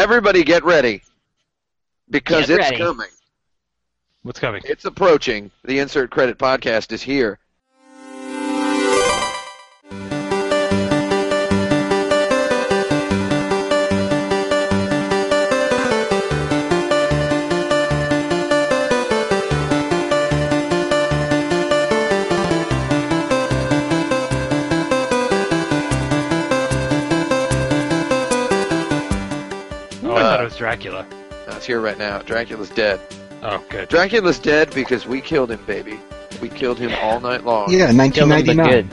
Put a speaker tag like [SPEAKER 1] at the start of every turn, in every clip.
[SPEAKER 1] Everybody get ready because
[SPEAKER 2] Get
[SPEAKER 1] it's
[SPEAKER 2] ready.
[SPEAKER 1] coming.
[SPEAKER 3] What's coming?
[SPEAKER 1] It's approaching. The Insert Credit Podcast is here.
[SPEAKER 3] Oh, I thought it was Dracula.
[SPEAKER 1] No, it's here right now. Dracula's dead.
[SPEAKER 3] Oh, good.
[SPEAKER 1] Dracula's dead because we killed him, baby. We killed him all night long.
[SPEAKER 4] Yeah,
[SPEAKER 2] Killed him, but
[SPEAKER 4] 1999.
[SPEAKER 2] good.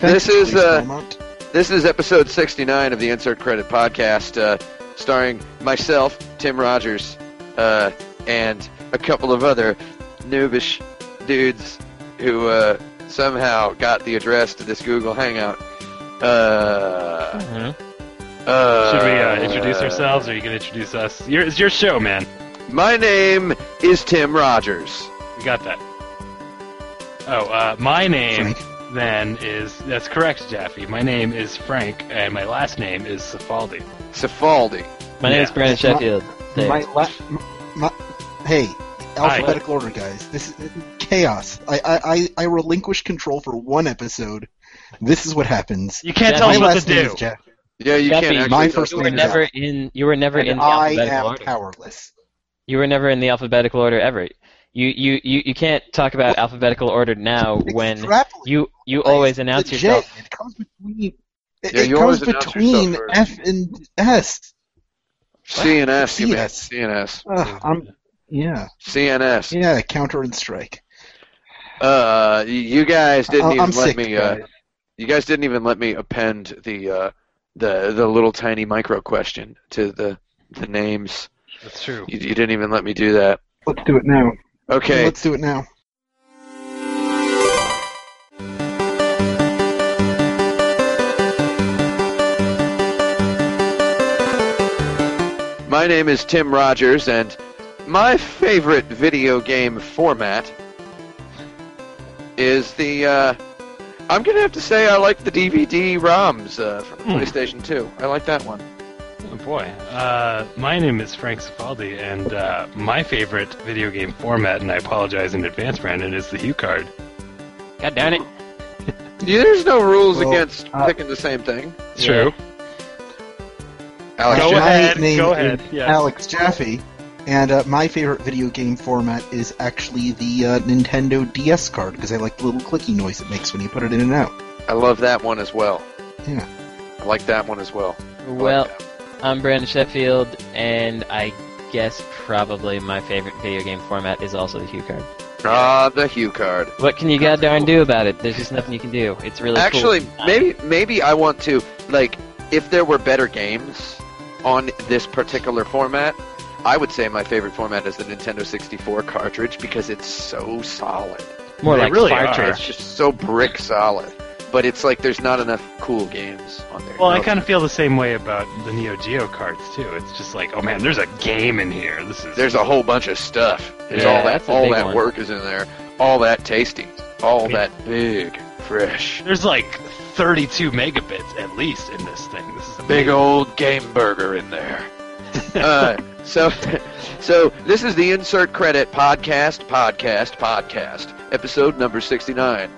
[SPEAKER 1] This
[SPEAKER 4] Thank you,
[SPEAKER 1] is,
[SPEAKER 4] Lisa
[SPEAKER 1] uh,
[SPEAKER 4] Beaumont.
[SPEAKER 1] This is episode 69 of the Insert Credit Podcast, uh, starring myself, Tim Rogers, uh, and a couple of other noobish dudes who uh, somehow got the address to this Google Hangout. Uh, uh,
[SPEAKER 3] Should we uh, introduce ourselves, or are you gonna introduce us? Your, it's your show, man.
[SPEAKER 1] My name is Tim Rogers.
[SPEAKER 3] We got that. Oh, uh, my name
[SPEAKER 4] Frank.
[SPEAKER 3] then is that's correct, Daffy. My name is Frank, and my last name is Safaldi.
[SPEAKER 1] Safaldi.
[SPEAKER 2] My name is
[SPEAKER 3] Yeah.
[SPEAKER 2] Brandon
[SPEAKER 4] It's not-
[SPEAKER 2] Sheffield.
[SPEAKER 4] My,
[SPEAKER 2] Thanks.
[SPEAKER 4] la- my, hey, alphabetical order, guys. This is chaos. I, I, I, I relinquish control for one episode. This is what happens.
[SPEAKER 3] You can't
[SPEAKER 2] Yeah,
[SPEAKER 3] tell
[SPEAKER 4] My
[SPEAKER 3] us what to
[SPEAKER 4] last name
[SPEAKER 3] do.
[SPEAKER 4] is Jeff,
[SPEAKER 1] Yeah, you
[SPEAKER 2] That'd
[SPEAKER 1] can't
[SPEAKER 2] be
[SPEAKER 1] actually.
[SPEAKER 4] my
[SPEAKER 1] tell
[SPEAKER 4] first
[SPEAKER 2] You
[SPEAKER 1] us
[SPEAKER 2] were
[SPEAKER 4] name
[SPEAKER 1] what
[SPEAKER 4] is
[SPEAKER 1] to do.
[SPEAKER 2] never in. You were never in
[SPEAKER 4] and
[SPEAKER 2] the
[SPEAKER 4] I am
[SPEAKER 2] alphabetical order.
[SPEAKER 4] powerless.
[SPEAKER 2] You were never in the alphabetical order ever. You you you, you can't talk about alphabetical order now when
[SPEAKER 4] Extrapolate.
[SPEAKER 2] you you
[SPEAKER 4] It's
[SPEAKER 2] always announce
[SPEAKER 4] legit.
[SPEAKER 2] yourself.
[SPEAKER 4] It comes between. It,
[SPEAKER 1] Yeah,
[SPEAKER 4] it
[SPEAKER 1] you always
[SPEAKER 4] comes
[SPEAKER 1] announce yourself
[SPEAKER 4] between
[SPEAKER 1] first.
[SPEAKER 4] F and S.
[SPEAKER 1] CNS, you mean.
[SPEAKER 4] CS.
[SPEAKER 1] CNS.
[SPEAKER 4] Ugh, I'm, yeah,
[SPEAKER 1] CNS.
[SPEAKER 4] yeah. Counter and strike.
[SPEAKER 1] Uh, you guys didn't
[SPEAKER 4] I-
[SPEAKER 1] even
[SPEAKER 4] I'm
[SPEAKER 1] let
[SPEAKER 4] sick.
[SPEAKER 1] me. Uh,
[SPEAKER 4] guys.
[SPEAKER 1] you guys didn't even let me append the uh, the the little tiny micro question to the the names.
[SPEAKER 3] That's true.
[SPEAKER 1] You, you didn't even let me do that.
[SPEAKER 4] Let's do it now.
[SPEAKER 1] Okay,
[SPEAKER 4] Let's do it now.
[SPEAKER 1] my name is Tim Rogers, and my favorite video game format is the. Uh, I'm gonna have to say I like the DVD ROMs uh, from
[SPEAKER 3] Hmm.
[SPEAKER 1] PlayStation 2. I like that one.
[SPEAKER 3] Oh boy. Uh, my name is Frank Safaldi, and uh, my favorite video game format, and I apologize in advance, Brandon, is the Hue card.
[SPEAKER 2] God darn it!
[SPEAKER 1] Yeah, There's no rules
[SPEAKER 4] Well,
[SPEAKER 1] against
[SPEAKER 4] uh,
[SPEAKER 1] picking the same thing.
[SPEAKER 3] It's
[SPEAKER 2] Yeah.
[SPEAKER 3] true.
[SPEAKER 1] Alex,
[SPEAKER 3] Go
[SPEAKER 4] My
[SPEAKER 1] Jones.
[SPEAKER 3] ahead,
[SPEAKER 4] name
[SPEAKER 3] go
[SPEAKER 4] is
[SPEAKER 3] ahead, yes.
[SPEAKER 4] Alex Jaffe, and uh, my favorite video game format is actually the uh, Nintendo DS card because I like the little clicky noise it makes when you put it in and out.
[SPEAKER 1] I love that one as well.
[SPEAKER 4] Yeah.
[SPEAKER 1] I like that one as well. I like
[SPEAKER 2] Well,
[SPEAKER 1] that.
[SPEAKER 2] I'm Brandon Sheffield, and I guess probably my favorite video game format is also the Hue card.
[SPEAKER 1] Ah, the hue card.
[SPEAKER 2] What can you god darn do about it? There's just nothing you can do. It's really cool.
[SPEAKER 1] Actually, maybe maybe I want to like if there were better games on this particular format, I would say my favorite format is the Nintendo 64 cartridge because it's so solid.
[SPEAKER 2] more
[SPEAKER 3] They
[SPEAKER 2] like
[SPEAKER 3] really
[SPEAKER 2] Fire
[SPEAKER 3] are.
[SPEAKER 1] It's
[SPEAKER 2] Torch.
[SPEAKER 1] just so brick solid. But it's like there's not enough cool games on there.
[SPEAKER 3] Well, I
[SPEAKER 1] No.
[SPEAKER 3] kind of feel the same way about the Neo Geo cards too. It's just like, oh man, there's a game in here. This is
[SPEAKER 1] there's a whole bunch of stuff. There's
[SPEAKER 2] Yeah,
[SPEAKER 1] all that
[SPEAKER 2] that's a
[SPEAKER 1] all
[SPEAKER 2] big
[SPEAKER 1] that
[SPEAKER 2] one.
[SPEAKER 1] work is in there. All that tasty. All
[SPEAKER 3] Yeah.
[SPEAKER 1] that big fresh.
[SPEAKER 3] there's like 32 megabits at least in this thing. This is a
[SPEAKER 1] big old game burger in there. uh, so, so this is the insert credit podcast, podcast, podcast, episode number sixty-nine.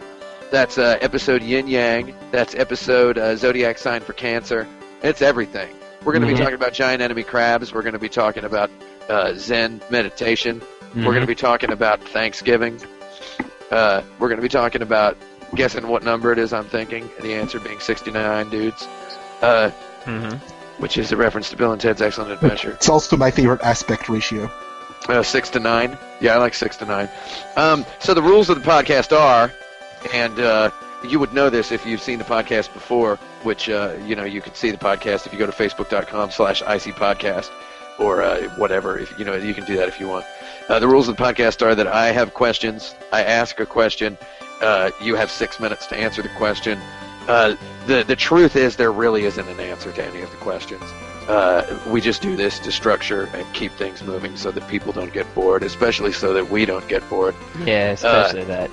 [SPEAKER 1] That's uh, episode Yin Yang. That's episode uh, Zodiac Sign for Cancer. It's everything. We're going to
[SPEAKER 2] Mhm.
[SPEAKER 1] be talking about giant enemy crabs. We're going to be talking about uh, Zen meditation. We're going to be talking about Thanksgiving. Uh, we're going to be talking about guessing what number it is. I'm thinking the answer being sixty-nine, dudes. Uh, which is a reference to Bill and Ted's Excellent Adventure.
[SPEAKER 4] It's also my favorite aspect ratio.
[SPEAKER 1] Uh, six to nine. Yeah, I like six to nine. Um, so the rules of the podcast are, and uh, you would know this if you've seen the podcast before, which uh, you know you could see the podcast if you go to facebook.com/slash IC podcast or uh, whatever. If you know you can do that if you want. Uh, the rules of the podcast are that I have questions. I ask a question. Uh, you have six minutes to answer the question. Uh, the the truth is there really isn't an answer to any of the questions uh, we just do this to structure and keep things moving so that people don't get bored, especially so that we don't get bored.
[SPEAKER 2] Yeah, especially that.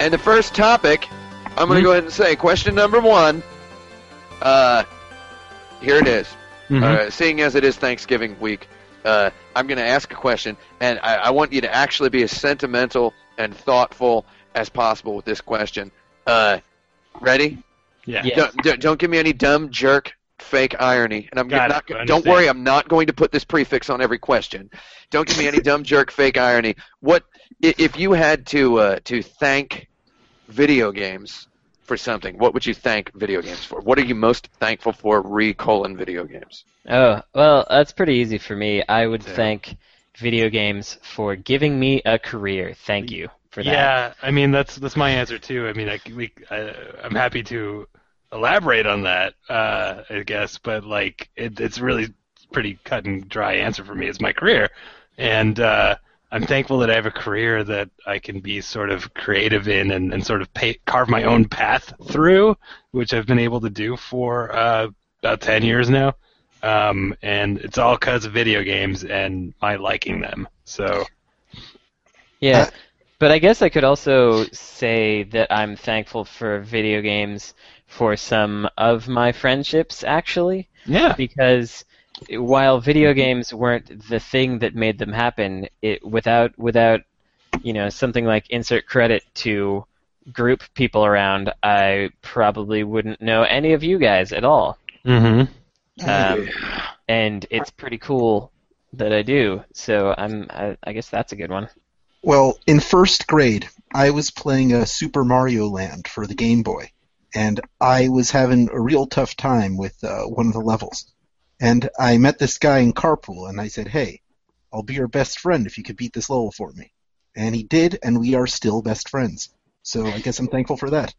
[SPEAKER 1] And the first topic, I'm going to
[SPEAKER 2] Hmm.
[SPEAKER 1] go ahead and say question number one. Uh, here it is.
[SPEAKER 3] Mhm.
[SPEAKER 1] Uh, seeing as it is Thanksgiving week, uh, I'm going to ask a question, and I, I want you to actually be as sentimental and thoughtful as possible with this question. Uh, ready?
[SPEAKER 3] Yeah.
[SPEAKER 2] Yeah.
[SPEAKER 1] Don't, don't- don't give me any dumb jerk fake irony. And I'm
[SPEAKER 3] Got
[SPEAKER 1] not.
[SPEAKER 3] it, I
[SPEAKER 1] don't
[SPEAKER 3] understand.
[SPEAKER 1] worry, I'm not going to put this prefix on every question. Don't give me any dumb jerk fake irony. What i- if you had to uh, to thank video games for something? What would you thank video games for? What are you most thankful for? Re colon video games.
[SPEAKER 2] Oh, well, that's pretty easy for me. I would
[SPEAKER 3] Yeah.
[SPEAKER 2] thank video games for giving me a career. Thank you for that.
[SPEAKER 3] Yeah, I mean that's that's my answer too. I mean, I, c- we, I, I'm happy to elaborate on that, uh, I guess, but like it, it's really pretty cut and dry answer for me. It's my career, and uh, I'm thankful that I have a career that I can be sort of creative in and, and sort of pay, carve my own path through, which I've been able to do for uh, about ten years now. Um, and it's all because of video games and my liking them. So
[SPEAKER 2] Yeah.
[SPEAKER 4] Uh,
[SPEAKER 2] but I guess I could also say that I'm thankful for video games for some of my friendships, actually,
[SPEAKER 3] yeah,
[SPEAKER 2] because while video games weren't the thing that made them happen, it without without you know something like insert credit to group people around, I probably wouldn't know any of you guys at all.
[SPEAKER 3] mm-hmm.
[SPEAKER 2] Um, and it's pretty cool that I do. So I'm I, I guess that's a good one.
[SPEAKER 4] Well, in first grade, I was playing a Super Mario Land for the Game Boy, and I was having a real tough time with uh, one of the levels. And I met this guy in carpool, and I said, "Hey, I'll be your best friend if you could beat this level for me." And he did, and we are still best friends. So I guess I'm thankful for that.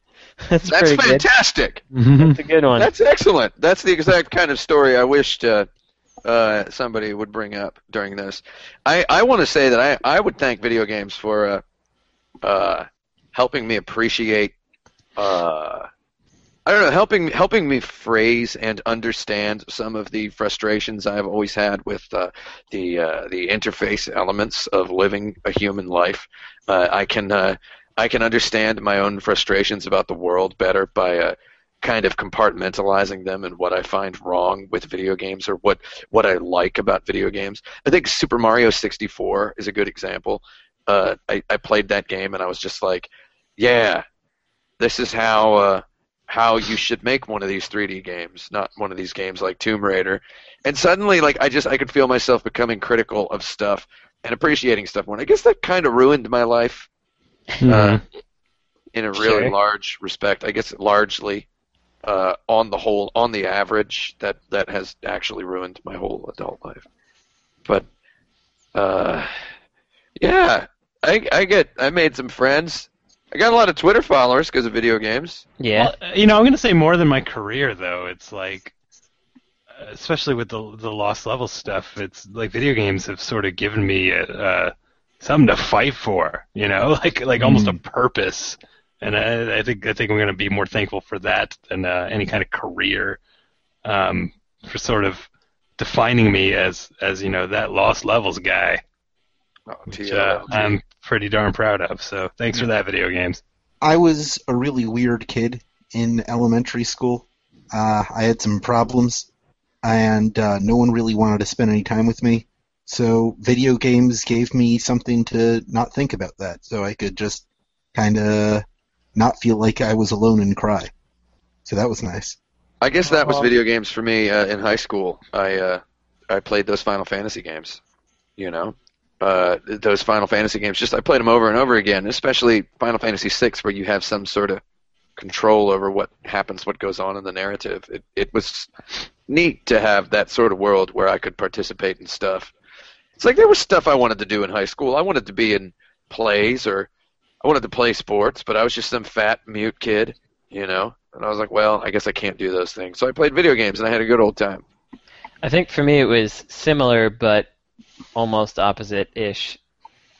[SPEAKER 2] that's,
[SPEAKER 1] That's
[SPEAKER 2] pretty good.
[SPEAKER 1] fantastic.
[SPEAKER 3] Mm-hmm.
[SPEAKER 2] That's a good one.
[SPEAKER 1] That's excellent. That's the exact kind of story I wished uh, uh, somebody would bring up during this. I, I want to say that I, I would thank video games for uh, uh, helping me appreciate. Uh, I don't know, helping helping me phrase and understand some of the frustrations I've always had with uh, the uh, the interface elements of living a human life. Uh, I can uh, I can understand my own frustrations about the world better by uh, kind of compartmentalizing them and what I find wrong with video games or what what I like about video games. I think Super Mario 64 is a good example. Uh, I, I played that game and I was just like, yeah, this is how uh, how you should make one of these 3D games, not one of these games like Tomb Raider. And suddenly, like I just I could feel myself becoming critical of stuff and appreciating stuff more. And I guess that kind of ruined my life Uh, in a really
[SPEAKER 2] Sure.
[SPEAKER 1] large respect. I guess largely, uh, on the whole, on the average, that that has actually ruined my whole adult life. But, uh, yeah, I I get I made some friends. I got a lot of Twitter followers because of video games.
[SPEAKER 2] yeah.
[SPEAKER 3] Well, uh, you know, I'm gonna say more than my career though. It's like, uh, especially with the the lost level stuff, it's like video games have sort of given me uh, something to fight for. You know, like like almost a purpose. And I, I think I think I'm gonna be more thankful for that than uh, any kind of career, um, for sort of defining me as as you know that lost levels guy,
[SPEAKER 1] Oh,
[SPEAKER 3] which uh, I'm pretty darn proud of. So thanks for that, video games.
[SPEAKER 4] I was a really weird kid in elementary school. Uh, I had some problems, and uh, no one really wanted to spend any time with me. So video games gave me something to not think about that, so I could just kind of not feel like I was alone and cry. So that was nice.
[SPEAKER 1] I guess that was
[SPEAKER 2] Well-
[SPEAKER 1] video games for me uh, in high school. I uh, I played those Final Fantasy games, you know, uh, th- those Final Fantasy games. Just I played them over and over again, especially Final Fantasy VI, where you have some sort of control over what happens, what goes on in the narrative. It it was neat to have that sort of world where I could participate in stuff. It's like there was stuff I wanted to do in high school. I wanted to be in plays or I wanted to play sports, but I was just some fat mute kid, you know. And I was like, well, I guess I can't do those things. So I played video games and I had a good old time.
[SPEAKER 2] I think for me it was similar but almost opposite ish,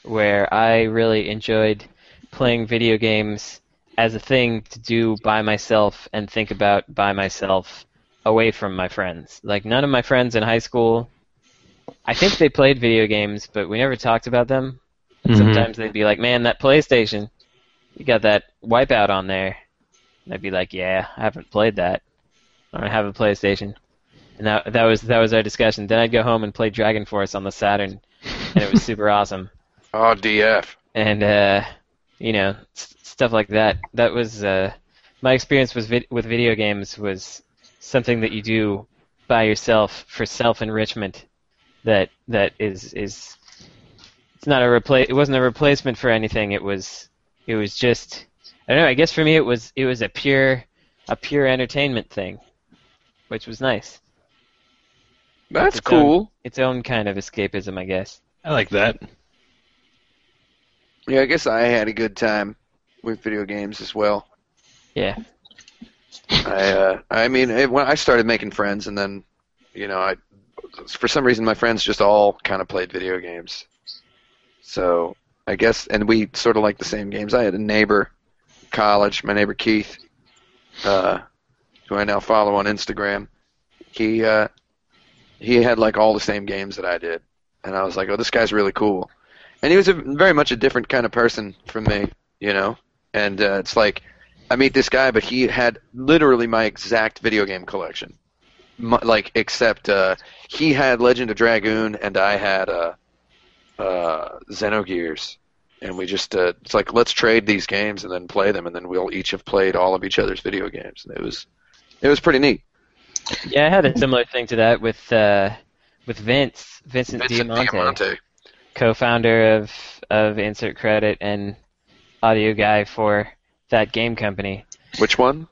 [SPEAKER 2] where I really enjoyed playing video games as a thing to do by myself and think about by myself away from my friends. Like none of my friends in high school I think they played video games, but we never talked about them. And
[SPEAKER 3] Mhm.
[SPEAKER 2] sometimes they'd be like, Man, that PlayStation you got that wipeout on there and I'd be like, Yeah, I haven't played that. I don't have a PlayStation. and that that was that was our discussion. Then I'd go home and play Dragon Force on the Saturn, and it was super awesome.
[SPEAKER 1] Oh, DF.
[SPEAKER 2] And uh, you know, s- stuff like that. That was uh, my experience with vid- with video games was something that you do by yourself for self enrichment. That that is is it's not a replace. It wasn't a replacement for anything. It was it was just I don't know. I guess for me it was it was a pure a pure entertainment thing, which was nice.
[SPEAKER 1] That's
[SPEAKER 2] It's own-
[SPEAKER 1] cool.
[SPEAKER 2] its own kind of escapism, I guess.
[SPEAKER 3] I like that.
[SPEAKER 1] Yeah, I guess I had a good time with video games as well.
[SPEAKER 2] Yeah.
[SPEAKER 1] I uh, I mean, it, when I started making friends, and then you know, I for some reason my friends just all kind of played video games. So I guess, and we sort of like the same games. I had a neighbor, in college, my neighbor Keith, uh, who I now follow on Instagram. He uh, he had like all the same games that I did, and I was like, oh, this guy's really cool. And he was a, very much a different kind of person from me, you know. And uh, it's like I meet this guy, but he had literally my exact video game collection. My, like, except uh, he had Legend of Dragoon, and I had uh, uh, Xenogears. And we just, uh, it's like, let's trade these games and then play them, and then we'll each have played all of each other's video games. And it was, it was pretty neat.
[SPEAKER 2] Yeah, I had a similar thing to that with uh, with Vince, Vincent,
[SPEAKER 1] Vincent
[SPEAKER 2] Diamante,
[SPEAKER 1] Diamante.
[SPEAKER 2] co-founder of of Insert Credit and audio guy for that game company.
[SPEAKER 1] Which one?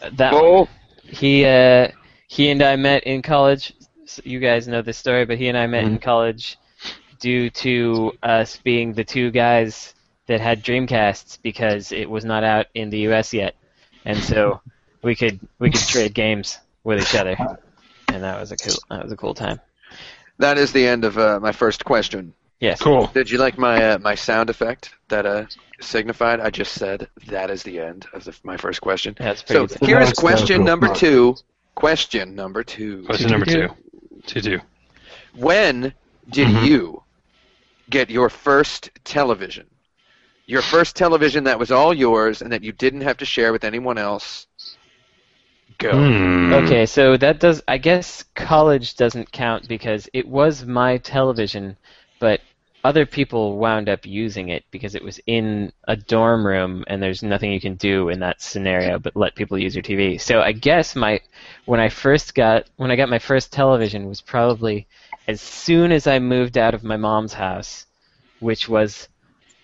[SPEAKER 2] Uh, That one.
[SPEAKER 1] Oh,
[SPEAKER 2] he uh, he and I met in college. S- You guys know this story, but he and I met in college due to us being the two guys that had Dreamcasts because it was not out in the U.S. yet, and so we could we could trade games with each other, and that was a cool that was a cool time.
[SPEAKER 1] that is the end of uh, my first question.
[SPEAKER 2] Yes.
[SPEAKER 3] Cool.
[SPEAKER 1] Did you like my uh, my sound effect that uh, signified? I just said that is the end of the, my first question.
[SPEAKER 2] That's
[SPEAKER 1] So
[SPEAKER 2] pretty. good.
[SPEAKER 1] here is
[SPEAKER 4] That's kind of
[SPEAKER 1] question
[SPEAKER 4] cool.
[SPEAKER 1] number two. Question number two.
[SPEAKER 3] Question number two. Two two.
[SPEAKER 1] When did
[SPEAKER 3] Mhm.
[SPEAKER 1] you get your first television? Your first television that was all yours and that you didn't have to share with anyone else? Go.
[SPEAKER 3] Hmm.
[SPEAKER 2] Okay, so that does. I guess college doesn't count because it was my television, but other people wound up using it because it was in a dorm room and there's nothing you can do in that scenario but let people use your TV. So I guess my when I first got when I got my first television was probably as soon as I moved out of my mom's house, which was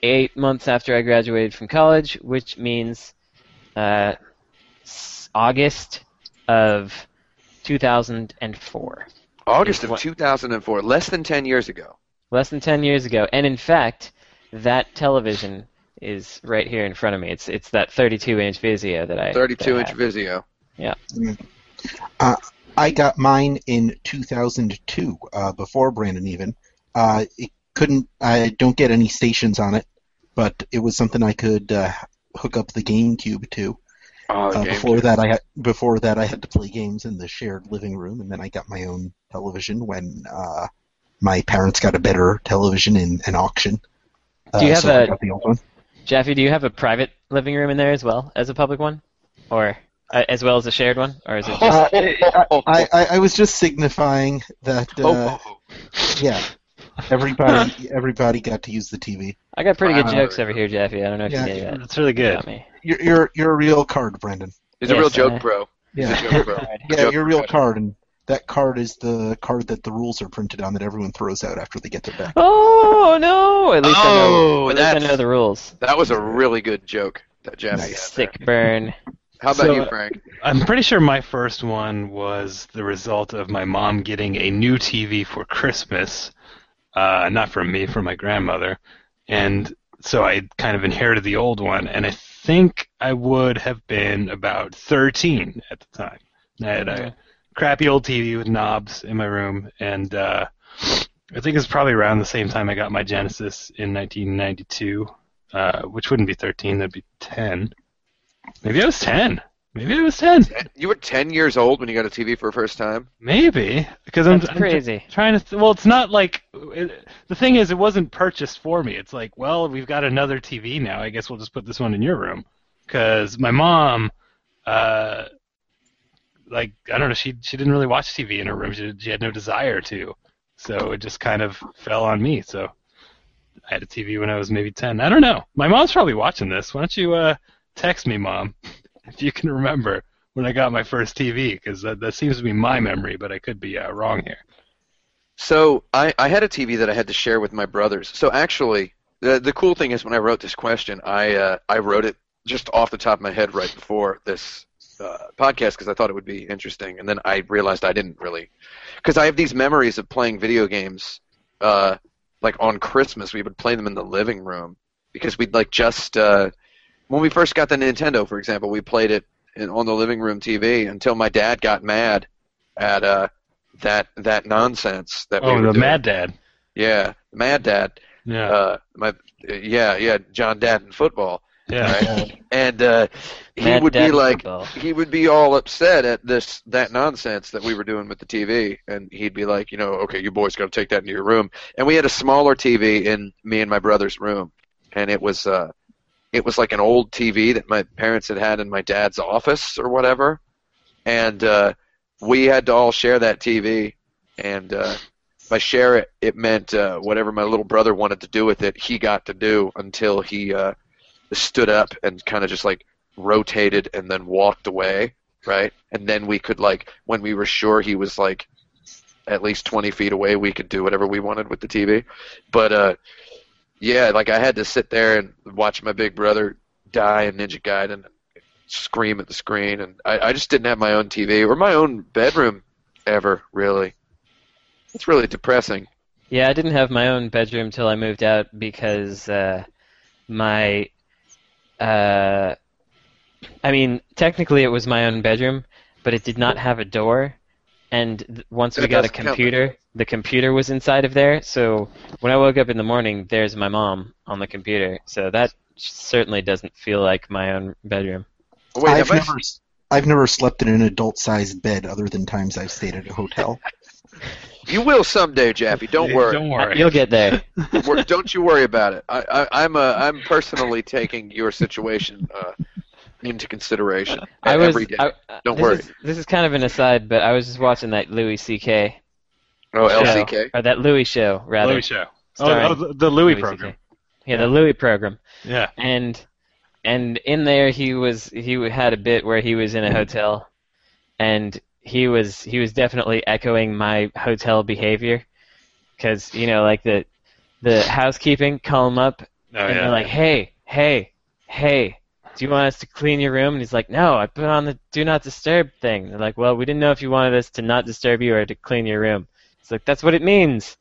[SPEAKER 2] eight months after I graduated from college, which means uh, s- August of 2004.
[SPEAKER 1] August of
[SPEAKER 2] What-
[SPEAKER 1] 2004, less than 10 years ago.
[SPEAKER 2] Less than 10 years ago. And in fact, that television is right here in front of me. It's it's that 32 inch Vizio that I.
[SPEAKER 1] 32
[SPEAKER 2] that
[SPEAKER 1] inch
[SPEAKER 2] I have.
[SPEAKER 1] Vizio.
[SPEAKER 4] I got mine in 2002, uh, before Brandon even. Uh, it couldn't. I don't get any stations on it, but it was something I could uh, hook up the GameCube to.
[SPEAKER 1] Oh, GameCube.
[SPEAKER 4] Uh, before that, I had, before that I had to play games in the shared living room, and then I got my own television when uh, my parents got a better television in an auction.
[SPEAKER 2] Do you
[SPEAKER 4] Uh,
[SPEAKER 2] have
[SPEAKER 4] so I
[SPEAKER 2] a-
[SPEAKER 4] got the old one.
[SPEAKER 2] Jaffe, do you have a private living room in there as well as a public one, or uh, as well as a shared one, or is it? Just...
[SPEAKER 4] Uh, I, I, I was just signifying that. Uh,
[SPEAKER 1] Oh, oh,
[SPEAKER 4] Yeah. Everybody everybody got to use the TV.
[SPEAKER 2] I got pretty good
[SPEAKER 1] Wow.
[SPEAKER 2] jokes over here, Jaffe. I don't know if
[SPEAKER 4] Yeah.
[SPEAKER 2] you knew that
[SPEAKER 3] That's really good.
[SPEAKER 2] about me.
[SPEAKER 4] You're you're you're a real card, Brandon.
[SPEAKER 1] He's a real
[SPEAKER 2] Yes,
[SPEAKER 1] joke,
[SPEAKER 2] I-
[SPEAKER 1] bro. He's
[SPEAKER 4] Yeah.
[SPEAKER 1] a joke, bro.
[SPEAKER 4] Yeah,
[SPEAKER 1] joke
[SPEAKER 4] you're a real
[SPEAKER 1] card.
[SPEAKER 4] card and that card is the card that the rules are printed on that everyone throws out after they get their back.
[SPEAKER 2] Oh no! At least I know.
[SPEAKER 1] Oh,
[SPEAKER 2] At least I
[SPEAKER 1] that's-
[SPEAKER 2] know the rules.
[SPEAKER 1] That was a really good joke that Jeff
[SPEAKER 4] Nice.
[SPEAKER 1] had there.
[SPEAKER 2] Sick burn.
[SPEAKER 1] How about
[SPEAKER 3] So-
[SPEAKER 1] you, Frank?
[SPEAKER 3] I'm pretty sure my first one was the result of my mom getting a new TV for Christmas, uh, not from me, from my grandmother, and so I kind of inherited the old one, and I think I would have been about 13 at the time. I had
[SPEAKER 2] Yeah.
[SPEAKER 3] a crappy old TV with knobs in my room, and uh, I think it's probably around the same time I got my Genesis in 1992, uh, which wouldn't be 13, that'd be 10. Maybe I was 10. Maybe I was 10.
[SPEAKER 1] You were 10 years old when you got a TV for the first time?
[SPEAKER 3] Maybe because I'm,
[SPEAKER 2] That's
[SPEAKER 3] I'm
[SPEAKER 2] crazy.
[SPEAKER 3] tr- trying to. Th- well, it's not like it, the thing is, it wasn't purchased for me. It's like, well, we've got another TV now. I guess we'll just put this one in your room because my mom uh, like I don't know. She she didn't really watch TV in her room. She, she had no desire to. So it just kind of fell on me. So I had a TV when I was maybe ten. I don't know. My mom's probably watching this. Why don't you uh, text me, mom, if you can remember when I got my first TV? Because that, that seems to be my memory, but I could be uh, wrong here.
[SPEAKER 1] So I, I had a TV that I had to share with my brothers. So actually, the the cool thing is when I wrote this question, I uh, I wrote it just off the top of my head right before this uh, podcast because I thought it would be interesting, and then I realized I didn't really, because I have these memories of playing video games. Uh, like on Christmas, we would play them in the living room because we'd like just uh, when we first got the Nintendo, for example, we played it in, on the living room TV until my dad got mad at uh, that that nonsense that we
[SPEAKER 3] Oh,
[SPEAKER 1] were
[SPEAKER 3] the
[SPEAKER 1] doing.
[SPEAKER 3] Mad Dad.
[SPEAKER 1] yeah mad dad
[SPEAKER 3] Yeah.
[SPEAKER 1] uh, my yeah yeah John Dad in football
[SPEAKER 3] yeah.
[SPEAKER 1] right? and uh, he
[SPEAKER 2] Mad
[SPEAKER 1] would
[SPEAKER 2] Dad
[SPEAKER 1] be like
[SPEAKER 2] football.
[SPEAKER 1] he would be all upset at this that nonsense that we were doing with the TV, and he'd be like, you know, okay, you boys got to take that into your room. And we had a smaller TV in me and my brother's room, and it was uh, it was like an old TV that my parents had had in my dad's office or whatever, and uh, we had to all share that TV, and uh, by share it, it meant uh, whatever my little brother wanted to do with it, he got to do until he uh, stood up and kind of just like rotated and then walked away, right? And then we could like when we were sure he was like at least 20 feet away, we could do whatever we wanted with the TV. But uh yeah, like I had to sit there and watch my big brother die in Ninja Gaiden and scream at the screen and I, I just didn't have my own TV or my own bedroom ever really. It's really depressing.
[SPEAKER 2] Yeah, I didn't have my own bedroom till I moved out because uh, my, uh, I mean, technically it was my own bedroom, but it did not have a door. And th- once
[SPEAKER 1] That
[SPEAKER 2] we got a
[SPEAKER 1] doesn't count,
[SPEAKER 2] computer, the computer was inside of there. So when I woke up in the morning, there's my mom on the computer. So that certainly doesn't feel like my own bedroom.
[SPEAKER 1] Wait,
[SPEAKER 4] I've
[SPEAKER 1] have I-
[SPEAKER 4] never, I... have never slept in an adult-sized bed other than times I've stayed at a hotel.
[SPEAKER 1] you will someday, Jaffe. Don't worry.
[SPEAKER 3] Don't worry.
[SPEAKER 2] You'll get there.
[SPEAKER 1] Wor- don't you worry about it. I, I, I'm uh, I'm personally taking your situation uh, into consideration
[SPEAKER 2] I was.
[SPEAKER 1] every day.
[SPEAKER 2] I-
[SPEAKER 1] Don't
[SPEAKER 2] this
[SPEAKER 1] worry.
[SPEAKER 2] is- this is kind of an aside, but I was just watching that Louis C.K.
[SPEAKER 1] oh,
[SPEAKER 2] show,
[SPEAKER 1] LCK.
[SPEAKER 2] or that Louis show rather.
[SPEAKER 3] Louis show. Oh,
[SPEAKER 2] Starring
[SPEAKER 3] oh, the- the Louis,
[SPEAKER 2] Louis
[SPEAKER 3] program.
[SPEAKER 2] CK. Yeah, the Louis program,
[SPEAKER 3] Yeah.
[SPEAKER 2] and and in there he was he had a bit where he was in a hotel, and he was he was definitely echoing my hotel behavior, because you know like the the housekeeping call him up
[SPEAKER 3] Oh,
[SPEAKER 2] and
[SPEAKER 3] yeah.
[SPEAKER 2] they're like, hey, hey, hey, do you want us to clean your room? And he's like, no, I put on the do not disturb thing. They're like, well, we didn't know if you wanted us to not disturb you or to clean your room. It's like, that's what it means.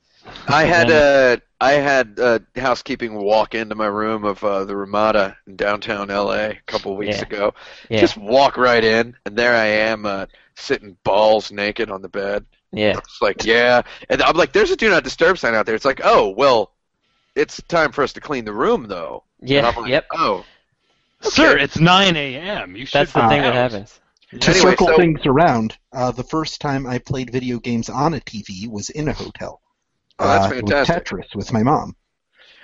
[SPEAKER 1] I had uh, I had uh, housekeeping walk into my room of uh, the Ramada in downtown LA a couple weeks
[SPEAKER 2] Yeah.
[SPEAKER 1] ago.
[SPEAKER 2] Yeah,
[SPEAKER 1] Just walk right in, and there I am uh, sitting balls naked on the bed.
[SPEAKER 2] yeah.
[SPEAKER 1] It's like, yeah. And I'm like, there's a do not disturb sign out there. It's like, oh, well, it's time for us to clean the room, though. And
[SPEAKER 2] Yeah,
[SPEAKER 1] I'm like,
[SPEAKER 2] yep.
[SPEAKER 1] Oh,
[SPEAKER 3] Sir, it's 9 a.m. You should
[SPEAKER 2] That's the
[SPEAKER 3] be
[SPEAKER 2] thing that
[SPEAKER 3] out.
[SPEAKER 2] happens.
[SPEAKER 4] to
[SPEAKER 1] Anyway,
[SPEAKER 4] circle
[SPEAKER 1] so-
[SPEAKER 4] things around, uh, the first time I played video games on a TV was in a hotel.
[SPEAKER 1] oh that's
[SPEAKER 4] uh, with
[SPEAKER 1] fantastic.
[SPEAKER 4] Tetris with my mom.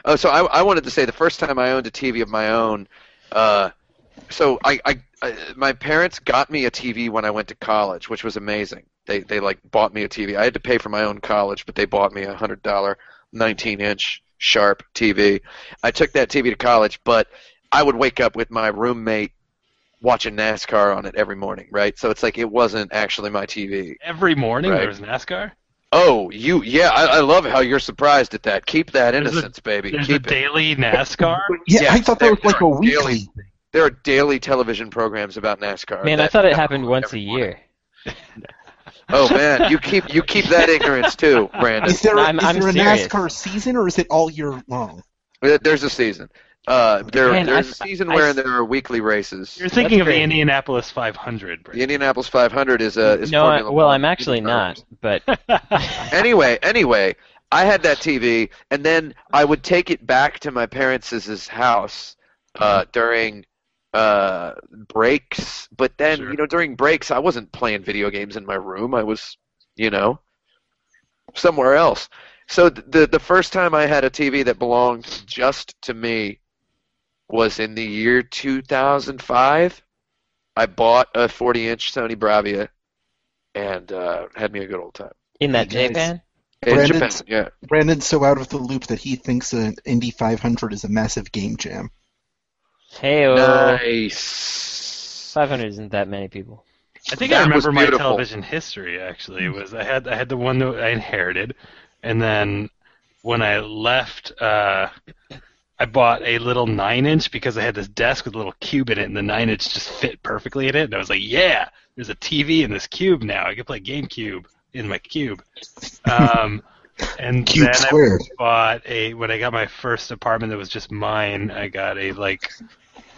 [SPEAKER 1] Oh, so I, I wanted to say the first time I owned a TV of my own, uh, so I, I, I my parents got me a TV when I went to college, which was amazing. They they like bought me a TV. I had to pay for my own college, but they bought me a hundred dollar, nineteen inch sharp TV. I took that TV to college, but I would wake up with my roommate watching NASCAR on it every morning, right? So it's like it wasn't actually my TV.
[SPEAKER 3] Every morning
[SPEAKER 1] Right.
[SPEAKER 3] there's NASCAR.
[SPEAKER 1] Oh, you yeah, I, I love how you're surprised at that. Keep that
[SPEAKER 3] There's a-
[SPEAKER 1] innocence, baby.
[SPEAKER 3] There's
[SPEAKER 1] Keep
[SPEAKER 3] a
[SPEAKER 1] it.
[SPEAKER 3] daily NASCAR.
[SPEAKER 4] Yeah,
[SPEAKER 1] Yes,
[SPEAKER 4] I thought that
[SPEAKER 1] there-
[SPEAKER 4] was like
[SPEAKER 1] there
[SPEAKER 4] a
[SPEAKER 1] are daily-
[SPEAKER 4] weekly. thing.
[SPEAKER 1] There are daily television programs about NASCAR.
[SPEAKER 2] Man, I
[SPEAKER 1] that-
[SPEAKER 2] thought it
[SPEAKER 1] that
[SPEAKER 2] happened
[SPEAKER 1] come on
[SPEAKER 2] once a
[SPEAKER 1] every morning.
[SPEAKER 2] year.
[SPEAKER 1] Oh man, you keep you keep that ignorance too, Brandon.
[SPEAKER 4] Is there,
[SPEAKER 2] I'm-
[SPEAKER 4] is
[SPEAKER 2] I'm
[SPEAKER 4] there a
[SPEAKER 2] serious.
[SPEAKER 4] NASCAR season or is it all year long?
[SPEAKER 1] There- There's a season. Uh, there,
[SPEAKER 2] Man,
[SPEAKER 1] there's a
[SPEAKER 2] I-
[SPEAKER 1] season
[SPEAKER 2] I-
[SPEAKER 1] wherein there are weekly races.
[SPEAKER 3] You're thinking
[SPEAKER 2] That's
[SPEAKER 3] of the
[SPEAKER 2] great.
[SPEAKER 3] Indianapolis 500.
[SPEAKER 1] The
[SPEAKER 3] Brandon.
[SPEAKER 1] Indianapolis 500 is a is
[SPEAKER 2] no, I,
[SPEAKER 1] Formula
[SPEAKER 2] well,
[SPEAKER 1] One.
[SPEAKER 2] I'm actually not, but
[SPEAKER 1] Anyway, anyway, I had that TV, and then I would take it back to my parents' house uh, during uh, breaks. But then,
[SPEAKER 3] Sure.
[SPEAKER 1] you know, during breaks, I wasn't playing video games in my room. I was, you know, somewhere else. So th- the the first time I had a TV that belonged just to me was in the year 2005. I bought a 40-inch Sony Bravia and uh, had me a good old time.
[SPEAKER 2] In that
[SPEAKER 4] Hey, guys.
[SPEAKER 2] Japan?
[SPEAKER 1] In Japan,
[SPEAKER 4] Brandon's-
[SPEAKER 1] yeah.
[SPEAKER 4] Brandon's so out of the loop that he thinks an Indy 500 is a massive game jam.
[SPEAKER 2] Hey,
[SPEAKER 1] Nice.
[SPEAKER 2] 500 isn't that many people.
[SPEAKER 3] I think I
[SPEAKER 1] That was
[SPEAKER 3] remember my
[SPEAKER 1] beautiful.
[SPEAKER 3] television history actually was I had I had the one that I inherited, and then when I left, uh, I bought a little nine inch because I had this desk with a little cube in it, and the nine inch just fit perfectly in it. And I was like, yeah, there's a TV in this cube now. I can play GameCube in my cube. Um, and
[SPEAKER 4] Cube
[SPEAKER 3] then I
[SPEAKER 4] squared.
[SPEAKER 3] bought a when I got my first apartment that was just mine. I got a like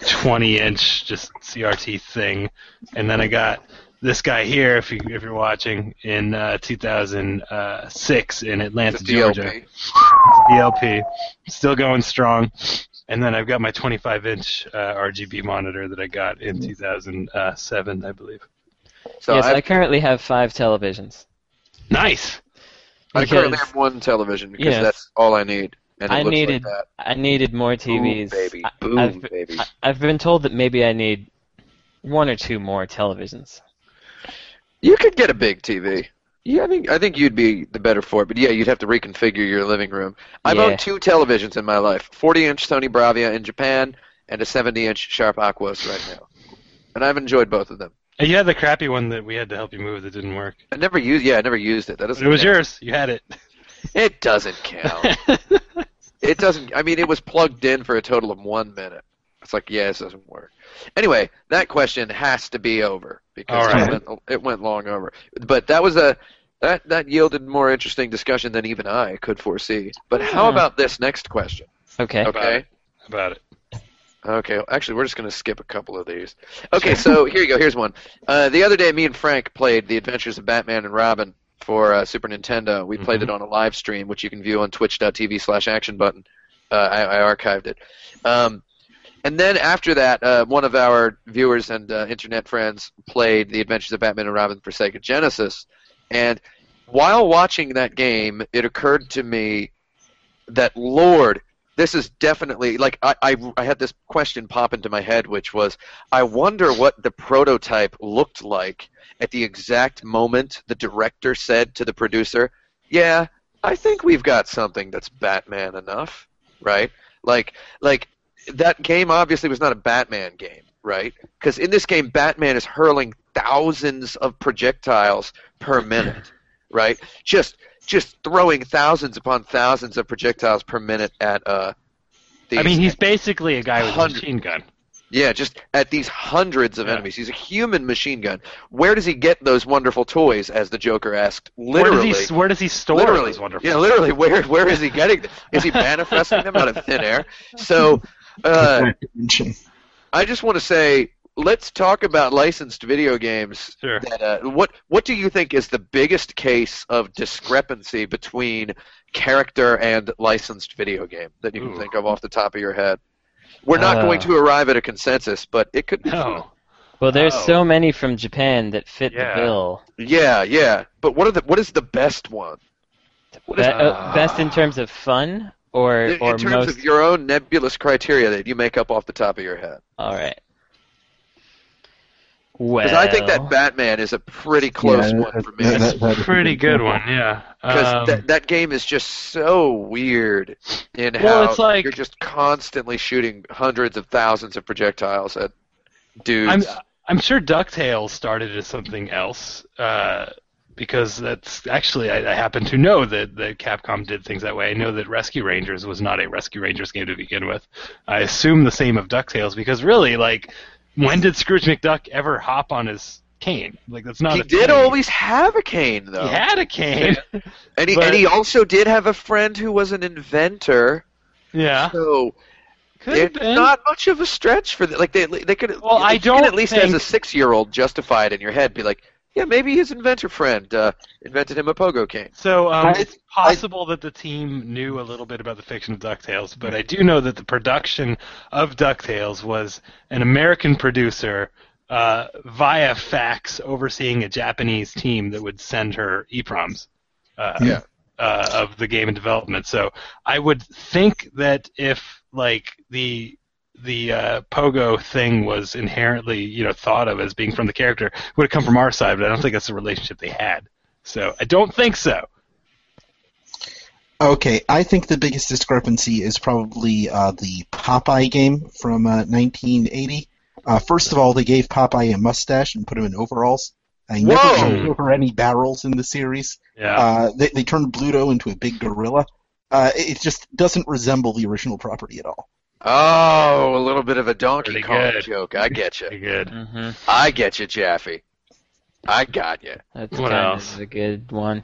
[SPEAKER 3] 20 inch just CRT thing, and then I got this guy here. If you if you're watching in uh, 2006 in Atlanta,
[SPEAKER 1] It's a
[SPEAKER 3] Georgia,
[SPEAKER 1] DLP.
[SPEAKER 3] DLP, still going strong. And then I've got my 25 inch uh, RGB monitor that I got in 2007, I believe.
[SPEAKER 1] So
[SPEAKER 2] yes,
[SPEAKER 1] I,
[SPEAKER 2] I currently have five televisions.
[SPEAKER 3] Nice.
[SPEAKER 1] I currently
[SPEAKER 2] because-
[SPEAKER 1] have one television because
[SPEAKER 2] Yes.
[SPEAKER 1] that's all I need. And it
[SPEAKER 2] I
[SPEAKER 1] looks
[SPEAKER 2] needed
[SPEAKER 1] like that.
[SPEAKER 2] I needed more TVs.
[SPEAKER 1] Boom, baby.
[SPEAKER 2] I-
[SPEAKER 1] Boom,
[SPEAKER 2] I've,
[SPEAKER 1] baby.
[SPEAKER 2] I- I've been told that maybe I need one or two more televisions.
[SPEAKER 1] You could get a big TV. Yeah, I think I think you'd be the better for it. But yeah, you'd have to reconfigure your living room. I've
[SPEAKER 2] Yeah.
[SPEAKER 1] owned two televisions in my life: 40-inch Sony Bravia in Japan and a 70-inch Sharp Aquos right now. And I've enjoyed both of them.
[SPEAKER 3] And you had the crappy one that we had to help you move that didn't work.
[SPEAKER 1] I never used. Yeah, I never used it. That
[SPEAKER 3] But
[SPEAKER 1] doesn't.
[SPEAKER 3] it was
[SPEAKER 1] count.
[SPEAKER 3] yours. You had it.
[SPEAKER 1] It doesn't count. it doesn't. I mean, it was plugged in for a total of one minute. It's like, yeah, this doesn't work. Anyway, that question has to be over because
[SPEAKER 3] All
[SPEAKER 1] it,
[SPEAKER 3] right.
[SPEAKER 1] went, it went long over. But that was a that that yielded more interesting discussion than even I could foresee. But how
[SPEAKER 2] Yeah.
[SPEAKER 3] Hmm.
[SPEAKER 1] about this next question?
[SPEAKER 2] Okay.
[SPEAKER 1] Okay.
[SPEAKER 3] About it.
[SPEAKER 1] Okay, actually, we're just going to skip a couple of these. Okay, so here you go. Here's one. Uh, the other day, me and Frank played The Adventures of Batman and Robin for uh, Super Nintendo. We played
[SPEAKER 3] Mhm.
[SPEAKER 1] it on a live stream, which you can view on twitch.tv slash action button. Uh, I, I archived it. Um, and then after that, uh, one of our viewers and uh, internet friends played The Adventures of Batman and Robin for Sega Genesis. And while watching that game, it occurred to me that, Lord, this is definitely like I, I, I had this question pop into my head, which was I wonder what the prototype looked like at the exact moment the director said to the producer, "Yeah, I think we've got something that's Batman enough, right? Like, like that game obviously was not a Batman game, right? Because in this game, Batman is hurling thousands of projectiles per minute, right? Just just throwing thousands upon thousands of projectiles per minute at uh. These,
[SPEAKER 3] I mean, he's basically a guy with a
[SPEAKER 1] Hundred-
[SPEAKER 3] machine gun.
[SPEAKER 1] yeah, just at these hundreds of
[SPEAKER 3] Yeah.
[SPEAKER 1] enemies. He's a human machine gun. Where does he get those wonderful toys? As the Joker asked,
[SPEAKER 3] Where
[SPEAKER 1] literally.
[SPEAKER 3] does he, where does he store
[SPEAKER 1] literally,
[SPEAKER 3] those wonderful?
[SPEAKER 1] yeah, literally. Where where is he getting them? Is he manifesting them out of thin air? So, uh,
[SPEAKER 4] Mention.
[SPEAKER 1] I just want to say, let's talk about licensed video games.
[SPEAKER 3] Sure.
[SPEAKER 1] That, uh, what what do you think is the biggest case of discrepancy between character and licensed video game that you can
[SPEAKER 3] Ooh.
[SPEAKER 1] think of off the top of your head? We're not
[SPEAKER 2] Uh.
[SPEAKER 1] going to arrive at a consensus, but it could be fun.
[SPEAKER 3] No.
[SPEAKER 2] Well, there's
[SPEAKER 3] Oh.
[SPEAKER 2] so many from Japan that fit
[SPEAKER 3] Yeah.
[SPEAKER 2] the bill.
[SPEAKER 1] Yeah, yeah. But what are the what is the best one? What is
[SPEAKER 2] Be- uh, best in terms of fun or
[SPEAKER 1] in, in
[SPEAKER 2] or
[SPEAKER 1] terms
[SPEAKER 2] most.
[SPEAKER 1] of your own nebulous criteria that you make up off the top of your head?
[SPEAKER 2] All right. Well,
[SPEAKER 1] Because I think that Batman is a pretty close
[SPEAKER 4] Yeah,
[SPEAKER 1] one
[SPEAKER 4] that-
[SPEAKER 1] for me.
[SPEAKER 4] that-
[SPEAKER 1] Because
[SPEAKER 4] that- that'd be
[SPEAKER 3] Pretty good one, yeah. Um,
[SPEAKER 1] that, that game is just so weird in
[SPEAKER 3] Well,
[SPEAKER 1] how
[SPEAKER 3] it's like-
[SPEAKER 1] you're just constantly shooting hundreds of thousands of projectiles at
[SPEAKER 3] I'm
[SPEAKER 1] dudes.
[SPEAKER 3] I'm sure Ducktales started as something else uh, because that's actually I, I happen to know that, that Capcom did things that way. I know that Rescue Rangers was not a Rescue Rangers game to begin with. I assume the same of Ducktales because really, like, when did Scrooge McDuck ever hop on his cane? Like that's not.
[SPEAKER 1] he
[SPEAKER 3] a
[SPEAKER 1] did
[SPEAKER 3] thing.
[SPEAKER 1] always have a cane though,
[SPEAKER 3] He had a cane.
[SPEAKER 1] and he
[SPEAKER 3] but-
[SPEAKER 1] and he also did have a friend who was an inventor.
[SPEAKER 3] yeah,
[SPEAKER 1] So
[SPEAKER 3] could have
[SPEAKER 1] It's
[SPEAKER 3] been.
[SPEAKER 1] not much of a stretch for the, like they they could
[SPEAKER 3] Well,
[SPEAKER 1] they
[SPEAKER 3] I
[SPEAKER 1] can
[SPEAKER 3] don't
[SPEAKER 1] at least as a
[SPEAKER 3] think-
[SPEAKER 1] six year old justify it in your head be like yeah maybe his inventor friend uh, invented him a pogo cane
[SPEAKER 3] So um,
[SPEAKER 4] I-
[SPEAKER 3] it's possible that the team knew a little bit about the fiction of DuckTales, but I do know that the production of DuckTales was an American producer uh, via fax overseeing a Japanese team that would send her EPROMs uh,
[SPEAKER 4] Yeah.
[SPEAKER 3] uh, of the game in development. So I would think that if like the the uh, pogo thing was inherently, you know, thought of as being from the character would have come from our side, but I don't think that's the relationship they had. So I don't think so.
[SPEAKER 4] Okay, I think the biggest discrepancy is probably uh, the Popeye game from uh, 1980. Uh, first of all, they gave Popeye a mustache and put him in overalls. I never
[SPEAKER 1] Whoa!
[SPEAKER 4] jumped over any barrels in the series.
[SPEAKER 3] Yeah.
[SPEAKER 4] Uh, they, they turned Bluto into a big gorilla. Uh, it it just doesn't resemble the original property at all.
[SPEAKER 1] Oh, a little bit of a Donkey
[SPEAKER 3] Pretty
[SPEAKER 1] Kong
[SPEAKER 3] good.
[SPEAKER 1] joke. I get you.
[SPEAKER 3] Pretty good.
[SPEAKER 2] hmm
[SPEAKER 1] I get you, Jaffe. I got you.
[SPEAKER 2] That's
[SPEAKER 3] What
[SPEAKER 2] kind
[SPEAKER 3] else?
[SPEAKER 2] of a good one.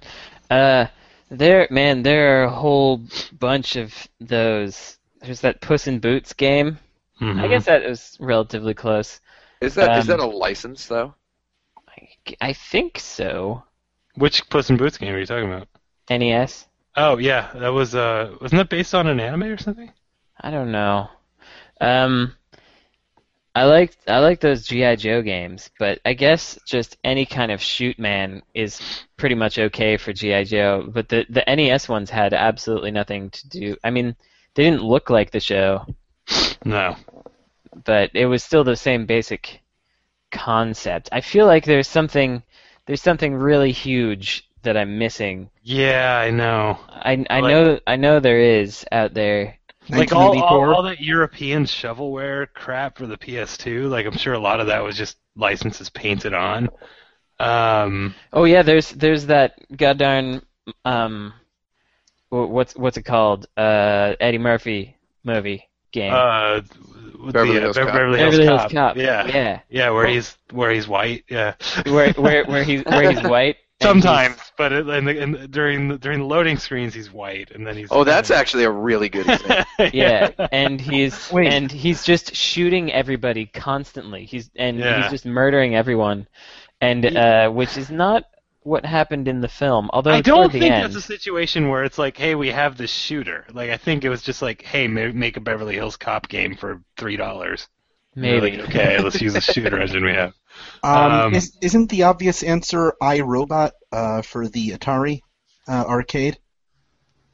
[SPEAKER 2] Uh, there, man, there are a whole bunch of those. There's that Puss in Boots game. I
[SPEAKER 3] Mhm.
[SPEAKER 2] guess that was relatively close.
[SPEAKER 1] Is that is
[SPEAKER 2] Um,
[SPEAKER 1] that a license though?
[SPEAKER 2] I, I think so. E
[SPEAKER 3] Which Puss in Boots game are you talking about?
[SPEAKER 2] NES.
[SPEAKER 3] Oh yeah, that was uh, wasn't that based on an anime or something?
[SPEAKER 2] I don't know. Um, I like I like those GI Joe games, but I guess just any kind of shoot man is pretty much okay for GI Joe. But the the NES ones had absolutely nothing to do. I mean, they didn't look like the show,
[SPEAKER 3] No.
[SPEAKER 2] but it was still the same basic concept. I feel like there's something there's something really huge that I'm missing.
[SPEAKER 3] Yeah, I know.
[SPEAKER 2] I I
[SPEAKER 3] Like-
[SPEAKER 2] know I know there is out there.
[SPEAKER 3] Like all, all
[SPEAKER 4] 1984.
[SPEAKER 3] all that European shovelware crap for the PS2. Like I'm sure a lot of that was just licenses painted on. Um,
[SPEAKER 2] Oh yeah, there's there's that goddamn um, wh- what's what's it called? Uh, Eddie Murphy movie game.
[SPEAKER 3] uh, with
[SPEAKER 1] Beverly
[SPEAKER 3] the, uh,
[SPEAKER 1] Hills
[SPEAKER 3] Bev-
[SPEAKER 1] Cop.
[SPEAKER 3] Beverly Hills,
[SPEAKER 2] Beverly Hills
[SPEAKER 3] Cop.
[SPEAKER 2] Cop.
[SPEAKER 3] Yeah. yeah,
[SPEAKER 2] yeah.
[SPEAKER 3] where he's where he's white. Yeah,
[SPEAKER 2] Where where where he's where he's white. and he's-
[SPEAKER 3] sometimes, but it, and, the, and during the, during the loading screens he's white, and then he's
[SPEAKER 1] Oh, that's actually a really good example.
[SPEAKER 2] Yeah, and he's and he's just shooting everybody constantly. He's and
[SPEAKER 3] Yeah.
[SPEAKER 2] he's just murdering everyone, and uh, which is not what happened in the film. Although
[SPEAKER 3] I don't
[SPEAKER 2] toward
[SPEAKER 3] think
[SPEAKER 2] the end,
[SPEAKER 3] that's a situation where it's like, hey, we have this shooter. Like, I think it was just like, hey, ma- make a Beverly Hills Cop game for three dollars.
[SPEAKER 2] maybe.
[SPEAKER 3] Like, okay, let's use the shooter engine we have.
[SPEAKER 4] Um,
[SPEAKER 3] Um,
[SPEAKER 4] is, isn't the obvious answer iRobot uh, for the Atari uh, arcade?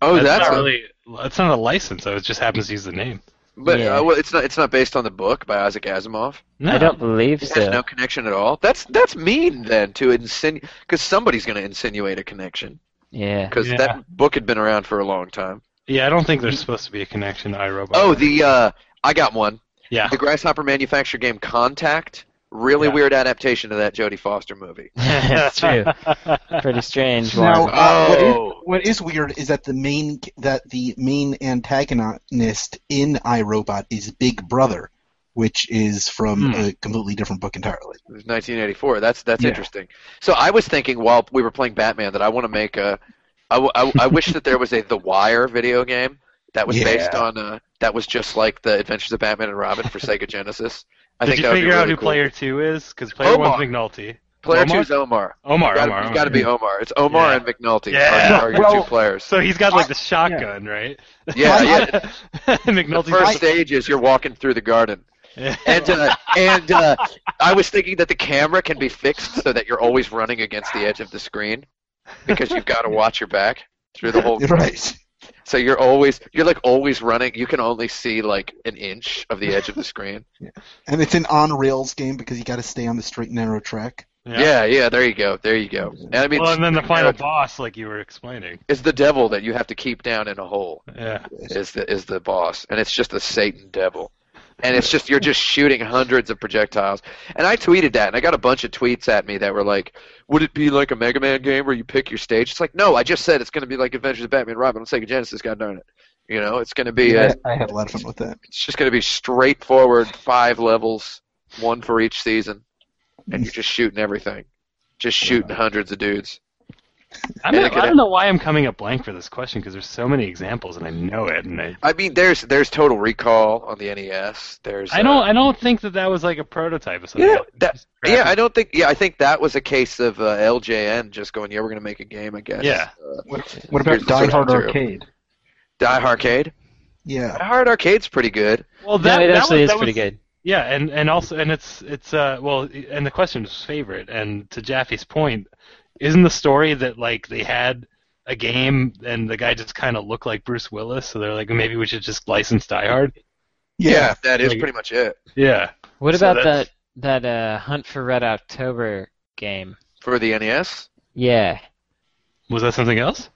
[SPEAKER 1] Oh, that's,
[SPEAKER 3] not
[SPEAKER 1] a-
[SPEAKER 3] really. That's not a license. though. It just happens to use the name.
[SPEAKER 1] but
[SPEAKER 2] Yeah.
[SPEAKER 1] uh, well, it's not it's not based on the book by Isaac Asimov.
[SPEAKER 3] No,
[SPEAKER 2] I don't believe
[SPEAKER 1] It
[SPEAKER 2] so.
[SPEAKER 1] has no connection at all. That's that's mean then to insinuate because somebody's going to insinuate a connection
[SPEAKER 2] Yeah.
[SPEAKER 1] because
[SPEAKER 3] Yeah.
[SPEAKER 1] that book had been around for a long time.
[SPEAKER 3] yeah, I don't think there's supposed to be a connection to iRobot.
[SPEAKER 1] Oh, the uh, I got one.
[SPEAKER 3] yeah,
[SPEAKER 1] The Grasshopper Manufacture game Contact. Really
[SPEAKER 3] Yeah.
[SPEAKER 1] weird adaptation of that Jodie Foster movie.
[SPEAKER 2] That's true. Pretty strange one.
[SPEAKER 4] Now, uh, what, is,
[SPEAKER 1] Oh.
[SPEAKER 4] what is weird is that the main that the main antagonist in iRobot is Big Brother, which is from
[SPEAKER 3] Hmm.
[SPEAKER 4] a completely different book entirely.
[SPEAKER 1] It was 1984. That's that's
[SPEAKER 3] Yeah.
[SPEAKER 1] interesting. So I was thinking while we were playing Batman that I want to make a. I, w- I, w- I wish that there was a The Wire video game that was
[SPEAKER 4] Yeah.
[SPEAKER 1] based on uh, that was just like the Adventures of Batman and Robin for Sega Genesis. I
[SPEAKER 3] Did
[SPEAKER 1] think
[SPEAKER 3] you
[SPEAKER 1] that would be
[SPEAKER 3] figure
[SPEAKER 1] really
[SPEAKER 3] out who
[SPEAKER 1] cool.
[SPEAKER 3] player two is? Because player
[SPEAKER 1] Omar.
[SPEAKER 3] one's McNulty.
[SPEAKER 1] player
[SPEAKER 3] Omar?
[SPEAKER 1] two is Omar.
[SPEAKER 3] Omar,
[SPEAKER 1] Gotta-
[SPEAKER 3] Omar, Omar.
[SPEAKER 1] It's got to be Omar. It's Omar
[SPEAKER 3] Yeah.
[SPEAKER 1] and McNulty
[SPEAKER 3] Yeah.
[SPEAKER 1] are, are your
[SPEAKER 4] Well-
[SPEAKER 1] two players.
[SPEAKER 3] So he's got like the shotgun, right?
[SPEAKER 1] Yeah, yeah. The
[SPEAKER 3] McNulty's
[SPEAKER 1] first stage is you're walking through the garden.
[SPEAKER 3] Yeah.
[SPEAKER 1] And uh, and uh, I was thinking that the camera can be fixed so that you're always running against the edge of the screen because you've got to watch your back through the whole.
[SPEAKER 4] Right.
[SPEAKER 1] So you're always you're like always running. You can only see like an inch of the edge of the screen.
[SPEAKER 4] And it's an on rails game because you got to stay on the straight and narrow track.
[SPEAKER 1] Yeah, yeah. there you go. There you go. And I mean,
[SPEAKER 3] well, and then the final
[SPEAKER 1] it's-
[SPEAKER 3] boss, like you were explaining.
[SPEAKER 1] it's the devil that you have to keep down in a hole.
[SPEAKER 3] Yeah.
[SPEAKER 1] Is the is the boss, and it's just a Satan devil. And it's just you're just shooting hundreds of projectiles. And I tweeted that, and I got a bunch of tweets at me that were like, "Would it be like a Mega Man game where you pick your stage?" It's like, no, I just said it's going to be like Adventures of Batman and Robin on Sega Genesis. God darn it, you know, it's going to be a,
[SPEAKER 4] I, I had a lot of fun with that.
[SPEAKER 1] it's just going to be straightforward five levels, one for each season, and you're just shooting everything, just shooting hundreds of dudes.
[SPEAKER 3] I,
[SPEAKER 1] Yeah,
[SPEAKER 3] mean,
[SPEAKER 1] they could
[SPEAKER 3] I
[SPEAKER 1] have-
[SPEAKER 3] don't know why I'm coming up blank for this question because there's so many examples and I know it. And I,
[SPEAKER 1] I mean, there's there's Total Recall on the NES. There's
[SPEAKER 3] I
[SPEAKER 1] uh,
[SPEAKER 3] don't, I don't think that that was like a prototype of something.
[SPEAKER 1] Yeah, that-
[SPEAKER 3] Just
[SPEAKER 1] Yeah, I
[SPEAKER 3] graphic-
[SPEAKER 1] don't think. Yeah, I think that was a case of uh, LJN just going, "Yeah, we're going to make a game." I guess.
[SPEAKER 3] Yeah.
[SPEAKER 1] Uh,
[SPEAKER 4] What, what about
[SPEAKER 1] Here's the
[SPEAKER 4] Die
[SPEAKER 1] source
[SPEAKER 4] Hard
[SPEAKER 1] material.
[SPEAKER 4] Arcade?
[SPEAKER 1] Die Arcade.
[SPEAKER 4] Yeah.
[SPEAKER 1] Die Hard Arcade's pretty good.
[SPEAKER 3] Well, that,
[SPEAKER 2] no, it
[SPEAKER 3] that
[SPEAKER 2] actually
[SPEAKER 3] was,
[SPEAKER 2] is
[SPEAKER 3] that
[SPEAKER 2] pretty
[SPEAKER 3] was-
[SPEAKER 2] good.
[SPEAKER 3] Yeah, and, and also, and it's, it's, uh, well, and the question is favorite. And to Jaffe's point, isn't the story that, like, they had a game and the guy just kind of looked like Bruce Willis? So they're like, maybe we should just license Die Hard?
[SPEAKER 4] Yeah.
[SPEAKER 1] that is
[SPEAKER 3] Like-
[SPEAKER 1] pretty much it
[SPEAKER 3] Yeah.
[SPEAKER 2] What
[SPEAKER 3] So
[SPEAKER 2] about
[SPEAKER 3] that's-
[SPEAKER 2] that that uh, Hunt for Red October game?
[SPEAKER 1] for the E NES.
[SPEAKER 2] Yeah,
[SPEAKER 3] Was that something else?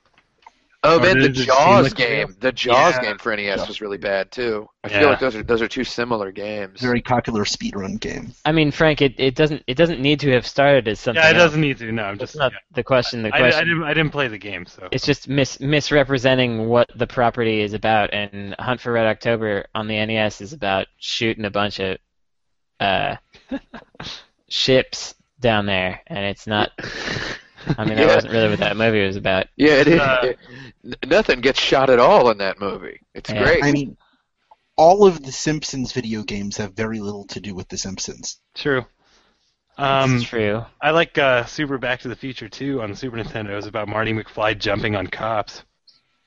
[SPEAKER 1] Oh
[SPEAKER 3] Or
[SPEAKER 1] man,
[SPEAKER 3] did
[SPEAKER 1] the
[SPEAKER 3] it just
[SPEAKER 1] Jaws
[SPEAKER 3] seem like-
[SPEAKER 1] game, the Jaws
[SPEAKER 4] Yeah.
[SPEAKER 1] game for NES was really bad too. I
[SPEAKER 3] Yeah.
[SPEAKER 1] feel like those are those are two similar games.
[SPEAKER 4] Very popular speedrun game.
[SPEAKER 2] I mean, Frank, it, it doesn't it doesn't need to have started as something.
[SPEAKER 3] Yeah, it
[SPEAKER 2] else.
[SPEAKER 3] doesn't need to. No, I'm
[SPEAKER 2] That's
[SPEAKER 3] just.
[SPEAKER 2] not
[SPEAKER 3] yeah.
[SPEAKER 2] the question. The
[SPEAKER 3] I, I
[SPEAKER 2] question
[SPEAKER 3] didn't. I didn't play the game, so.
[SPEAKER 2] it's just mis- misrepresenting what the property is about. And Hunt for Red October on the NES is about shooting a bunch of uh, ships down there, and it's not. I mean, that
[SPEAKER 1] Yeah.
[SPEAKER 2] wasn't really what that movie was about.
[SPEAKER 1] Yeah, it is.
[SPEAKER 3] Uh,
[SPEAKER 1] n- nothing gets shot at all in that movie. It's
[SPEAKER 2] Yeah.
[SPEAKER 1] great.
[SPEAKER 4] I mean, all of the Simpsons video games have very little to do with the Simpsons.
[SPEAKER 3] True. Um,
[SPEAKER 2] it's true.
[SPEAKER 3] I like uh, Super Back to the Future too on the Super Nintendo. It was about Marty McFly jumping on cops.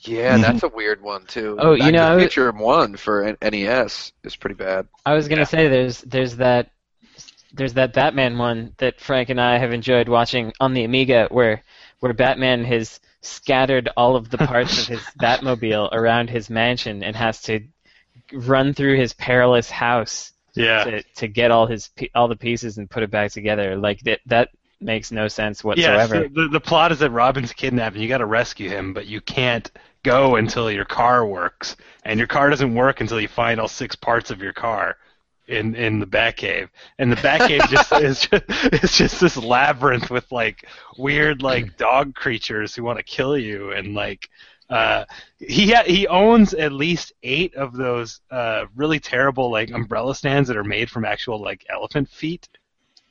[SPEAKER 1] yeah,
[SPEAKER 4] Mhm.
[SPEAKER 1] that's a weird one too.
[SPEAKER 2] Oh, you
[SPEAKER 1] Back to
[SPEAKER 2] know, I
[SPEAKER 1] the
[SPEAKER 2] was-
[SPEAKER 1] Future One for N- NES is pretty bad.
[SPEAKER 2] I was gonna
[SPEAKER 3] Yeah.
[SPEAKER 2] say there's there's that there's that Batman one that Frank and I have enjoyed watching on the Amiga where where Batman has scattered all of the parts of his Batmobile around his mansion and has to run through his perilous house
[SPEAKER 3] Yeah.
[SPEAKER 2] to, to get all his pi- all the pieces and put it back together. Like that that makes no sense
[SPEAKER 3] Yeah,
[SPEAKER 2] whatsoever.
[SPEAKER 3] so the, the plot is that Robin's kidnapped and you got to rescue him, but you can't go until your car works, and your car doesn't work until you find all six parts of your car in in the back cave, and the back cave just is just, it's just this labyrinth with like weird like dog creatures who want to kill you, and like uh, he ha- he owns at least eight of those uh, really terrible like
[SPEAKER 1] Mm-hmm.
[SPEAKER 3] umbrella stands that are made from actual like elephant feet.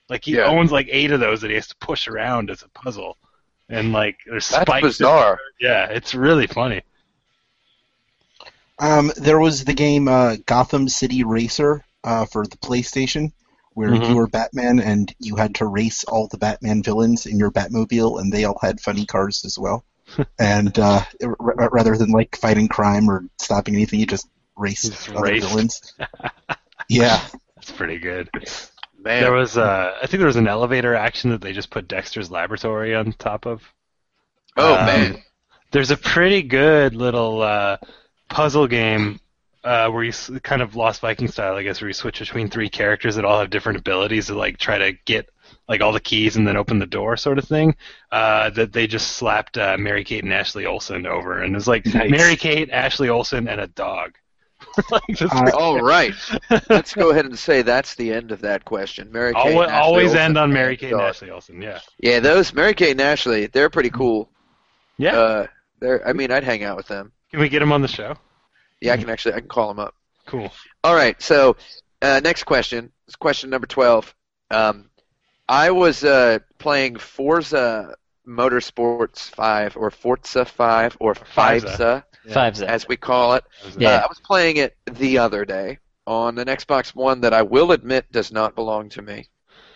[SPEAKER 3] Like he
[SPEAKER 1] Yeah.
[SPEAKER 3] owns like eight of those that he has to push around as a puzzle, and like there's
[SPEAKER 1] That's
[SPEAKER 3] spikes.
[SPEAKER 1] bizarre.
[SPEAKER 3] Yeah, it's really funny.
[SPEAKER 4] Um, there was the game uh, Gotham City Racer uh, for the PlayStation, where
[SPEAKER 2] Mm-hmm.
[SPEAKER 3] Mhm.
[SPEAKER 4] you were Batman and you had to race all the Batman villains in your Batmobile, and they all had funny cars as well. and uh, r- r- rather than like fighting crime or stopping anything, you just raced
[SPEAKER 3] Just
[SPEAKER 4] other
[SPEAKER 3] raced.
[SPEAKER 4] villains. yeah,
[SPEAKER 3] That's pretty good.
[SPEAKER 1] Man,
[SPEAKER 3] There was uh, I think there was an elevator action that they just put Dexter's Laboratory on top of.
[SPEAKER 1] oh
[SPEAKER 3] um,
[SPEAKER 1] man,
[SPEAKER 3] there's a pretty good little uh, puzzle game uh, where you s- kind of Lost Viking style, I guess, where you switch between three characters that all have different abilities to like try to get like all the keys and then open the door sort of thing. Uh, that they just slapped uh, Mary Kate and Ashley Olsen over, and it's like
[SPEAKER 4] Nice.
[SPEAKER 3] Mary Kate, Ashley Olsen, and a dog. like, just,
[SPEAKER 4] Uh,
[SPEAKER 1] all right. Let's go ahead and say that's the end of that question. Mary Kate.
[SPEAKER 3] alwa-
[SPEAKER 1] and
[SPEAKER 3] always
[SPEAKER 1] Ashley Olsen
[SPEAKER 3] end on
[SPEAKER 1] and
[SPEAKER 3] Mary
[SPEAKER 1] the
[SPEAKER 3] Kate and
[SPEAKER 1] dog.
[SPEAKER 3] Ashley Olsen. Yeah,
[SPEAKER 1] Yeah, those Mary Kate and Ashley, they're pretty cool.
[SPEAKER 3] yeah.
[SPEAKER 1] Uh, they're. I mean, I'd hang out with them.
[SPEAKER 3] Can we get them on the show?
[SPEAKER 1] Yeah, I can actually. I can call them up.
[SPEAKER 3] Cool.
[SPEAKER 1] All right. So, uh, next question. It's question number twelve. Um, I was uh, playing Forza Motorsports Five, or Forza Five, or
[SPEAKER 3] Fivesa.
[SPEAKER 1] Fivesa,
[SPEAKER 2] Five's up.
[SPEAKER 1] as we call it.
[SPEAKER 2] Yeah.
[SPEAKER 1] Uh, I was playing it the other day on an Xbox One that I will admit does not belong to me.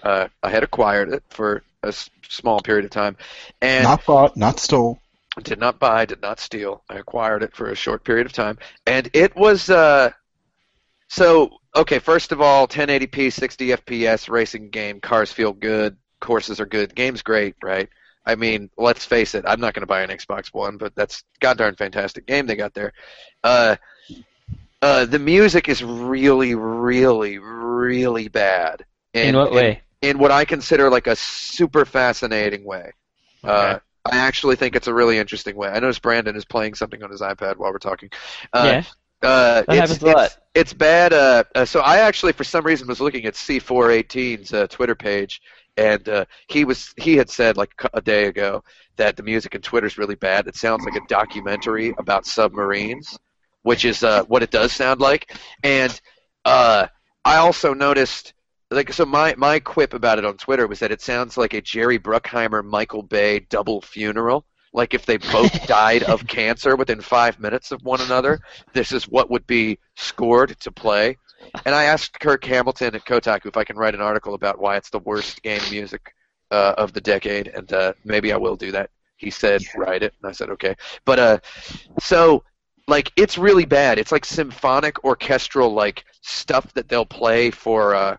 [SPEAKER 1] Uh, I had acquired it for a s- small period of time, and
[SPEAKER 4] not bought, not stole.
[SPEAKER 1] did not buy, did not steal. I acquired it for a short period of time, and it was uh, so okay. First of all, 1080p, 60 FPS racing game. Cars feel good. Courses are good. Game's great, right? I mean, let's face it. I'm not going to buy an Xbox One, but that's goddamn fantastic game they got there. Uh, uh, the music is really, really, really bad.
[SPEAKER 2] In what way?
[SPEAKER 1] in what I consider like a super fascinating way. Uh, I actually think it's a really interesting way. I noticed Brandon is playing something on his iPad while we're talking. Uh,
[SPEAKER 2] yeah.
[SPEAKER 1] uh, it's,
[SPEAKER 2] happens a lot.
[SPEAKER 1] It's, it's bad. Uh, uh, so I actually, for some reason, was looking at C418's uh, Twitter page, and uh, he was he had said like a day ago that the music in Twitter's really bad. It sounds like a documentary about submarines, which is uh, what it does sound like. And uh, I also noticed. Like so, my, my quip about it on Twitter was that it sounds like a Jerry Bruckheimer Michael Bay double funeral. Like if they both died of cancer within five minutes of one another, this is what would be scored to play. And I asked Kirk Hamilton at Kotaku if I can write an article about why it's the worst game music uh, of the decade, and uh, maybe I will do that. He said,
[SPEAKER 4] Yeah.
[SPEAKER 1] write it, and I said, okay. But uh, so, like, it's really bad. It's like symphonic orchestral, like, stuff that they'll play for. Uh,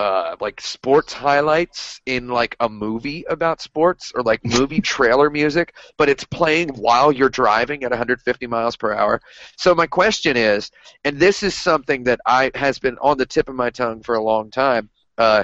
[SPEAKER 1] uh, like sports highlights in like a movie about sports or like movie trailer music, but it's playing while you're driving at 150 miles per hour. So my question is, and this is something that I has been on the tip of my tongue for a long time. Uh,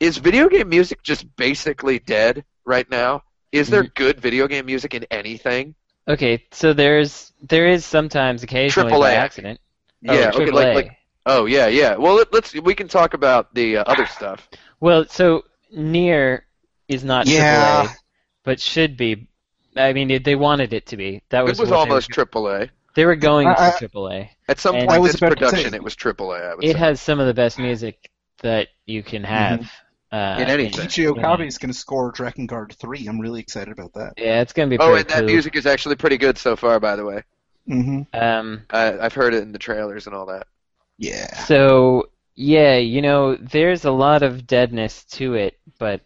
[SPEAKER 1] is video game music just basically dead right now? Is
[SPEAKER 2] Mm-hmm.
[SPEAKER 1] there good video game music in anything?
[SPEAKER 2] Okay, so there's there is sometimes occasionally
[SPEAKER 1] Triple
[SPEAKER 2] by
[SPEAKER 1] A.
[SPEAKER 2] accident. Oh,
[SPEAKER 1] yeah, okay,
[SPEAKER 2] triple
[SPEAKER 1] like,
[SPEAKER 2] A.
[SPEAKER 1] like oh yeah, yeah. Well, let, let's we can talk about the uh, other stuff.
[SPEAKER 2] Well, so near is not
[SPEAKER 4] Yeah.
[SPEAKER 2] triple A, but should be. I mean, it, they wanted it to be. That was
[SPEAKER 1] it was
[SPEAKER 2] what
[SPEAKER 1] almost
[SPEAKER 2] They were,
[SPEAKER 1] triple A.
[SPEAKER 2] they were going
[SPEAKER 4] I-
[SPEAKER 2] to
[SPEAKER 4] I-
[SPEAKER 2] triple A.
[SPEAKER 1] At some
[SPEAKER 2] And-
[SPEAKER 1] point,
[SPEAKER 2] I
[SPEAKER 4] was
[SPEAKER 1] this
[SPEAKER 4] about to
[SPEAKER 1] production,
[SPEAKER 4] say-
[SPEAKER 1] it was triple A. I would
[SPEAKER 2] It
[SPEAKER 1] say.
[SPEAKER 2] has some of the best music that you
[SPEAKER 4] Mm-hmm.
[SPEAKER 2] can have. Uh,
[SPEAKER 1] In anything.
[SPEAKER 4] Kichi Okabe is
[SPEAKER 2] Mm-hmm.
[SPEAKER 4] going to score Dragon Guard 3. I'm really excited about that.
[SPEAKER 2] Yeah, it's gonna be
[SPEAKER 1] oh,
[SPEAKER 2] pretty
[SPEAKER 1] and that
[SPEAKER 2] cool.
[SPEAKER 1] music is actually pretty good so far. By the way,
[SPEAKER 4] Mm-hmm.
[SPEAKER 2] Um,
[SPEAKER 1] I, I've heard it in the trailers and all that.
[SPEAKER 4] Yeah.
[SPEAKER 2] So yeah, you know, there's a lot of deadness to it, but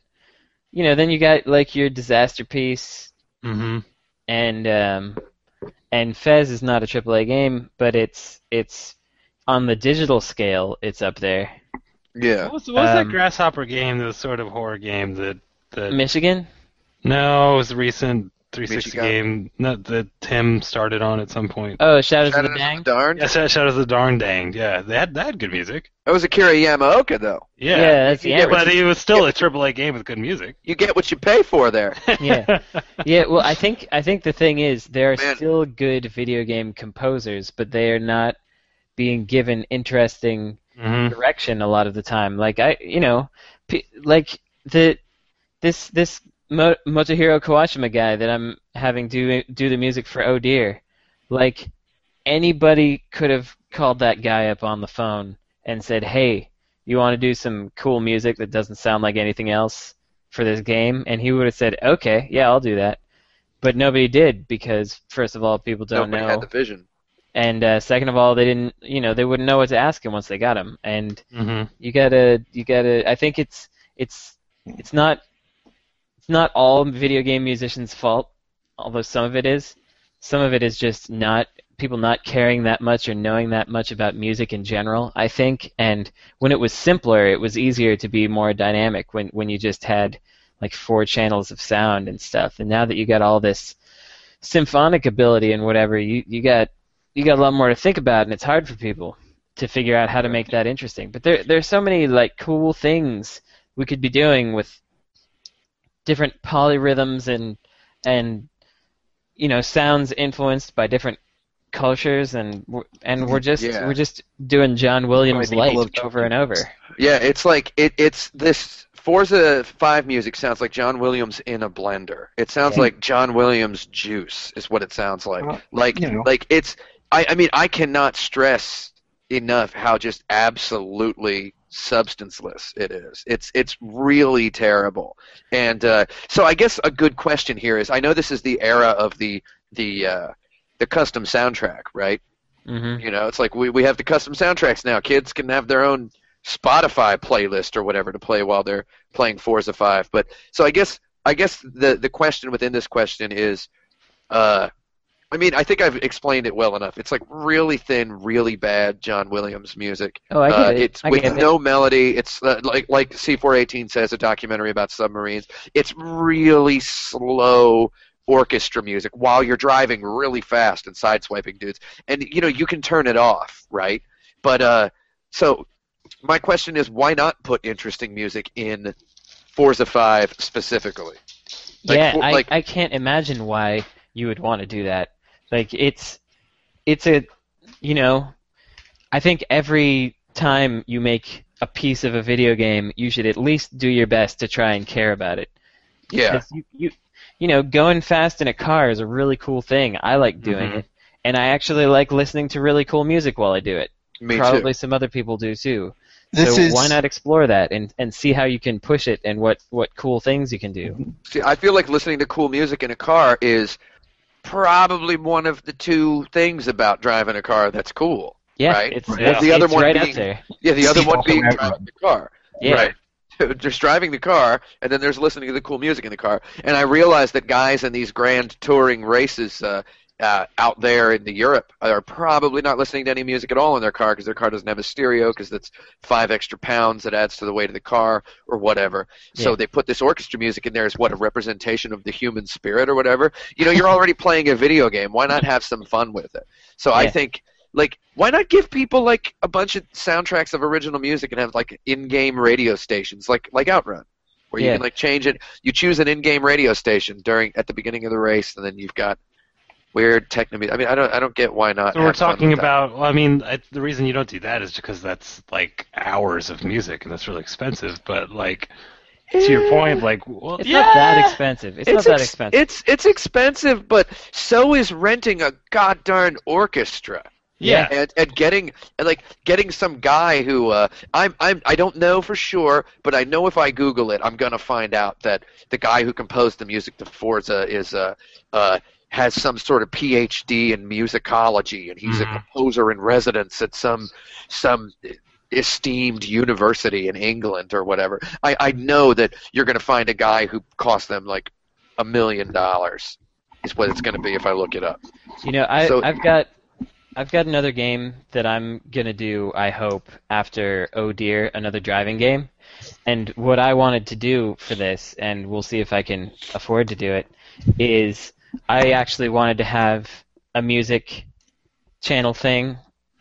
[SPEAKER 2] you know, then you got like your disaster piece,
[SPEAKER 3] Mm-hmm.
[SPEAKER 2] and um, and Fez is not a AAA game, but it's it's on the digital scale, it's up there.
[SPEAKER 1] Yeah,
[SPEAKER 3] What was, what was that
[SPEAKER 2] Um,
[SPEAKER 3] grasshopper game? That was sort of horror game that that
[SPEAKER 2] Michigan.
[SPEAKER 3] no, it was a recent 360
[SPEAKER 1] Michigan.
[SPEAKER 3] game that, that Tim started on at some point.
[SPEAKER 2] Oh, Shadows
[SPEAKER 1] Shadows
[SPEAKER 2] of
[SPEAKER 1] of
[SPEAKER 2] the
[SPEAKER 1] the
[SPEAKER 2] Dang.
[SPEAKER 1] Darned.
[SPEAKER 3] Yeah, Shadows of the Darn Danged. Yeah, they had, they had good music.
[SPEAKER 1] That was Akira Yamaoka, though.
[SPEAKER 3] Yeah,
[SPEAKER 2] that's the
[SPEAKER 1] Yeah,
[SPEAKER 2] average.
[SPEAKER 3] but it was still a AAA game with good music.
[SPEAKER 1] You get what you pay for there.
[SPEAKER 2] yeah, yeah. Well, I think I think the thing is there are
[SPEAKER 1] Man.
[SPEAKER 2] still good video game composers, but they are not being given interesting
[SPEAKER 3] Mm-hmm.
[SPEAKER 2] direction a lot of the time. Like I, you know, p- like the this this Mo- Motohiro Kawashima guy that I'm having do do the music for Oh Dear, like anybody could have called that guy up on the phone and said, "Hey, you want to do some cool music that doesn't sound like anything else for this game?" And he would have said, "Okay, yeah, I'll do that." But nobody did because, first of all, people don't
[SPEAKER 1] Nobody
[SPEAKER 2] know
[SPEAKER 1] had the vision.
[SPEAKER 2] and uh, second of all, they didn't, you know, they wouldn't know what to ask him once they got him. And
[SPEAKER 3] Mm-hmm.
[SPEAKER 2] you gotta, you gotta. I think it's, it's, it's not, it's not all video game musicians' fault, although some of it is. Some of it is just not people not caring that much or knowing that much about music in general. I think, and when it was simpler, it was easier to be more dynamic when when you just had like four channels of sound and stuff. And now that you got all this symphonic ability and whatever, you you got you got a lot more to think about, and it's hard for people to figure out how to make that interesting. But there there's so many like cool things we could be doing with different polyrhythms and and you know sounds influenced by different cultures and we're- and we're just
[SPEAKER 1] Yeah.
[SPEAKER 2] we're just doing John Williams
[SPEAKER 4] people
[SPEAKER 2] light
[SPEAKER 4] love
[SPEAKER 2] over and over.
[SPEAKER 1] Yeah, it's like it, it's this Forza Five music sounds like John Williams in a blender. It sounds
[SPEAKER 2] Yeah.
[SPEAKER 1] like John Williams juice is what it sounds like.
[SPEAKER 4] Well,
[SPEAKER 1] like
[SPEAKER 4] you know.
[SPEAKER 1] like it's I, I mean I cannot stress enough how just absolutely substanceless it is. It's it's really terrible. And uh, so I guess a good question here is I know this is the era of the the uh, the custom soundtrack, right?
[SPEAKER 2] hmm
[SPEAKER 1] You know, it's like we, we have the custom soundtracks now. Kids can have their own Spotify playlist or whatever to play while they're playing Forza Five. But so I guess I guess the the question within this question is, uh, I mean, I think I've explained it well enough. It's like really thin, really bad John Williams music.
[SPEAKER 2] Oh, I get
[SPEAKER 1] Uh,
[SPEAKER 2] it.
[SPEAKER 1] It's
[SPEAKER 2] I
[SPEAKER 1] with
[SPEAKER 2] get it.
[SPEAKER 1] no melody. It's uh, like like C418 says, a documentary about submarines. It's really slow orchestra music while you're driving really fast and sideswiping dudes. And you know you can turn it off, right? But uh, so my question is, why not put interesting music in Forza Five specifically? Like,
[SPEAKER 2] yeah,
[SPEAKER 1] for-
[SPEAKER 2] I,
[SPEAKER 1] like-
[SPEAKER 2] I can't imagine why you would want to do that. Like it's it's a you know, I think every time you make a piece of a video game, you should at least do your best to try and care about it.
[SPEAKER 1] Yeah,
[SPEAKER 2] 'Cause You, you you know, going fast in a car is a really cool thing. I like doing
[SPEAKER 3] Mhm.
[SPEAKER 1] Mm-hmm.
[SPEAKER 2] it. And I actually like listening to really cool music while I do it.
[SPEAKER 1] me
[SPEAKER 2] Probably some other people do too.
[SPEAKER 4] This
[SPEAKER 2] so
[SPEAKER 4] is
[SPEAKER 2] why not explore that and, and see how you can push it and what, what cool things you can do?
[SPEAKER 1] too. See, I feel like listening to cool music in a car is probably one of the two things about driving a car that's cool.
[SPEAKER 2] Yeah,
[SPEAKER 1] Right.
[SPEAKER 2] it's,
[SPEAKER 3] Right.
[SPEAKER 2] it's-
[SPEAKER 1] The other
[SPEAKER 2] it's
[SPEAKER 1] one
[SPEAKER 2] right
[SPEAKER 1] being-
[SPEAKER 2] up there.
[SPEAKER 1] Yeah, the other
[SPEAKER 4] Seatbelt
[SPEAKER 1] one being
[SPEAKER 4] on that
[SPEAKER 1] driving the car.
[SPEAKER 2] Yeah.
[SPEAKER 1] Right. Just driving the car, and then there's listening to the cool music in the car. And I realized that guys in these grand touring races, uh, uh, out there in the Europe are probably not listening to any music at all in their car because their car doesn't have a stereo because that's five extra pounds that adds to the weight of the car or whatever. So
[SPEAKER 2] Yeah.
[SPEAKER 1] they put this orchestra music in there as what a representation of the human spirit or whatever. You know, you're already playing a video game. Why not have some fun with it? So I
[SPEAKER 2] Yeah.
[SPEAKER 1] think like why not give people like a bunch of soundtracks of original music and have like in-game radio stations like like Outrun where you
[SPEAKER 2] Yeah.
[SPEAKER 1] can like change it. You choose an in-game radio station during at the beginning of the race, and then you've got weird techno. mu- I mean, I don't I don't get why not.
[SPEAKER 3] So we're
[SPEAKER 1] have fun
[SPEAKER 3] talking
[SPEAKER 1] with that.
[SPEAKER 3] about. Well, I mean, I, the reason you don't do that is because that's like hours of music, and that's really expensive. But like to your point, like well,
[SPEAKER 2] It's
[SPEAKER 3] yeah,
[SPEAKER 2] not that expensive. It's, not that
[SPEAKER 1] ex-
[SPEAKER 2] expensive.
[SPEAKER 1] It's it's expensive, but so is renting a god darn orchestra.
[SPEAKER 3] yeah,
[SPEAKER 1] and, and getting and like getting some guy who uh, I'm I'm I don't know for sure, but I know if I Google it, I'm gonna find out that the guy who composed the music to Forza is uh, uh, has some sort of PhD in musicology, and he's
[SPEAKER 3] Mhm.
[SPEAKER 1] a composer in residence at some some esteemed university in England or whatever. I, I know that you're gonna find a guy who cost them like a million dollars is what it's gonna be if I look it up.
[SPEAKER 2] You know, I,
[SPEAKER 1] So-
[SPEAKER 2] I've got I've got another game that I'm gonna do. I hope after Oh Dear, another driving game. And what I wanted to do for this, and we'll see if I can afford to do it, is I actually wanted to have a music channel thing.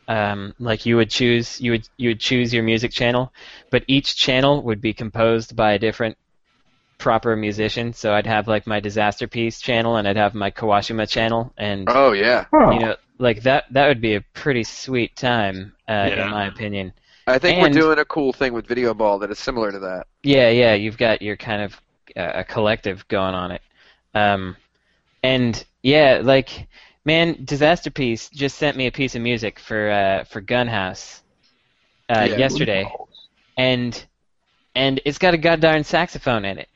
[SPEAKER 2] Um, like you would choose, you would you would choose your music channel, but each channel would be composed by a different proper musician. So I'd have like my disaster piece channel, and I'd have my Kawashima channel, and
[SPEAKER 1] Oh yeah.
[SPEAKER 2] you know, like that that would be a pretty sweet time, uh,
[SPEAKER 3] Yeah.
[SPEAKER 2] in my opinion.
[SPEAKER 1] I think
[SPEAKER 2] And-
[SPEAKER 1] we're doing a cool thing with Video Ball that is similar to that.
[SPEAKER 2] Yeah, yeah, you've got your kind of uh, a collective going on it, um, and yeah, like man, Disaster Piece just sent me a piece of music for uh, for Gunhouse uh,
[SPEAKER 1] Yeah.
[SPEAKER 2] yesterday, and and it's got a goddamn saxophone in it.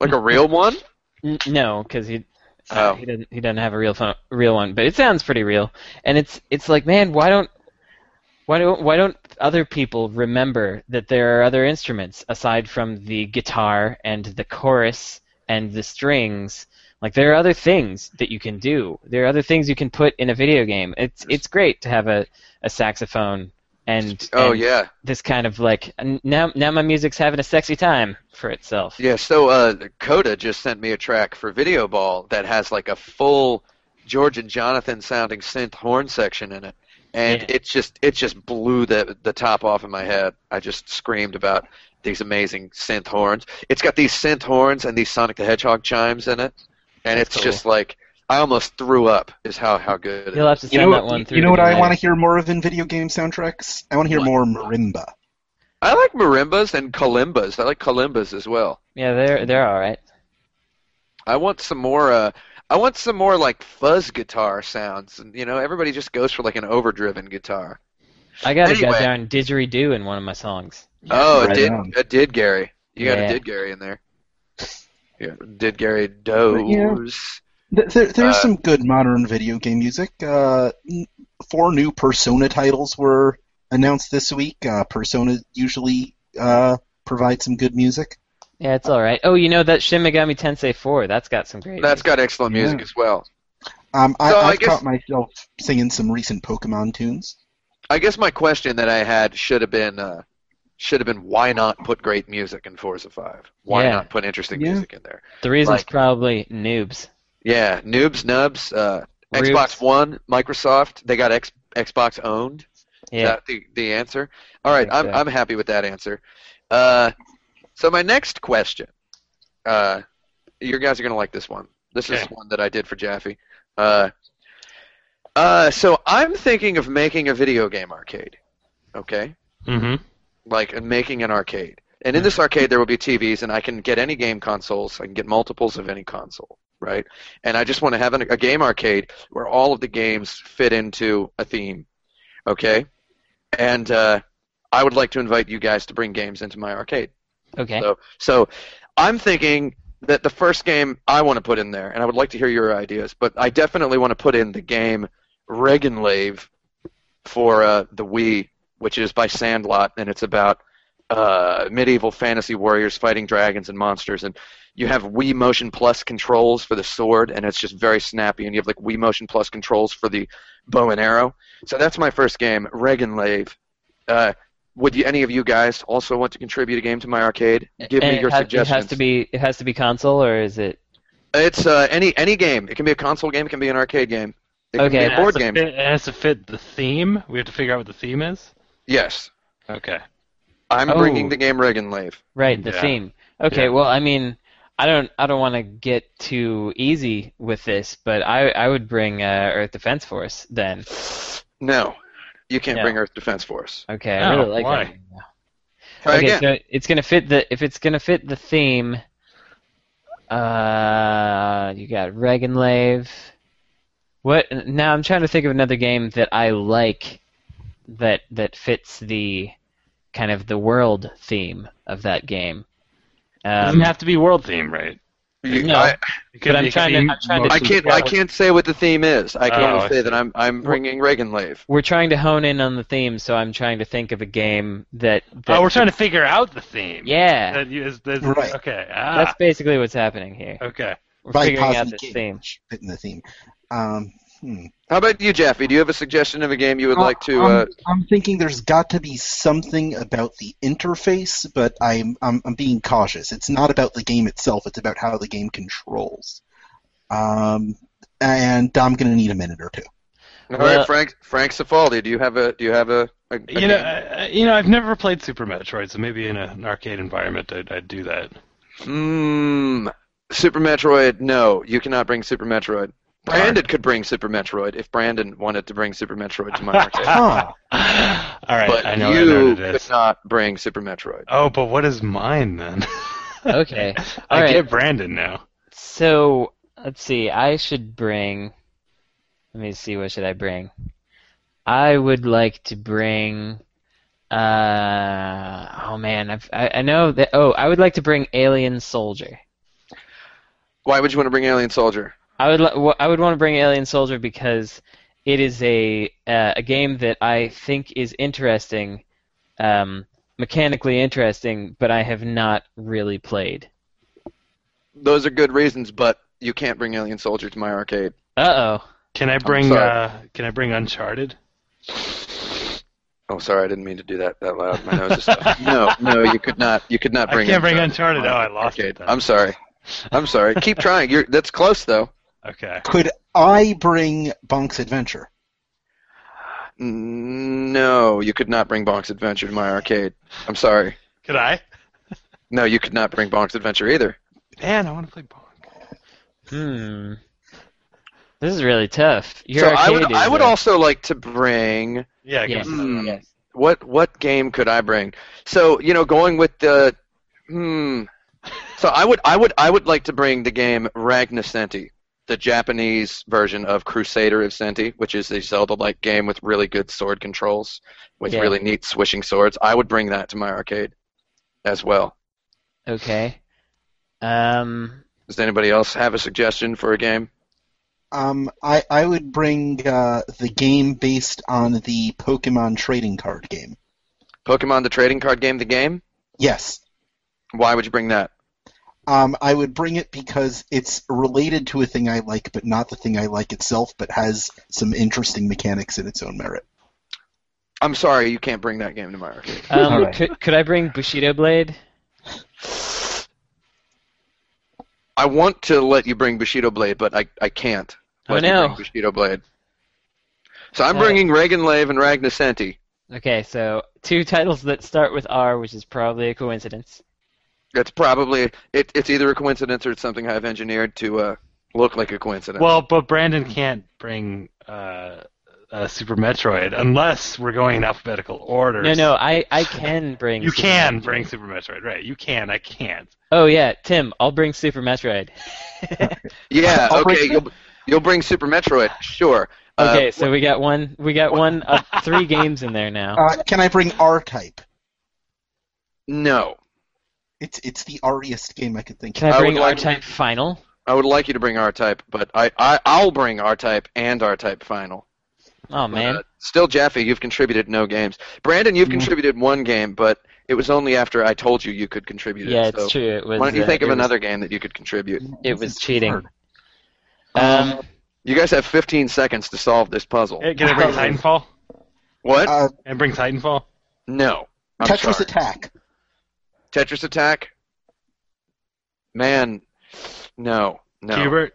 [SPEAKER 1] Like a real one?
[SPEAKER 2] N- no, because he
[SPEAKER 1] Oh.
[SPEAKER 2] he doesn't he doesn't have a real phone, real one, but it sounds pretty real. And it's it's like, man, why don't why don't why don't other people remember that there are other instruments aside from the guitar and the chorus and the strings? Like there are other things that you can do. There are other things you can put in a video game. It's it's great to have a, a saxophone and,
[SPEAKER 1] Oh
[SPEAKER 2] and
[SPEAKER 1] yeah.
[SPEAKER 2] this kind of like n- now now my music's having a sexy time for itself.
[SPEAKER 1] Yeah, so uh Coda just sent me a track for Video Ball that has like a full George and Jonathan sounding synth horn section in it. And
[SPEAKER 2] Yeah.
[SPEAKER 1] it just it just blew the the top off in my head. I just screamed about these amazing synth horns. It's got these synth horns and these Sonic the Hedgehog chimes in it. And
[SPEAKER 2] That's
[SPEAKER 1] it's just like I almost threw up is how how good it
[SPEAKER 2] You'll have to
[SPEAKER 4] You
[SPEAKER 2] send
[SPEAKER 4] know,
[SPEAKER 2] that one
[SPEAKER 4] what,
[SPEAKER 2] through.
[SPEAKER 4] you know
[SPEAKER 2] to
[SPEAKER 4] what
[SPEAKER 2] me
[SPEAKER 4] I
[SPEAKER 2] later.
[SPEAKER 4] want to hear more of in video game soundtracks? I want to hear
[SPEAKER 1] What?
[SPEAKER 4] more marimba.
[SPEAKER 1] I like marimbas and kalimbas. I like kalimbas as well.
[SPEAKER 2] Yeah, they're they're all right.
[SPEAKER 1] I want some more. Uh, I want some more like fuzz guitar sounds. And, You know, everybody just goes for like an overdriven guitar.
[SPEAKER 2] I got
[SPEAKER 1] Anyway.
[SPEAKER 2] a goddamn didgeridoo in one of my songs.
[SPEAKER 1] oh,
[SPEAKER 4] right
[SPEAKER 1] it did.
[SPEAKER 4] on.
[SPEAKER 1] It did, Gary. You got
[SPEAKER 2] Yeah.
[SPEAKER 1] a did Gary in there. Yeah, did Gary does.
[SPEAKER 4] Th- There, there's
[SPEAKER 1] Uh,
[SPEAKER 4] some good modern video game music. Uh, n- four new Persona titles were announced this week. Uh, Persona usually uh, provides some good music.
[SPEAKER 2] Yeah, it's all right. Oh, you know that Shin Megami Tensei 4? That's got some great.
[SPEAKER 1] That's
[SPEAKER 2] music.
[SPEAKER 1] got excellent music
[SPEAKER 4] Yeah.
[SPEAKER 1] as well.
[SPEAKER 4] Um, I,
[SPEAKER 1] So I
[SPEAKER 4] I've
[SPEAKER 1] guess-
[SPEAKER 4] caught myself singing some recent Pokemon tunes.
[SPEAKER 1] I guess my question that I had should have been uh, should have been why not put great music in Forza Five? Why
[SPEAKER 2] Yeah.
[SPEAKER 1] not put interesting
[SPEAKER 4] Yeah.
[SPEAKER 1] music in there?
[SPEAKER 2] the reason's
[SPEAKER 1] like-
[SPEAKER 2] probably noobs.
[SPEAKER 1] Yeah, noobs, nubs, uh, Xbox
[SPEAKER 2] Rubes.
[SPEAKER 1] One, Microsoft. They got X, Xbox owned.
[SPEAKER 2] Yeah,
[SPEAKER 1] Is that the, the answer? All right, I'm,
[SPEAKER 2] think so.
[SPEAKER 1] I'm happy with that answer. Uh, so my next question, uh, your guys are gonna like this one. This is
[SPEAKER 3] Okay.
[SPEAKER 1] one that I did for Jaffe. Uh, uh, so I'm thinking of making a video game arcade. Okay,
[SPEAKER 3] Mm-hmm.
[SPEAKER 1] like uh, making an arcade, and in this arcade there will be TVs, and I can get any game consoles. I can get multiples of any console, right? And I just want to have an, a game arcade where all of the games fit into a theme. Okay, and uh, I would like to invite you guys to bring games into my arcade.
[SPEAKER 2] okay.
[SPEAKER 1] So, so I'm thinking that the first game I want to put in there, and I would like to hear your ideas, but I definitely want to put in the game Reagan Lave for uh, the Wii, which is by Sandlot, and it's about uh, medieval fantasy warriors fighting dragons and monsters, and you have Wii Motion Plus controls for the sword, and it's just very snappy. And you have like Wii Motion Plus controls for the bow and arrow. So that's my first game, Reagan Lave. Uh, would you, any of you guys also want to contribute a game to my arcade? Give
[SPEAKER 2] And
[SPEAKER 1] me your
[SPEAKER 2] it has,
[SPEAKER 1] suggestions.
[SPEAKER 2] It has to be it has to be console or is it
[SPEAKER 1] It's uh, any any game. It can be a console game. It can be an arcade game. It can
[SPEAKER 2] Okay.
[SPEAKER 3] It
[SPEAKER 1] be a
[SPEAKER 3] has
[SPEAKER 1] board
[SPEAKER 3] to
[SPEAKER 1] game.
[SPEAKER 3] fit- it has to fit the theme. We have to figure out what the theme is.
[SPEAKER 1] Yes,
[SPEAKER 3] Okay.
[SPEAKER 1] I'm
[SPEAKER 2] Oh.
[SPEAKER 1] bringing the game Reagan Lave.
[SPEAKER 2] right the
[SPEAKER 3] Yeah.
[SPEAKER 2] theme? Okay,
[SPEAKER 3] Yeah.
[SPEAKER 2] well I mean I don't I don't want to get too easy with this, but I I would bring uh, Earth Defense Force then.
[SPEAKER 1] No, you can't
[SPEAKER 2] No.
[SPEAKER 1] bring Earth Defense Force.
[SPEAKER 2] Okay, I
[SPEAKER 3] No,
[SPEAKER 2] really like
[SPEAKER 3] why?
[SPEAKER 2] that.
[SPEAKER 1] Try
[SPEAKER 2] okay,
[SPEAKER 1] again.
[SPEAKER 2] so it's gonna fit the if it's gonna fit the theme. Uh, you got Reganlave. What now? I'm trying to think of another game that I like that that fits the kind of the world theme of that game.
[SPEAKER 3] It doesn't
[SPEAKER 2] Um,
[SPEAKER 3] have to be world theme, right?
[SPEAKER 1] You-
[SPEAKER 2] no.
[SPEAKER 1] I,
[SPEAKER 3] It could-
[SPEAKER 2] I'm
[SPEAKER 3] it could
[SPEAKER 2] trying to-
[SPEAKER 3] be
[SPEAKER 2] I'm trying to-
[SPEAKER 1] I
[SPEAKER 3] mostly
[SPEAKER 1] can't I can't say what the theme is. I can
[SPEAKER 3] Oh,
[SPEAKER 1] only
[SPEAKER 3] I
[SPEAKER 1] say
[SPEAKER 3] see.
[SPEAKER 1] that I'm I'm bringing Reagan Lave.
[SPEAKER 2] we're trying to hone in on the theme, so I'm trying to think of a game that. that
[SPEAKER 3] Oh, we're trying to figure out the theme.
[SPEAKER 2] Yeah,
[SPEAKER 3] That you- is- that's-
[SPEAKER 4] Right.
[SPEAKER 3] Okay. Ah,
[SPEAKER 2] that's basically what's happening here.
[SPEAKER 3] okay.
[SPEAKER 2] We're
[SPEAKER 4] Right,
[SPEAKER 2] figuring out
[SPEAKER 4] positive
[SPEAKER 2] this
[SPEAKER 4] game.
[SPEAKER 2] theme.
[SPEAKER 4] Fit in the theme. Um, hmm.
[SPEAKER 1] How about you, Jaffe? Do you have a suggestion of a game you would like
[SPEAKER 2] um,
[SPEAKER 1] to?
[SPEAKER 4] I'm,
[SPEAKER 1] Uh,
[SPEAKER 4] I'm thinking there's got to be something about the interface, but I'm, I'm I'm being cautious. It's not about the game itself. It's about how the game controls. Um, and I'm gonna need a minute or two.
[SPEAKER 1] all
[SPEAKER 2] well-
[SPEAKER 1] right, Frank Frank Cifaldi, do you have a do you have a, a, a
[SPEAKER 3] You know,
[SPEAKER 1] game?
[SPEAKER 2] uh,
[SPEAKER 3] I, I- you know, I've never played Super Metroid, so maybe in a- an arcade environment, I'd, I'd do that.
[SPEAKER 1] Mm, Super Metroid, no. You cannot bring Super Metroid. Brandon could bring Super Metroid if Brandon wanted to bring Super Metroid to my arcade.
[SPEAKER 4] Huh.
[SPEAKER 3] All right,
[SPEAKER 1] but
[SPEAKER 3] I know, I know
[SPEAKER 1] you
[SPEAKER 3] what it
[SPEAKER 1] could
[SPEAKER 3] is.
[SPEAKER 1] not bring Super Metroid.
[SPEAKER 3] Oh, but what is mine then?
[SPEAKER 2] Okay.
[SPEAKER 3] I
[SPEAKER 2] All right.
[SPEAKER 3] get Brandon now.
[SPEAKER 2] So let's see. I should bring. Let me see. What should I bring? I would like to bring. Uh, oh man, I've, I I know that. Oh, I would like to bring Alien Soldier.
[SPEAKER 1] Why would you want to bring Alien Soldier?
[SPEAKER 2] I would li- wha- I would want to bring Alien Soldier because it is a uh, a game that I think is interesting, um, mechanically interesting, but I have not really played.
[SPEAKER 1] Those are good reasons, but you can't bring Alien Soldier to my arcade.
[SPEAKER 2] Uh oh.
[SPEAKER 3] Can I bring?
[SPEAKER 1] sorry.
[SPEAKER 3] Uh, can I bring Uncharted?
[SPEAKER 1] Oh, sorry, I didn't mean to do that that loud. Oh, My nose is stuffed. No, no, you could not. You could not
[SPEAKER 3] I
[SPEAKER 1] bring.
[SPEAKER 3] can't bring
[SPEAKER 1] to
[SPEAKER 3] Uncharted.
[SPEAKER 1] my
[SPEAKER 3] Oh, I lost
[SPEAKER 1] arcade.
[SPEAKER 3] it. Then.
[SPEAKER 1] I'm sorry. I'm sorry. Keep trying. You're that's close though.
[SPEAKER 3] Okay.
[SPEAKER 4] Could I bring Bonk's Adventure?
[SPEAKER 1] No, you could not bring Bonk's Adventure to my arcade. I'm sorry.
[SPEAKER 3] Could I?
[SPEAKER 1] No, you could not bring Bonk's Adventure either.
[SPEAKER 3] Man, I want to play Bonk.
[SPEAKER 2] Hmm. This is really tough. Your
[SPEAKER 1] so I would,
[SPEAKER 2] arcade
[SPEAKER 1] I
[SPEAKER 2] is
[SPEAKER 1] would
[SPEAKER 2] a-
[SPEAKER 1] also like to bring
[SPEAKER 3] Yeah. I
[SPEAKER 2] Yes.
[SPEAKER 3] guess.
[SPEAKER 1] Hmm. what what game could I bring? So you know, going with the hmm. So I would I would I would like to bring the game Ragnacenti, the Japanese version of Crusader of Senti, which is a Zelda-like game with really good sword controls, with
[SPEAKER 2] Yeah.
[SPEAKER 1] really neat swishing swords. I would bring that to my arcade as well.
[SPEAKER 2] Okay. Um.
[SPEAKER 1] Does anybody else have a suggestion for a game?
[SPEAKER 4] Um, I I would bring uh, the game based on the Pokemon trading card game.
[SPEAKER 1] Pokemon the trading card game, the game.
[SPEAKER 4] Yes.
[SPEAKER 1] Why would you bring that?
[SPEAKER 4] Um, I would bring it because it's related to a thing I like, but not the thing I like itself, but has some interesting mechanics in its own merit.
[SPEAKER 1] I'm sorry, you can't bring that game to my arcade.
[SPEAKER 2] um
[SPEAKER 4] Alright.
[SPEAKER 2] could, could I bring Bushido Blade?
[SPEAKER 1] I want to let you bring Bushido Blade, but I, I can't.
[SPEAKER 2] Oh,
[SPEAKER 1] let you
[SPEAKER 2] no.
[SPEAKER 1] bring Bushido Blade. So I'm
[SPEAKER 2] Uh,
[SPEAKER 1] bringing Reagan Lave and Ragnacenti.
[SPEAKER 2] Okay, so two titles that start with R, which is probably a coincidence.
[SPEAKER 1] That's probably it, it's either a coincidence or it's something I've engineered to uh, look like a coincidence.
[SPEAKER 3] Well, but Brandon can't bring uh, uh, Super Metroid unless we're going in alphabetical order.
[SPEAKER 2] No, no, I, I can bring.
[SPEAKER 3] You
[SPEAKER 2] Super
[SPEAKER 3] can
[SPEAKER 2] Metroid.
[SPEAKER 3] bring Super Metroid, right? You can. I can't.
[SPEAKER 2] Oh yeah, Tim, I'll bring Super Metroid.
[SPEAKER 1] yeah,
[SPEAKER 4] I'll
[SPEAKER 1] okay,
[SPEAKER 4] bring-
[SPEAKER 1] you'll, you'll bring Super Metroid, sure. Uh,
[SPEAKER 2] okay, so we got one. We got one. Uh, three games in there now.
[SPEAKER 4] Uh, can I bring R Type?
[SPEAKER 1] No,
[SPEAKER 4] It's it's the R-iest game I could think
[SPEAKER 2] Can
[SPEAKER 4] of.
[SPEAKER 1] I
[SPEAKER 2] I
[SPEAKER 1] would
[SPEAKER 2] bring
[SPEAKER 1] like-
[SPEAKER 2] R-Type Final?
[SPEAKER 1] I would like you to bring R Type, but I, I I'll bring R Type and R Type Final.
[SPEAKER 2] Oh man.
[SPEAKER 1] Uh, still, Jaffe, you've contributed no games. Brandon, you've
[SPEAKER 2] Mm.
[SPEAKER 1] contributed one game, but it was only after I told you you could contribute
[SPEAKER 2] yeah,
[SPEAKER 1] it.
[SPEAKER 2] it's
[SPEAKER 1] so
[SPEAKER 2] true. It was.
[SPEAKER 1] Why don't you
[SPEAKER 2] uh,
[SPEAKER 1] think of
[SPEAKER 2] it was-
[SPEAKER 1] another game that you could contribute?
[SPEAKER 2] It was
[SPEAKER 4] It's
[SPEAKER 2] cheating.
[SPEAKER 4] hard.
[SPEAKER 2] Um,
[SPEAKER 1] You guys have 15 seconds to solve this puzzle.
[SPEAKER 3] Hey, Can I bring Titanfall?
[SPEAKER 1] what?
[SPEAKER 4] Uh,
[SPEAKER 3] And bring Titanfall?
[SPEAKER 1] no. I'm
[SPEAKER 4] Tetris
[SPEAKER 1] sorry.
[SPEAKER 4] Attack.
[SPEAKER 1] Tetris Attack? Man, no. No.
[SPEAKER 3] Hubert?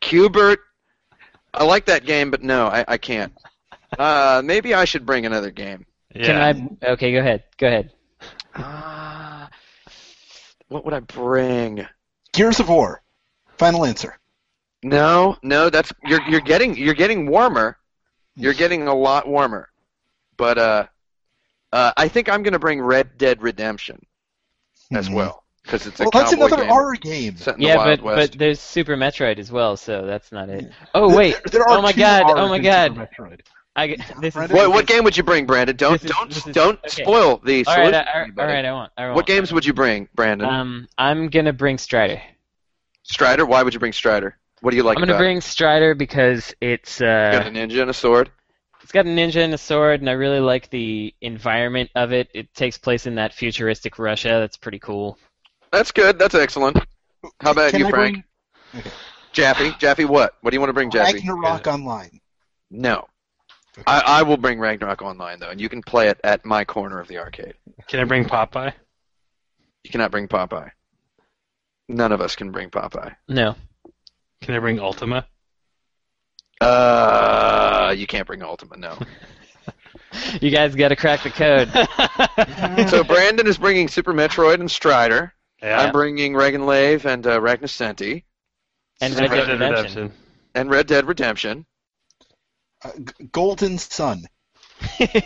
[SPEAKER 1] Cubert. I like that game, but no, I, I can't. Uh, maybe I should bring another game.
[SPEAKER 2] Can I? Okay, go ahead. Go ahead.
[SPEAKER 1] Uh, what would I bring?
[SPEAKER 4] Gears of War. Final answer.
[SPEAKER 1] No, no, that's you're you're getting you're getting warmer. You're getting a lot warmer. But uh, uh I think I'm gonna bring Red Dead Redemption as
[SPEAKER 4] Hmm.
[SPEAKER 1] well because it's a
[SPEAKER 4] Well, that's
[SPEAKER 1] cowboy
[SPEAKER 4] another
[SPEAKER 1] game
[SPEAKER 4] R E game.
[SPEAKER 1] set in the
[SPEAKER 2] Yeah,
[SPEAKER 1] Wild
[SPEAKER 2] but
[SPEAKER 1] West.
[SPEAKER 2] but there's Super Metroid as well, so that's not it. Oh wait.
[SPEAKER 4] There, there are
[SPEAKER 2] Oh my
[SPEAKER 4] two
[SPEAKER 2] God,
[SPEAKER 4] Rs
[SPEAKER 2] oh my
[SPEAKER 4] in
[SPEAKER 2] God.
[SPEAKER 4] Super Metroid.
[SPEAKER 2] I g- this is.
[SPEAKER 4] Brandon?
[SPEAKER 1] what what game would you bring, Brandon? Don't
[SPEAKER 2] This is-
[SPEAKER 1] don't
[SPEAKER 2] this is-
[SPEAKER 1] don't
[SPEAKER 2] okay.
[SPEAKER 1] spoil the
[SPEAKER 2] All right,
[SPEAKER 1] solution,
[SPEAKER 2] I, all
[SPEAKER 1] buddy.
[SPEAKER 2] right, I won't. I won't.
[SPEAKER 1] What games would you bring, Brandon?
[SPEAKER 2] Um, I'm gonna bring Strider.
[SPEAKER 1] Strider. Why would you bring Strider? What do you like
[SPEAKER 2] I'm gonna
[SPEAKER 1] about it?
[SPEAKER 2] bring Strider because it's
[SPEAKER 1] Got
[SPEAKER 2] uh,
[SPEAKER 1] a ninja and a sword.
[SPEAKER 2] it's got a ninja and a sword, and I really like the environment of it. It takes place in that futuristic Russia. That's pretty cool.
[SPEAKER 1] That's good. That's excellent. How about
[SPEAKER 4] Can
[SPEAKER 1] you,
[SPEAKER 4] I
[SPEAKER 1] Frank?
[SPEAKER 4] bring
[SPEAKER 1] Jaffe. Jaffe, what? What do you want to bring, Jaffe?
[SPEAKER 4] Ragnarok Online?
[SPEAKER 1] No. I, I will bring Ragnarok online though, and you can play it at my corner of the arcade.
[SPEAKER 3] Can I bring Popeye?
[SPEAKER 1] You cannot bring Popeye. None of us can bring Popeye.
[SPEAKER 2] No.
[SPEAKER 3] Can I bring Ultima?
[SPEAKER 1] Uh, you can't bring Ultima, no.
[SPEAKER 2] You guys gotta crack the code.
[SPEAKER 1] so Brandon is bringing Super Metroid and Strider. I'm
[SPEAKER 3] Yeah.
[SPEAKER 1] bringing Regan Lave and uh, Ragnosenti
[SPEAKER 2] And
[SPEAKER 3] Red
[SPEAKER 2] Red Dead
[SPEAKER 3] Dead
[SPEAKER 2] Redemption.
[SPEAKER 3] Redemption.
[SPEAKER 1] and Red Dead Redemption.
[SPEAKER 4] Uh, G- Golden Sun.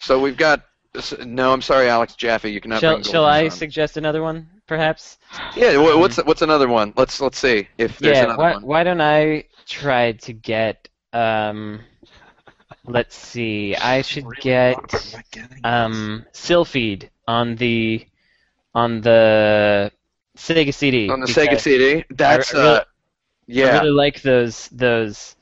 [SPEAKER 1] So we've got. s- No, I'm sorry, Alex Jaffe. You cannot
[SPEAKER 2] shall
[SPEAKER 1] bring.
[SPEAKER 2] shall
[SPEAKER 1] Golden
[SPEAKER 2] I
[SPEAKER 1] Sun.
[SPEAKER 2] suggest another one, perhaps?
[SPEAKER 1] Yeah. wha- What's what's another one? Let's let's see if there's
[SPEAKER 2] yeah.
[SPEAKER 1] another
[SPEAKER 2] Why,
[SPEAKER 1] one.
[SPEAKER 2] why don't I try to get um, let's see. I should get.
[SPEAKER 4] Am I getting-
[SPEAKER 2] um, Sylphid on the on the Sega CD.
[SPEAKER 1] On the
[SPEAKER 2] because
[SPEAKER 1] Sega CD. That's
[SPEAKER 2] I really-
[SPEAKER 1] uh. Yeah.
[SPEAKER 2] I really like those those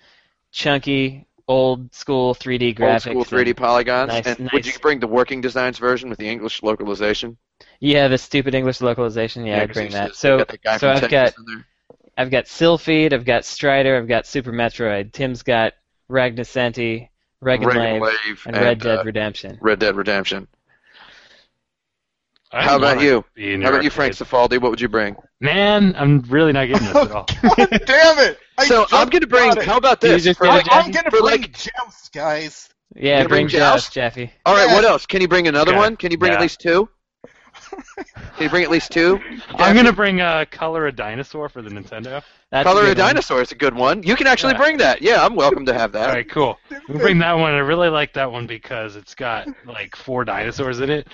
[SPEAKER 2] chunky old school 3D graphics.
[SPEAKER 1] old school 3D
[SPEAKER 2] and-
[SPEAKER 1] polygons.
[SPEAKER 2] Nice,
[SPEAKER 1] and would
[SPEAKER 2] nice.
[SPEAKER 1] you bring the working designs version with the English localization?
[SPEAKER 2] yeah, the stupid English localization. Yeah, I
[SPEAKER 1] 'cause
[SPEAKER 2] bring
[SPEAKER 1] you said
[SPEAKER 2] that. So
[SPEAKER 1] you got that guy
[SPEAKER 2] so
[SPEAKER 1] from
[SPEAKER 2] I've
[SPEAKER 1] Texas
[SPEAKER 2] got
[SPEAKER 1] in there.
[SPEAKER 2] I've got Sylphid, I've got Strider, I've got Super Metroid. Tim's got Ragnosenti, Regan
[SPEAKER 1] Reagan
[SPEAKER 2] Lave,
[SPEAKER 1] Wave
[SPEAKER 2] and Red
[SPEAKER 1] uh,
[SPEAKER 2] Dead Redemption.
[SPEAKER 1] Red Dead Redemption.
[SPEAKER 3] I
[SPEAKER 1] How
[SPEAKER 3] don't
[SPEAKER 1] about
[SPEAKER 3] wanna
[SPEAKER 1] you?
[SPEAKER 3] be in
[SPEAKER 1] How
[SPEAKER 3] your
[SPEAKER 1] about you, Frank
[SPEAKER 3] arcade.
[SPEAKER 1] Safaldi? What would you bring?
[SPEAKER 3] Man, I'm really not getting this at all.
[SPEAKER 4] God damn it! I
[SPEAKER 1] so I'm
[SPEAKER 4] just
[SPEAKER 1] gonna bring.
[SPEAKER 4] got it.
[SPEAKER 1] How about
[SPEAKER 2] You
[SPEAKER 1] this?
[SPEAKER 2] just
[SPEAKER 1] For
[SPEAKER 2] did
[SPEAKER 1] like-
[SPEAKER 2] it,
[SPEAKER 4] I'm gonna
[SPEAKER 1] for
[SPEAKER 4] bring
[SPEAKER 1] like-
[SPEAKER 4] Joust, guys.
[SPEAKER 2] Yeah,
[SPEAKER 1] Gonna
[SPEAKER 2] bring
[SPEAKER 1] bring Joust?
[SPEAKER 2] Joust, Jaffe.
[SPEAKER 1] all right.
[SPEAKER 4] Yeah.
[SPEAKER 1] What else? Can you bring another
[SPEAKER 3] Okay.
[SPEAKER 1] one? Can you bring at
[SPEAKER 3] Yeah.
[SPEAKER 1] least two? Can you bring at least two?
[SPEAKER 3] I'm gonna bring uh, Color a Dinosaur for the Nintendo.
[SPEAKER 2] That's a
[SPEAKER 1] Color
[SPEAKER 2] good
[SPEAKER 1] of
[SPEAKER 2] one.
[SPEAKER 1] Dinosaur is a good one. You can actually
[SPEAKER 3] Yeah.
[SPEAKER 1] bring that. Yeah, I'm welcome to have that.
[SPEAKER 3] All right, cool. We'll bring that one. I really like that one because it's got like four dinosaurs in it,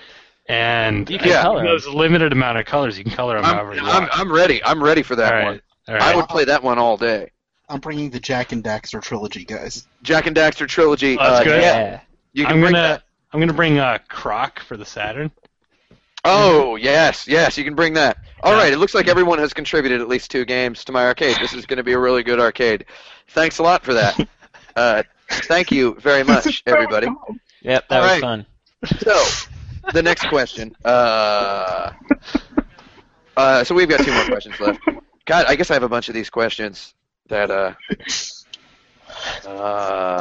[SPEAKER 3] and
[SPEAKER 2] You can
[SPEAKER 1] Yeah.
[SPEAKER 2] color 'em.
[SPEAKER 3] there's a limited amount of colors. You can color them however
[SPEAKER 1] I'm,
[SPEAKER 3] you
[SPEAKER 1] I'm,
[SPEAKER 3] want.
[SPEAKER 1] I'm ready. I'm ready for that
[SPEAKER 3] All right,
[SPEAKER 1] one.
[SPEAKER 3] all right.
[SPEAKER 1] I would play that one all day.
[SPEAKER 4] I'm bringing the Jack and Daxter trilogy, guys.
[SPEAKER 1] Jack and Daxter trilogy.
[SPEAKER 3] Oh, that's
[SPEAKER 1] uh,
[SPEAKER 3] good.
[SPEAKER 1] Yeah,
[SPEAKER 2] yeah.
[SPEAKER 1] you can
[SPEAKER 3] I'm
[SPEAKER 1] bring
[SPEAKER 3] gonna
[SPEAKER 1] that.
[SPEAKER 3] I'm gonna bring uh, Croc for the Saturn.
[SPEAKER 1] Oh yes, yes, you can bring that. All
[SPEAKER 3] Yeah.
[SPEAKER 1] right, it looks like everyone has contributed at least two games to my arcade. This is going to be a really good arcade. Thanks a lot for that. uh, thank you very much, everybody.
[SPEAKER 2] Yep, that
[SPEAKER 1] All
[SPEAKER 2] was
[SPEAKER 1] right.
[SPEAKER 2] fun.
[SPEAKER 1] So, the next question. Uh, uh, so we've got two more questions left. God, I guess I have a bunch of these questions that. Uh,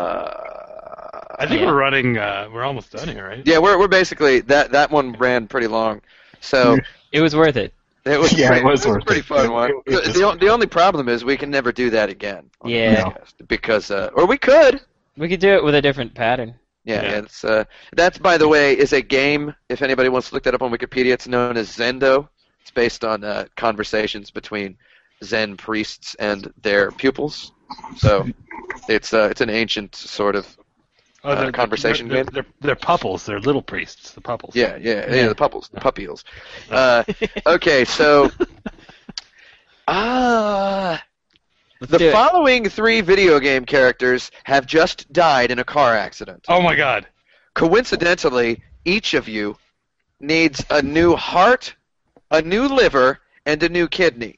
[SPEAKER 1] uh,
[SPEAKER 3] I think
[SPEAKER 2] Yeah.
[SPEAKER 3] we're running. Uh, we're almost done here, right?
[SPEAKER 1] yeah, we're we're basically that that one ran pretty long. So.
[SPEAKER 2] It was worth it.
[SPEAKER 1] It was
[SPEAKER 4] Yeah, it
[SPEAKER 1] pretty,
[SPEAKER 4] was
[SPEAKER 1] it was
[SPEAKER 4] worth
[SPEAKER 1] a pretty
[SPEAKER 4] it.
[SPEAKER 1] fun
[SPEAKER 4] It-
[SPEAKER 1] one.
[SPEAKER 4] it was-
[SPEAKER 1] the, the, on- the only problem is we can never do that again. on the
[SPEAKER 2] Yeah.
[SPEAKER 1] podcast, because uh, or we could.
[SPEAKER 2] We could do it with a different pattern.
[SPEAKER 1] Yeah,
[SPEAKER 3] Yeah.
[SPEAKER 1] it's uh, that's by the way is a game. If anybody wants to look that up on Wikipedia, it's known as Zendo. It's based on uh, conversations between Zen priests and their pupils. So it's uh, it's an ancient sort of
[SPEAKER 3] Oh,
[SPEAKER 1] Uh, conversation
[SPEAKER 3] they're,
[SPEAKER 1] game?
[SPEAKER 3] They're, they're, they're puppels. They're little priests. The puppels.
[SPEAKER 1] yeah yeah yeah,
[SPEAKER 2] Yeah.
[SPEAKER 1] the pupils the pupils. Uh, okay, so ah.
[SPEAKER 2] Let's
[SPEAKER 1] The
[SPEAKER 2] do it.
[SPEAKER 1] following three video game characters have just died in a car accident.
[SPEAKER 3] Oh my God.
[SPEAKER 1] Coincidentally, each of you needs a new heart, a new liver, and a new kidney.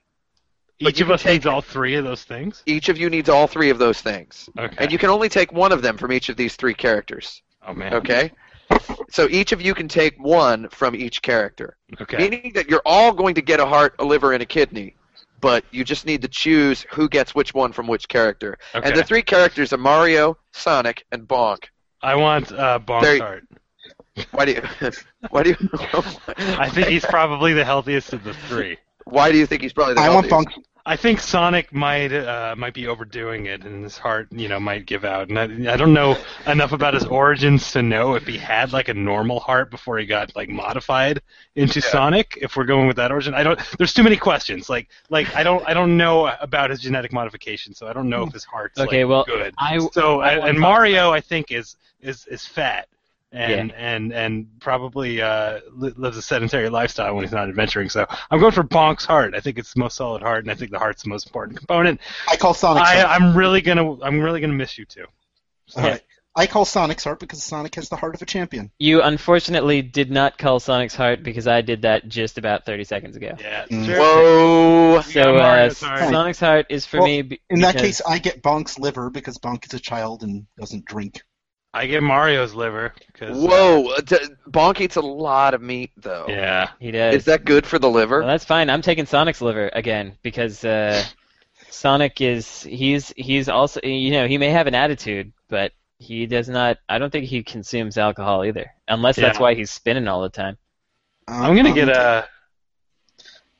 [SPEAKER 3] Each
[SPEAKER 1] you
[SPEAKER 3] of
[SPEAKER 1] can
[SPEAKER 3] us needs all three of those things.
[SPEAKER 1] Each of you needs all three of those things,
[SPEAKER 3] Okay.
[SPEAKER 1] and you can only take one of them from each of these three characters.
[SPEAKER 3] oh man.
[SPEAKER 1] Okay. So each of you can take one from each character,
[SPEAKER 3] Okay.
[SPEAKER 1] meaning that you're all going to get a heart, a liver, and a kidney, but you just need to choose who gets which one from which character.
[SPEAKER 3] Okay.
[SPEAKER 1] And the three characters are Mario, Sonic, and Bonk.
[SPEAKER 3] I want
[SPEAKER 1] There-
[SPEAKER 3] uh, Bonk's heart.
[SPEAKER 1] Why do you? Why do you?
[SPEAKER 3] I think he's probably the healthiest of the three.
[SPEAKER 1] why do you think he's probably the
[SPEAKER 4] I want
[SPEAKER 1] healthiest?
[SPEAKER 4] Bonk.
[SPEAKER 3] I think Sonic might uh, might be overdoing it, and his heart, you know, might give out. And I, I don't know enough about his origins to know if he had like a normal heart before he got like modified into
[SPEAKER 1] Yeah.
[SPEAKER 3] Sonic. If we're going with that origin, I don't. There's too many questions. Like, like I don't, I don't know about his genetic modification, so I don't know if his heart's
[SPEAKER 2] Okay,
[SPEAKER 3] like,
[SPEAKER 2] well,
[SPEAKER 3] good.
[SPEAKER 2] I-
[SPEAKER 3] so
[SPEAKER 2] I
[SPEAKER 3] and,
[SPEAKER 2] want
[SPEAKER 3] and Mario, I think is is is fat. And,
[SPEAKER 2] Yeah.
[SPEAKER 3] and and probably uh, li- lives a sedentary lifestyle when he's not adventuring. So I'm going for Bonk's heart. I think it's the most solid heart, and I think the heart's the most important component.
[SPEAKER 4] I call Sonic's
[SPEAKER 3] I, uh,
[SPEAKER 4] heart.
[SPEAKER 3] I'm really gonna I'm really gonna miss you too.
[SPEAKER 4] All right. I call Sonic's heart because Sonic has the heart of a champion.
[SPEAKER 2] You unfortunately did not call Sonic's heart because I did that just about 30 seconds ago.
[SPEAKER 3] Yeah.
[SPEAKER 4] Mm.
[SPEAKER 3] sure.
[SPEAKER 1] Whoa!
[SPEAKER 3] You got
[SPEAKER 2] So uh,
[SPEAKER 3] Mario's heart.
[SPEAKER 2] Sonic's heart is for
[SPEAKER 4] Well,
[SPEAKER 2] me. Be-
[SPEAKER 4] In that
[SPEAKER 2] because-
[SPEAKER 4] case, I get Bonk's liver because Bonk is a child and doesn't drink.
[SPEAKER 3] I get Mario's liver. 'cause-
[SPEAKER 1] Whoa! Uh, d- Bonk eats a lot of meat, though.
[SPEAKER 3] Yeah.
[SPEAKER 2] he does.
[SPEAKER 1] Is that good for the liver?
[SPEAKER 2] Well, that's fine. I'm taking Sonic's liver again because uh, Sonic is he's he's also you know he may have an attitude, but he does not. I don't think he consumes alcohol either, unless that's
[SPEAKER 3] Yeah.
[SPEAKER 2] why he's spinning all the time.
[SPEAKER 3] I'm gonna get
[SPEAKER 4] a.
[SPEAKER 3] a.
[SPEAKER 4] Um,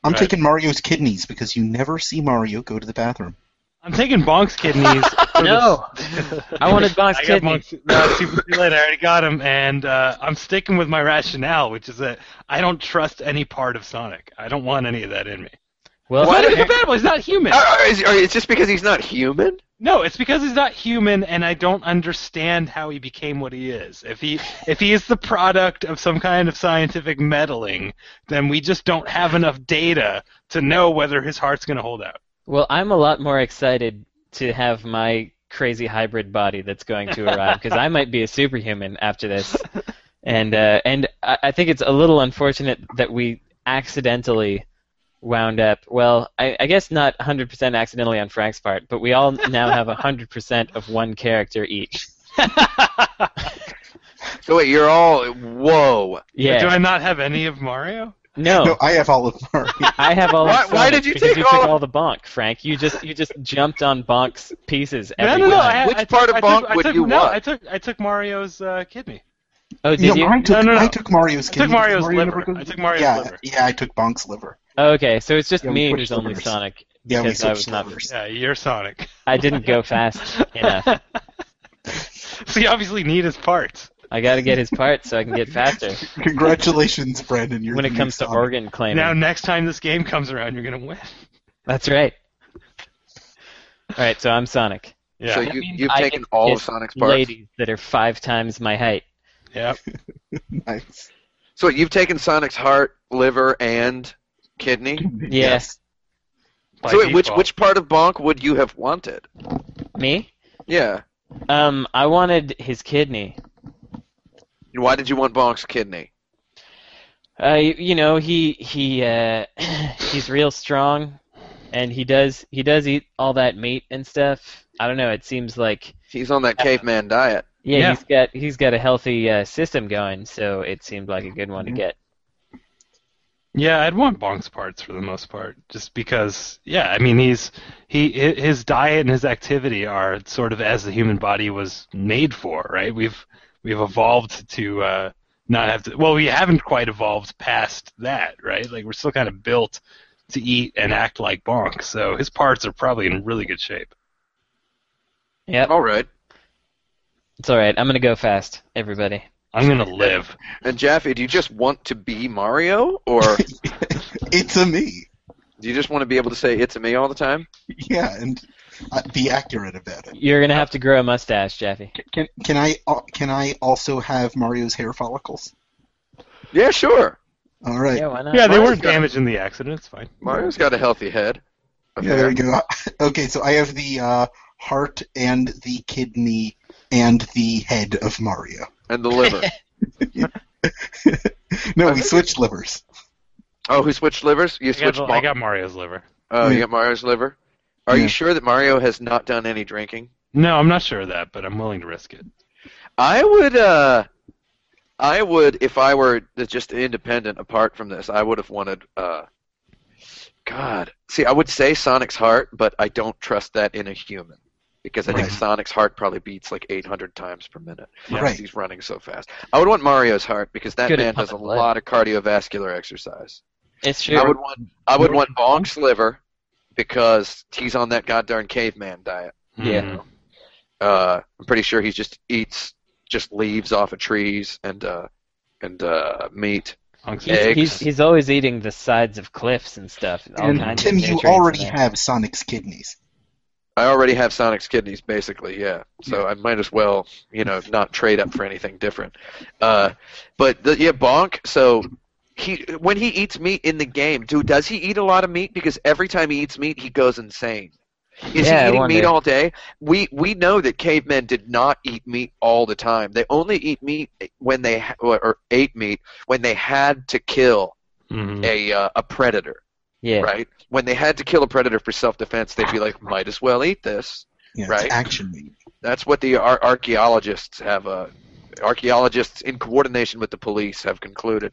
[SPEAKER 4] I'm
[SPEAKER 3] Right.
[SPEAKER 4] taking Mario's kidneys because you never see Mario go to the bathroom.
[SPEAKER 3] I'm taking Bonk's kidneys. for
[SPEAKER 2] No.
[SPEAKER 3] this-
[SPEAKER 2] I wanted Bonk's
[SPEAKER 3] I got
[SPEAKER 2] kidney.
[SPEAKER 3] Bonk's, no, see, see you later. I already got him, and uh, I'm sticking with my rationale, which is that I don't trust any part of Sonic. I don't want any of that in me. Uh,
[SPEAKER 2] Well,
[SPEAKER 1] What?
[SPEAKER 3] Not even compatible. He's not human.
[SPEAKER 1] Are- are- is- are- it's just because he's not human.
[SPEAKER 3] No, it's because he's not human, and I don't understand how he became what he is. If he if he is the product of some kind of scientific meddling, then we just don't have enough data to know whether his heart's going to hold out.
[SPEAKER 2] well, I'm a lot more excited to have my crazy hybrid body that's going to arrive because I might be a superhuman after this, and uh, and I, I think it's a little unfortunate that we accidentally wound up. Well, I, I guess not 100% accidentally on Frank's part, but we all now have 100% of one character each.
[SPEAKER 1] So wait, you're all whoa.
[SPEAKER 2] Yeah.
[SPEAKER 3] Do I not have any of Mario?
[SPEAKER 2] no,
[SPEAKER 4] No, I have all of Mario.
[SPEAKER 2] I have all. of
[SPEAKER 1] Why- why
[SPEAKER 2] Sonic
[SPEAKER 1] did you
[SPEAKER 2] because
[SPEAKER 1] take
[SPEAKER 2] you took
[SPEAKER 1] all-
[SPEAKER 2] all the bonk, Frank? You just you just jumped on bonk's pieces.
[SPEAKER 3] No,
[SPEAKER 2] every
[SPEAKER 3] no, no.
[SPEAKER 2] time.
[SPEAKER 3] I,
[SPEAKER 1] Which
[SPEAKER 3] I
[SPEAKER 1] part
[SPEAKER 3] took,
[SPEAKER 1] of
[SPEAKER 3] I took,
[SPEAKER 1] Bonk
[SPEAKER 3] I
[SPEAKER 1] would
[SPEAKER 3] took,
[SPEAKER 1] you
[SPEAKER 3] no,
[SPEAKER 1] want?
[SPEAKER 3] I took I took Mario's uh, kidney.
[SPEAKER 2] oh, did
[SPEAKER 4] No,
[SPEAKER 2] you?
[SPEAKER 4] I took,
[SPEAKER 3] No, no, no.
[SPEAKER 4] I took Mario's
[SPEAKER 3] took
[SPEAKER 4] kidneys.
[SPEAKER 3] Mario's
[SPEAKER 4] Mario
[SPEAKER 3] liver.
[SPEAKER 4] never goes-
[SPEAKER 3] I took Mario's
[SPEAKER 4] yeah,
[SPEAKER 3] liver.
[SPEAKER 4] Yeah, I took Bonk's liver.
[SPEAKER 2] Oh, okay, so it's just
[SPEAKER 4] Yeah, we
[SPEAKER 2] me
[SPEAKER 4] switched
[SPEAKER 2] who's only
[SPEAKER 4] livers.
[SPEAKER 2] Sonic.
[SPEAKER 4] Yeah, we
[SPEAKER 2] Because I
[SPEAKER 4] switched
[SPEAKER 2] was not-
[SPEAKER 4] livers.
[SPEAKER 3] Yeah, you're Sonic.
[SPEAKER 2] I didn't go fast enough.
[SPEAKER 3] so you obviously need his parts.
[SPEAKER 2] I got to get his part so I can get faster.
[SPEAKER 4] Congratulations, Brandon. You're
[SPEAKER 2] When
[SPEAKER 4] the
[SPEAKER 2] it
[SPEAKER 4] new
[SPEAKER 2] comes to
[SPEAKER 4] Sonic.
[SPEAKER 2] organ claiming,
[SPEAKER 3] Now next time this game comes around, you're gonna win.
[SPEAKER 2] that's right. All right, so I'm Sonic.
[SPEAKER 3] Yeah.
[SPEAKER 1] So
[SPEAKER 2] That
[SPEAKER 1] you
[SPEAKER 2] means
[SPEAKER 1] you've
[SPEAKER 2] I
[SPEAKER 1] taken
[SPEAKER 2] get to
[SPEAKER 1] all of
[SPEAKER 2] kiss
[SPEAKER 1] Sonic's parts.
[SPEAKER 2] ladies that are five times my height.
[SPEAKER 3] Yep.
[SPEAKER 4] Nice.
[SPEAKER 1] So you've taken Sonic's heart, liver, and kidney.
[SPEAKER 2] Yes.
[SPEAKER 3] By
[SPEAKER 1] so wait, which
[SPEAKER 3] default.
[SPEAKER 1] which part of Bonk would you have wanted?
[SPEAKER 2] Me?
[SPEAKER 1] Yeah.
[SPEAKER 2] Um, I wanted his kidney.
[SPEAKER 1] And why did you want Bonk's kidney?
[SPEAKER 2] Uh, you, you know, he he uh, he's real strong, and he does he does eat all that meat and stuff. I don't know. It seems like
[SPEAKER 1] He's on that caveman diet.
[SPEAKER 2] yeah,
[SPEAKER 3] Yeah.
[SPEAKER 2] he's got he's got a healthy uh, system going, so it seemed like a good one to
[SPEAKER 4] Mhm.
[SPEAKER 2] get.
[SPEAKER 3] Yeah, I'd want Bonk's parts for the most part, just because. Yeah, I mean, he's he hi- his diet and his activity are sort of as the human body was made for, right? We've we've evolved to uh, not have to. Well, we haven't quite evolved past that, right? Like we're still kind of built to eat and act like Bonk, so his parts are probably in really good shape.
[SPEAKER 2] Yep,
[SPEAKER 4] Oh.
[SPEAKER 1] All right.
[SPEAKER 2] it's all right. I'm gonna go fast, everybody.
[SPEAKER 3] I'm gonna live.
[SPEAKER 1] And Jaffe, do you just want to be Mario, or do
[SPEAKER 4] It's a me.
[SPEAKER 1] you just want to be able to say "It's a me" all the time?
[SPEAKER 4] Yeah, and uh, be accurate about it.
[SPEAKER 2] You're gonna have to grow a mustache, Jaffe.
[SPEAKER 4] Can can I uh, can I also have Mario's hair follicles?
[SPEAKER 1] Yeah, sure.
[SPEAKER 4] All right.
[SPEAKER 2] Yeah, why not?
[SPEAKER 3] Yeah, they
[SPEAKER 1] Mario's
[SPEAKER 3] weren't
[SPEAKER 1] got-
[SPEAKER 3] damaged in the accident. It's fine.
[SPEAKER 1] Mario's got a healthy head.
[SPEAKER 4] Yeah, there we go. Okay, so I have the uh, heart and the kidney and the head of Mario.
[SPEAKER 1] And the liver.
[SPEAKER 4] No, we switched livers.
[SPEAKER 1] oh, who switched livers? You
[SPEAKER 3] I got,
[SPEAKER 1] switched
[SPEAKER 3] I
[SPEAKER 1] Bonk.
[SPEAKER 3] got Mario's liver.
[SPEAKER 1] Oh,
[SPEAKER 4] Yeah.
[SPEAKER 1] you got Mario's liver. Are
[SPEAKER 4] Yeah.
[SPEAKER 1] you sure that Mario has not done any drinking?
[SPEAKER 3] No, I'm not sure of that, but I'm willing to risk it.
[SPEAKER 1] I would. uh I would, if I were just independent apart from this, I would have wanted. uh God, see, I would say Sonic's heart, but I don't trust that in a human because I think
[SPEAKER 4] Right.
[SPEAKER 1] Sonic's heart probably beats like 800 times per minute.
[SPEAKER 3] Yeah.
[SPEAKER 1] because
[SPEAKER 4] Right.
[SPEAKER 1] He's running so fast. I would want Mario's heart because that
[SPEAKER 2] Good at
[SPEAKER 1] man does a
[SPEAKER 2] pumping lead.
[SPEAKER 1] lot of cardiovascular exercise.
[SPEAKER 2] It's true.
[SPEAKER 1] I would want I would want Bong's liver because he's on that goddamn caveman diet.
[SPEAKER 2] Yeah.
[SPEAKER 3] Mm.
[SPEAKER 1] Uh, I'm pretty sure he just eats just leaves off of trees and uh, and uh, meat.
[SPEAKER 3] Hunks
[SPEAKER 1] Yeah,
[SPEAKER 3] of
[SPEAKER 2] he's,
[SPEAKER 1] eggs.
[SPEAKER 2] he's he's always eating the sides of cliffs and stuff. All
[SPEAKER 4] And
[SPEAKER 2] kinds
[SPEAKER 4] Tim,
[SPEAKER 2] of
[SPEAKER 4] you
[SPEAKER 2] nutrients in
[SPEAKER 4] already
[SPEAKER 2] there.
[SPEAKER 4] have Sonic's kidneys.
[SPEAKER 1] I already have Sonic's kidneys, basically, yeah. So I might as well, you know, not trade up for anything different. Uh, but the, yeah, Bonk. So he when he eats meat in the game, dude, does he eat a lot of meat? Because every time he eats meat, he goes insane. Is
[SPEAKER 2] Yeah,
[SPEAKER 1] he
[SPEAKER 2] I
[SPEAKER 1] eating
[SPEAKER 2] wonder.
[SPEAKER 1] meat all day? We we know that cavemen did not eat meat all the time. They only eat meat when they ha- or ate meat when they had to kill
[SPEAKER 3] Mhm.
[SPEAKER 1] a uh, a predator
[SPEAKER 2] Mm-hmm. Yeah.
[SPEAKER 1] right? When they had to kill a predator for self-defense, they'd be like, might as well eat this.
[SPEAKER 4] Yeah,
[SPEAKER 1] Right.
[SPEAKER 4] It's action meat.
[SPEAKER 1] That's what the ar- archaeologists have. Uh, archaeologists, in coordination with the police, have concluded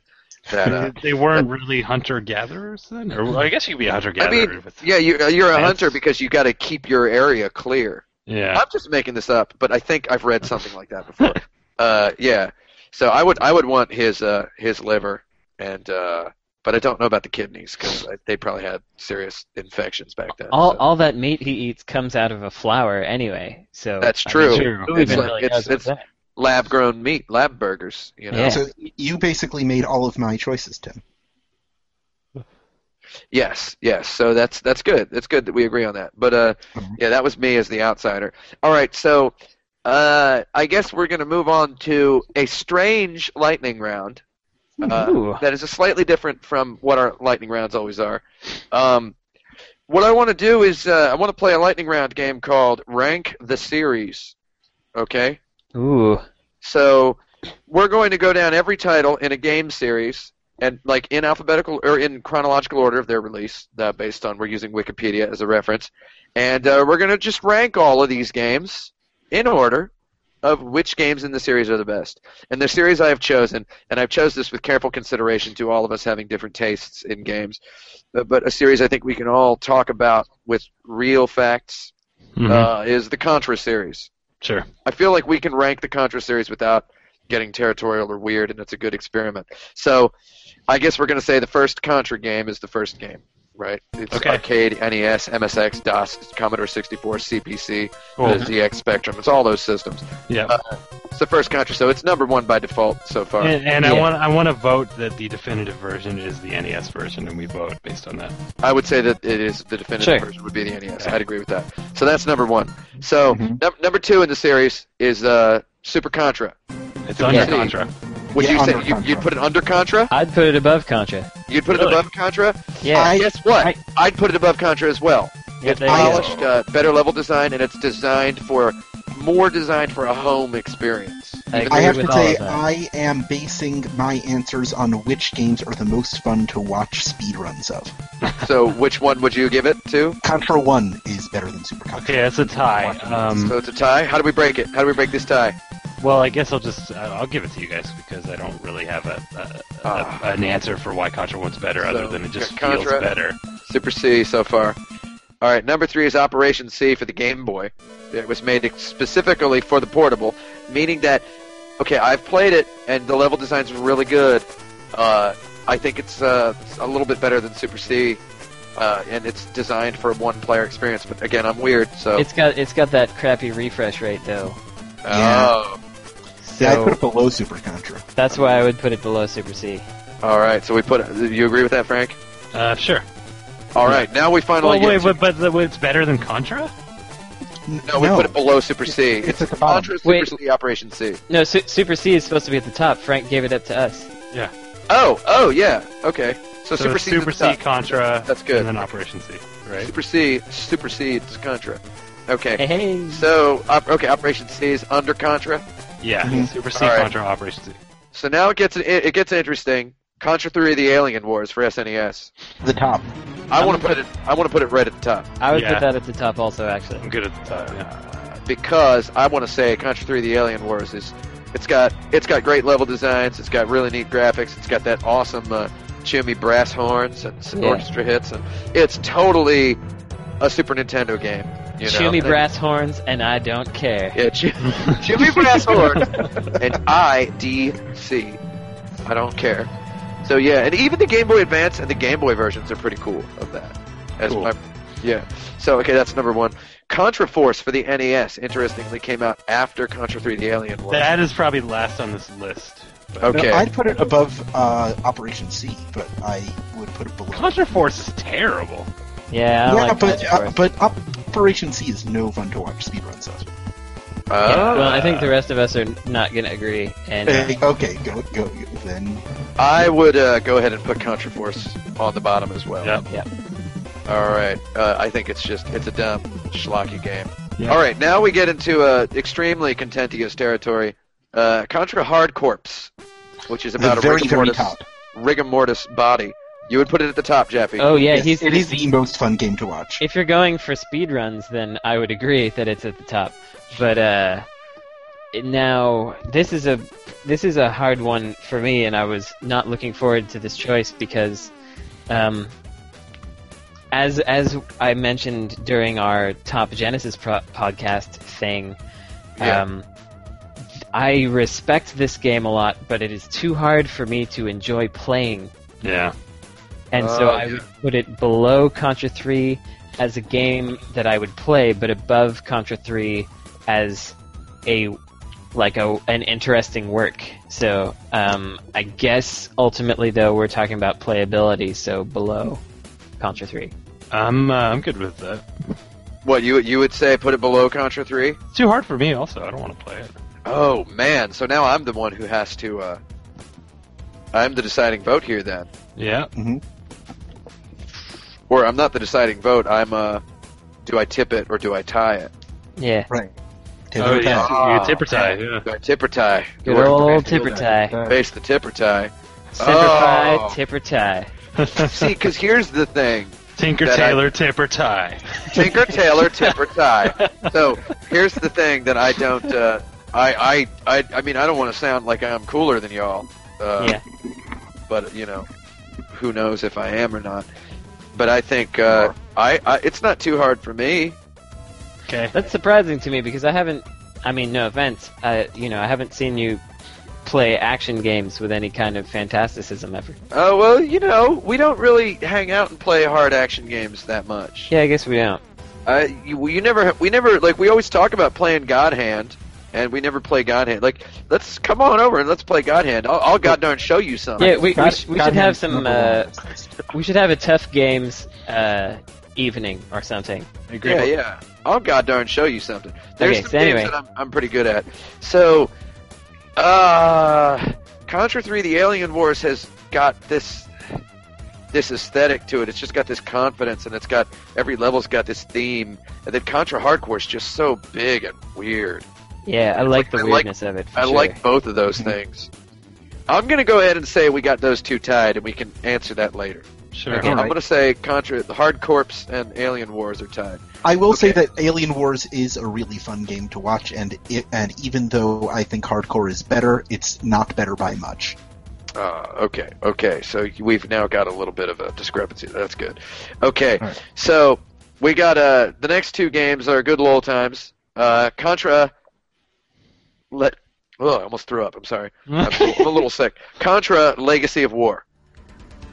[SPEAKER 1] that. Uh,
[SPEAKER 3] They weren't really hunter gatherers then, or well, I guess you could be a hunter
[SPEAKER 1] I
[SPEAKER 3] gatherer.
[SPEAKER 1] mean, yeah, you're, you're a
[SPEAKER 3] That's-
[SPEAKER 1] hunter because you got to keep your area clear.
[SPEAKER 3] yeah.
[SPEAKER 1] I'm just making this up, but I think I've read something like that before. uh, yeah, so I would I would want his uh, his liver and. Uh, but I don't know about the kidneys because they probably had serious infections back then.
[SPEAKER 2] All
[SPEAKER 1] so.
[SPEAKER 2] all that meat he eats comes out of a flower anyway. So
[SPEAKER 1] That's
[SPEAKER 2] I mean,
[SPEAKER 1] true.
[SPEAKER 3] True.
[SPEAKER 2] Who even
[SPEAKER 1] It's like-
[SPEAKER 2] really
[SPEAKER 1] it's-
[SPEAKER 2] knows what's
[SPEAKER 1] it's- lab grown meat, lab burgers, you know.
[SPEAKER 2] Yeah.
[SPEAKER 4] So you basically made all of my choices, Tim.
[SPEAKER 1] Yes, yes. So that's that's good. That's good that we agree on that. But uh
[SPEAKER 4] Mhm.
[SPEAKER 1] yeah, that was me as the outsider. All right, so uh I guess we're going to move on to a strange lightning round.
[SPEAKER 2] in
[SPEAKER 1] Uh,
[SPEAKER 2] that? Ooh.
[SPEAKER 1] that is a slightly different from what our lightning rounds always are. Um, what I want to do is uh, I want to play a lightning round game called Rank the Series. Okay?
[SPEAKER 2] Ooh.
[SPEAKER 1] So we're going to go down every title in a game series and like in alphabetical or in chronological order of their release, uh, based on we're using Wikipedia as a reference, and uh, we're going to just rank all of these games in order of which games in the series are the best. And the series I have chosen, and I've chose this with careful consideration to all of us having different tastes in games, but, but a series I think we can all talk about with real facts
[SPEAKER 3] Mhm.
[SPEAKER 1] uh, is the Contra series.
[SPEAKER 3] sure.
[SPEAKER 1] I feel like we can rank the Contra series without getting territorial or weird, and it's a good experiment. So, I guess we're going to say the first Contra game is the first game, right? It's
[SPEAKER 3] Okay.
[SPEAKER 1] arcade, E NES, MSX, DOS, Commodore 64, CPC,
[SPEAKER 3] Cool.
[SPEAKER 1] the ZX Spectrum. It's all those systems. Uh,
[SPEAKER 3] Yeah.
[SPEAKER 1] It's the first Contra, so it's number one by default so far.
[SPEAKER 3] and and I
[SPEAKER 2] Yeah.
[SPEAKER 3] want I want to vote that the definitive version is the NES version, and we vote based on that.
[SPEAKER 1] I would say that it is the definitive
[SPEAKER 2] Sure.
[SPEAKER 1] version would be the NES.
[SPEAKER 3] Okay.
[SPEAKER 1] I'd agree with that. So that's number one. So
[SPEAKER 4] Mhm.
[SPEAKER 1] num- number two in the series is uh, Super Contra.
[SPEAKER 3] It's
[SPEAKER 1] Yeah.
[SPEAKER 3] under
[SPEAKER 1] Yeah.
[SPEAKER 3] Contra.
[SPEAKER 1] Would
[SPEAKER 4] Yeah,
[SPEAKER 1] you say
[SPEAKER 4] under
[SPEAKER 1] you,
[SPEAKER 4] Contra.
[SPEAKER 1] you'd put it under Contra?
[SPEAKER 2] I'd put it above Contra.
[SPEAKER 1] You'd put
[SPEAKER 3] Really?
[SPEAKER 1] it above Contra?
[SPEAKER 2] Yeah.
[SPEAKER 4] I-
[SPEAKER 1] Guess what?
[SPEAKER 2] I-
[SPEAKER 1] I'd put it above Contra as well.
[SPEAKER 2] yeah,
[SPEAKER 1] It's
[SPEAKER 2] there you go.
[SPEAKER 1] polished, uh, better level design, and it's designed for more designed for a home experience.
[SPEAKER 2] I
[SPEAKER 1] Even
[SPEAKER 4] I
[SPEAKER 2] agree
[SPEAKER 4] have
[SPEAKER 2] with
[SPEAKER 4] to
[SPEAKER 2] all
[SPEAKER 4] say,
[SPEAKER 2] of that.
[SPEAKER 4] I am basing my answers on which games are the most fun to watch speedruns of.
[SPEAKER 1] so, which one would you give it to?
[SPEAKER 4] Contra 1 is better than Super Contra.
[SPEAKER 3] Okay, that's a tie.
[SPEAKER 1] So
[SPEAKER 3] Um,
[SPEAKER 1] it's a tie. How do we break it? How do we break this tie?
[SPEAKER 3] well, I guess I'll just I- I'll give it to you guys because I don't really have a, a,
[SPEAKER 1] Ah.
[SPEAKER 3] a an answer for why Contra one's better, other
[SPEAKER 1] So,
[SPEAKER 3] than it just
[SPEAKER 1] got Contra.
[SPEAKER 3] feels better.
[SPEAKER 1] Super C so far. All right, number three is Operation C for the Game Boy. It was made specifically for the portable, meaning that okay, I've played it and the level designs are really good. Uh, I think it's, uh, it's a little bit better than Super C, uh, and it's designed for a one-player experience. But again, I'm weird, so
[SPEAKER 2] It's got it's got that crappy refresh rate though.
[SPEAKER 1] oh,
[SPEAKER 4] Yeah, I put
[SPEAKER 2] So
[SPEAKER 4] it below Super Contra.
[SPEAKER 2] that's why I would put it below Super C.
[SPEAKER 1] all right. So we put. You agree with that, Frank?
[SPEAKER 3] Uh, sure.
[SPEAKER 1] All right. Now we finally
[SPEAKER 3] Well,
[SPEAKER 1] get. to-
[SPEAKER 3] wait, but, but the- it's better than Contra.
[SPEAKER 1] no, we put it below Super C.
[SPEAKER 4] It's
[SPEAKER 1] It's
[SPEAKER 4] at the bottom.
[SPEAKER 1] Contra Super
[SPEAKER 2] Wait.
[SPEAKER 1] C Operation C.
[SPEAKER 2] No, su- Super C is supposed to be at the top. Frank gave it up to us.
[SPEAKER 1] Oh, oh yeah. Okay. So,
[SPEAKER 3] So
[SPEAKER 1] Super
[SPEAKER 3] it's
[SPEAKER 1] C's at
[SPEAKER 3] Super
[SPEAKER 1] the top.
[SPEAKER 3] C, Contra,
[SPEAKER 1] That's good.
[SPEAKER 3] and then Operation C, right?
[SPEAKER 1] Super C supersedes Contra.
[SPEAKER 2] Hey,
[SPEAKER 1] Okay.
[SPEAKER 2] hey.
[SPEAKER 1] So op- okay, Operation C is under Contra.
[SPEAKER 3] Yeah,
[SPEAKER 4] Mhm.
[SPEAKER 3] Super C,
[SPEAKER 1] All right.
[SPEAKER 3] Contra, Operation C.
[SPEAKER 1] So now it gets it, it gets interesting. Contra 3: The Alien Wars for SNES.
[SPEAKER 4] The top.
[SPEAKER 1] E I want to put it. I want to put it right at the top
[SPEAKER 2] I would
[SPEAKER 3] Yeah.
[SPEAKER 2] put that at the top also, actually.
[SPEAKER 3] I'm good at the time. Yeah.
[SPEAKER 1] because I want to say Contra 3: The Alien Wars is. It's got it's got great level designs. It's got really neat graphics. It's got that awesome uh, chimmy brass horns and some
[SPEAKER 2] Yeah.
[SPEAKER 1] orchestra hits, and it's totally a Super Nintendo game. You know?
[SPEAKER 2] Chew me
[SPEAKER 1] And-
[SPEAKER 2] brass horns, and I don't care.
[SPEAKER 1] Yeah, Jim- Jimmy Brass Horn and IDC. I don't care. So yeah, and even the Game Boy Advance and the Game Boy versions are pretty cool of that. As
[SPEAKER 3] Cool.
[SPEAKER 1] my- yeah. So okay, that's number one. Contra Force for the NES, interestingly, came out after Contra 3: The Alien War.
[SPEAKER 3] That is probably last on this list. But
[SPEAKER 1] Okay.
[SPEAKER 4] No, I'd put it above uh, Operation C, but I would put it below.
[SPEAKER 3] Contra Force is terrible.
[SPEAKER 2] Yeah, I
[SPEAKER 4] yeah,
[SPEAKER 2] don't like
[SPEAKER 4] but
[SPEAKER 2] Contra
[SPEAKER 4] uh,
[SPEAKER 2] Force.
[SPEAKER 4] but Operation C is no fun to watch speedruns of.
[SPEAKER 2] Yeah,
[SPEAKER 1] Uh,
[SPEAKER 2] well, I think the rest of us are not going to agree. And uh,
[SPEAKER 4] Uh, okay, go, go go then.
[SPEAKER 1] I would uh, go ahead and put Contra Force on the bottom as well.
[SPEAKER 3] Yep.
[SPEAKER 2] Yep.
[SPEAKER 1] All right. Uh, I think it's just it's a dumb schlocky game.
[SPEAKER 3] Yeah.
[SPEAKER 1] All right. Now we get into uh, extremely contentious territory. Uh, Contra Hard Corpse, which is about
[SPEAKER 4] the
[SPEAKER 1] a
[SPEAKER 4] very
[SPEAKER 1] rigor
[SPEAKER 4] very
[SPEAKER 1] mortis,
[SPEAKER 4] top.
[SPEAKER 1] rigor mortis body. You would put it at the top, Jeffy.
[SPEAKER 2] oh yeah,
[SPEAKER 4] Yes,
[SPEAKER 2] he's
[SPEAKER 4] it is the most fun game to watch.
[SPEAKER 2] If you're going for speed runs, then I would agree that it's at the top. But uh, it- now this is a this is a hard one for me, and I was not looking forward to this choice because, um, as as I mentioned during our Top Genesis pro- podcast thing,
[SPEAKER 1] Yeah.
[SPEAKER 2] um, I respect this game a lot, but it is too hard for me to enjoy playing
[SPEAKER 3] Yeah.
[SPEAKER 2] and
[SPEAKER 1] Oh,
[SPEAKER 2] so I
[SPEAKER 1] yeah.
[SPEAKER 2] would put it below Contra 3 as a game that I would play, but above Contra 3 as a like a an interesting work. So um, I guess ultimately though we're talking about playability, so below Contra 3.
[SPEAKER 3] I'm uh, I'm good with that.
[SPEAKER 1] What you you would say? Put it below Contra Three.
[SPEAKER 3] It's too hard for me. Also, I don't want to play it.
[SPEAKER 1] Oh man. So now I'm the one who has to. Uh, I'm the deciding vote here then.
[SPEAKER 3] Yeah.
[SPEAKER 4] Mm-hmm.
[SPEAKER 1] Or I'm not the deciding vote. I'm. Uh, do I tip it or do I tie it?
[SPEAKER 2] Yeah,
[SPEAKER 4] Right. Take
[SPEAKER 3] Oh
[SPEAKER 4] it
[SPEAKER 3] yeah.
[SPEAKER 4] back.
[SPEAKER 1] Ah,
[SPEAKER 3] you tipper tie. Yeah.
[SPEAKER 1] Do I tip or tie?
[SPEAKER 2] good
[SPEAKER 1] Or-
[SPEAKER 2] old tipper tie,
[SPEAKER 1] Face the tip or tie.
[SPEAKER 2] Semper
[SPEAKER 1] Oh.
[SPEAKER 2] Fi, tipper tie.
[SPEAKER 1] See, because here's the thing.
[SPEAKER 3] Tinker
[SPEAKER 1] That I-
[SPEAKER 3] Tailor Tipper Tie.
[SPEAKER 1] Tinker Tailor tip or tie. So here's the thing that I don't. Uh, I, I I I mean I don't want to sound like I'm cooler than y'all. Uh,
[SPEAKER 2] Yeah.
[SPEAKER 1] But you know, who knows if I am or not. But I think uh, I, I it's not too hard for me.
[SPEAKER 3] Okay.
[SPEAKER 2] That's surprising to me because I haven't. I mean, no offense. I, you know, I haven't seen you play action games with any kind of fantasticism ever.
[SPEAKER 1] Oh well, you know we don't really hang out and play hard action games that much.
[SPEAKER 2] Yeah, I guess we don't.
[SPEAKER 1] Uh, you, you never, we never, like, we always talk about playing God Hand, and we never play God Hand. Like, let's come on over and let's play God Hand. I'll, I'll god darn show you something.
[SPEAKER 2] Yeah, we, we,
[SPEAKER 4] God-
[SPEAKER 2] sh- we
[SPEAKER 4] God
[SPEAKER 2] should have
[SPEAKER 4] Hand's
[SPEAKER 2] some.
[SPEAKER 4] number
[SPEAKER 2] Uh,
[SPEAKER 4] one.
[SPEAKER 2] we should have a tough games uh, evening or something.
[SPEAKER 3] Agree.
[SPEAKER 1] yeah, yeah. I'll god darn show you something. There's
[SPEAKER 2] Okay,
[SPEAKER 1] some
[SPEAKER 2] so
[SPEAKER 1] games
[SPEAKER 2] anyway.
[SPEAKER 1] that I'm, I'm pretty good at. So, uh, Contra 3: The Alien Wars has got this this aesthetic to it. It's just got this confidence, and it's got every level's got this theme. And then Contra Hardcore is just so big and weird.
[SPEAKER 2] Yeah, I like the
[SPEAKER 1] I like-
[SPEAKER 2] weirdness of it. for
[SPEAKER 1] I
[SPEAKER 2] sure.
[SPEAKER 1] like both of those
[SPEAKER 4] Mhm.
[SPEAKER 1] things. I'm going to go ahead and say we got those two tied, and we can answer that later.
[SPEAKER 3] Sure.
[SPEAKER 1] Okay,
[SPEAKER 4] all
[SPEAKER 1] I'm
[SPEAKER 4] right.
[SPEAKER 1] going to say Contra, the Hard Corpse, and Alien Wars are tied.
[SPEAKER 4] I will say
[SPEAKER 1] Okay.
[SPEAKER 4] that Alien Wars is a really fun game to watch, and it, and even though I think hardcore is better, it's not better by much.
[SPEAKER 1] Uh, okay, okay. So we've now got a little bit of a discrepancy. That's good. Okay,
[SPEAKER 4] All right.
[SPEAKER 1] so we got uh, the next two games are good lol times. Uh, Contra. Let. Oh, I almost threw up. I'm sorry. I'm, I'm a little sick. Contra Legacy of War.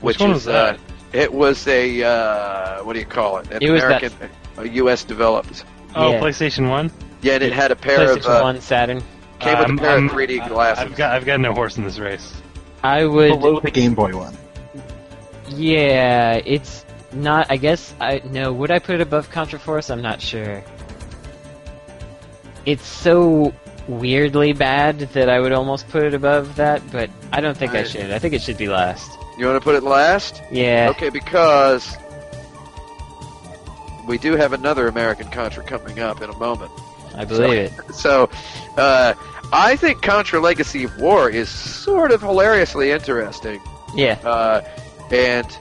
[SPEAKER 3] Which
[SPEAKER 1] which
[SPEAKER 3] one
[SPEAKER 1] is,
[SPEAKER 3] was that?
[SPEAKER 1] uh, It was a uh, what do you call it? An
[SPEAKER 2] It was that-
[SPEAKER 1] American, a U.S. developed.
[SPEAKER 3] oh,
[SPEAKER 2] yeah.
[SPEAKER 3] PlayStation One.
[SPEAKER 1] Yeah, and it had a pair of
[SPEAKER 2] PlayStation
[SPEAKER 1] uh,
[SPEAKER 2] One, Saturn.
[SPEAKER 1] came with
[SPEAKER 3] Um,
[SPEAKER 1] a pair
[SPEAKER 3] I'm-
[SPEAKER 1] of 3D
[SPEAKER 3] I-
[SPEAKER 1] glasses.
[SPEAKER 3] I've got I've got no horse in this race.
[SPEAKER 2] I would.
[SPEAKER 4] Below the Game Boy one.
[SPEAKER 2] Yeah, it's not. I guess I no. Would I put it above Contra Force? I'm not sure. It's so weirdly bad that I would almost put it above that, but I don't think I,
[SPEAKER 1] I-
[SPEAKER 2] should. I think it should be last.
[SPEAKER 1] uh, You want to put it last?
[SPEAKER 2] Yeah.
[SPEAKER 1] Okay, because we do have another American Contra coming up in a moment.
[SPEAKER 2] I believe
[SPEAKER 1] So, uh, I think Contra Legacy of War is sort of hilariously interesting.
[SPEAKER 2] it. Yeah.
[SPEAKER 1] uh, and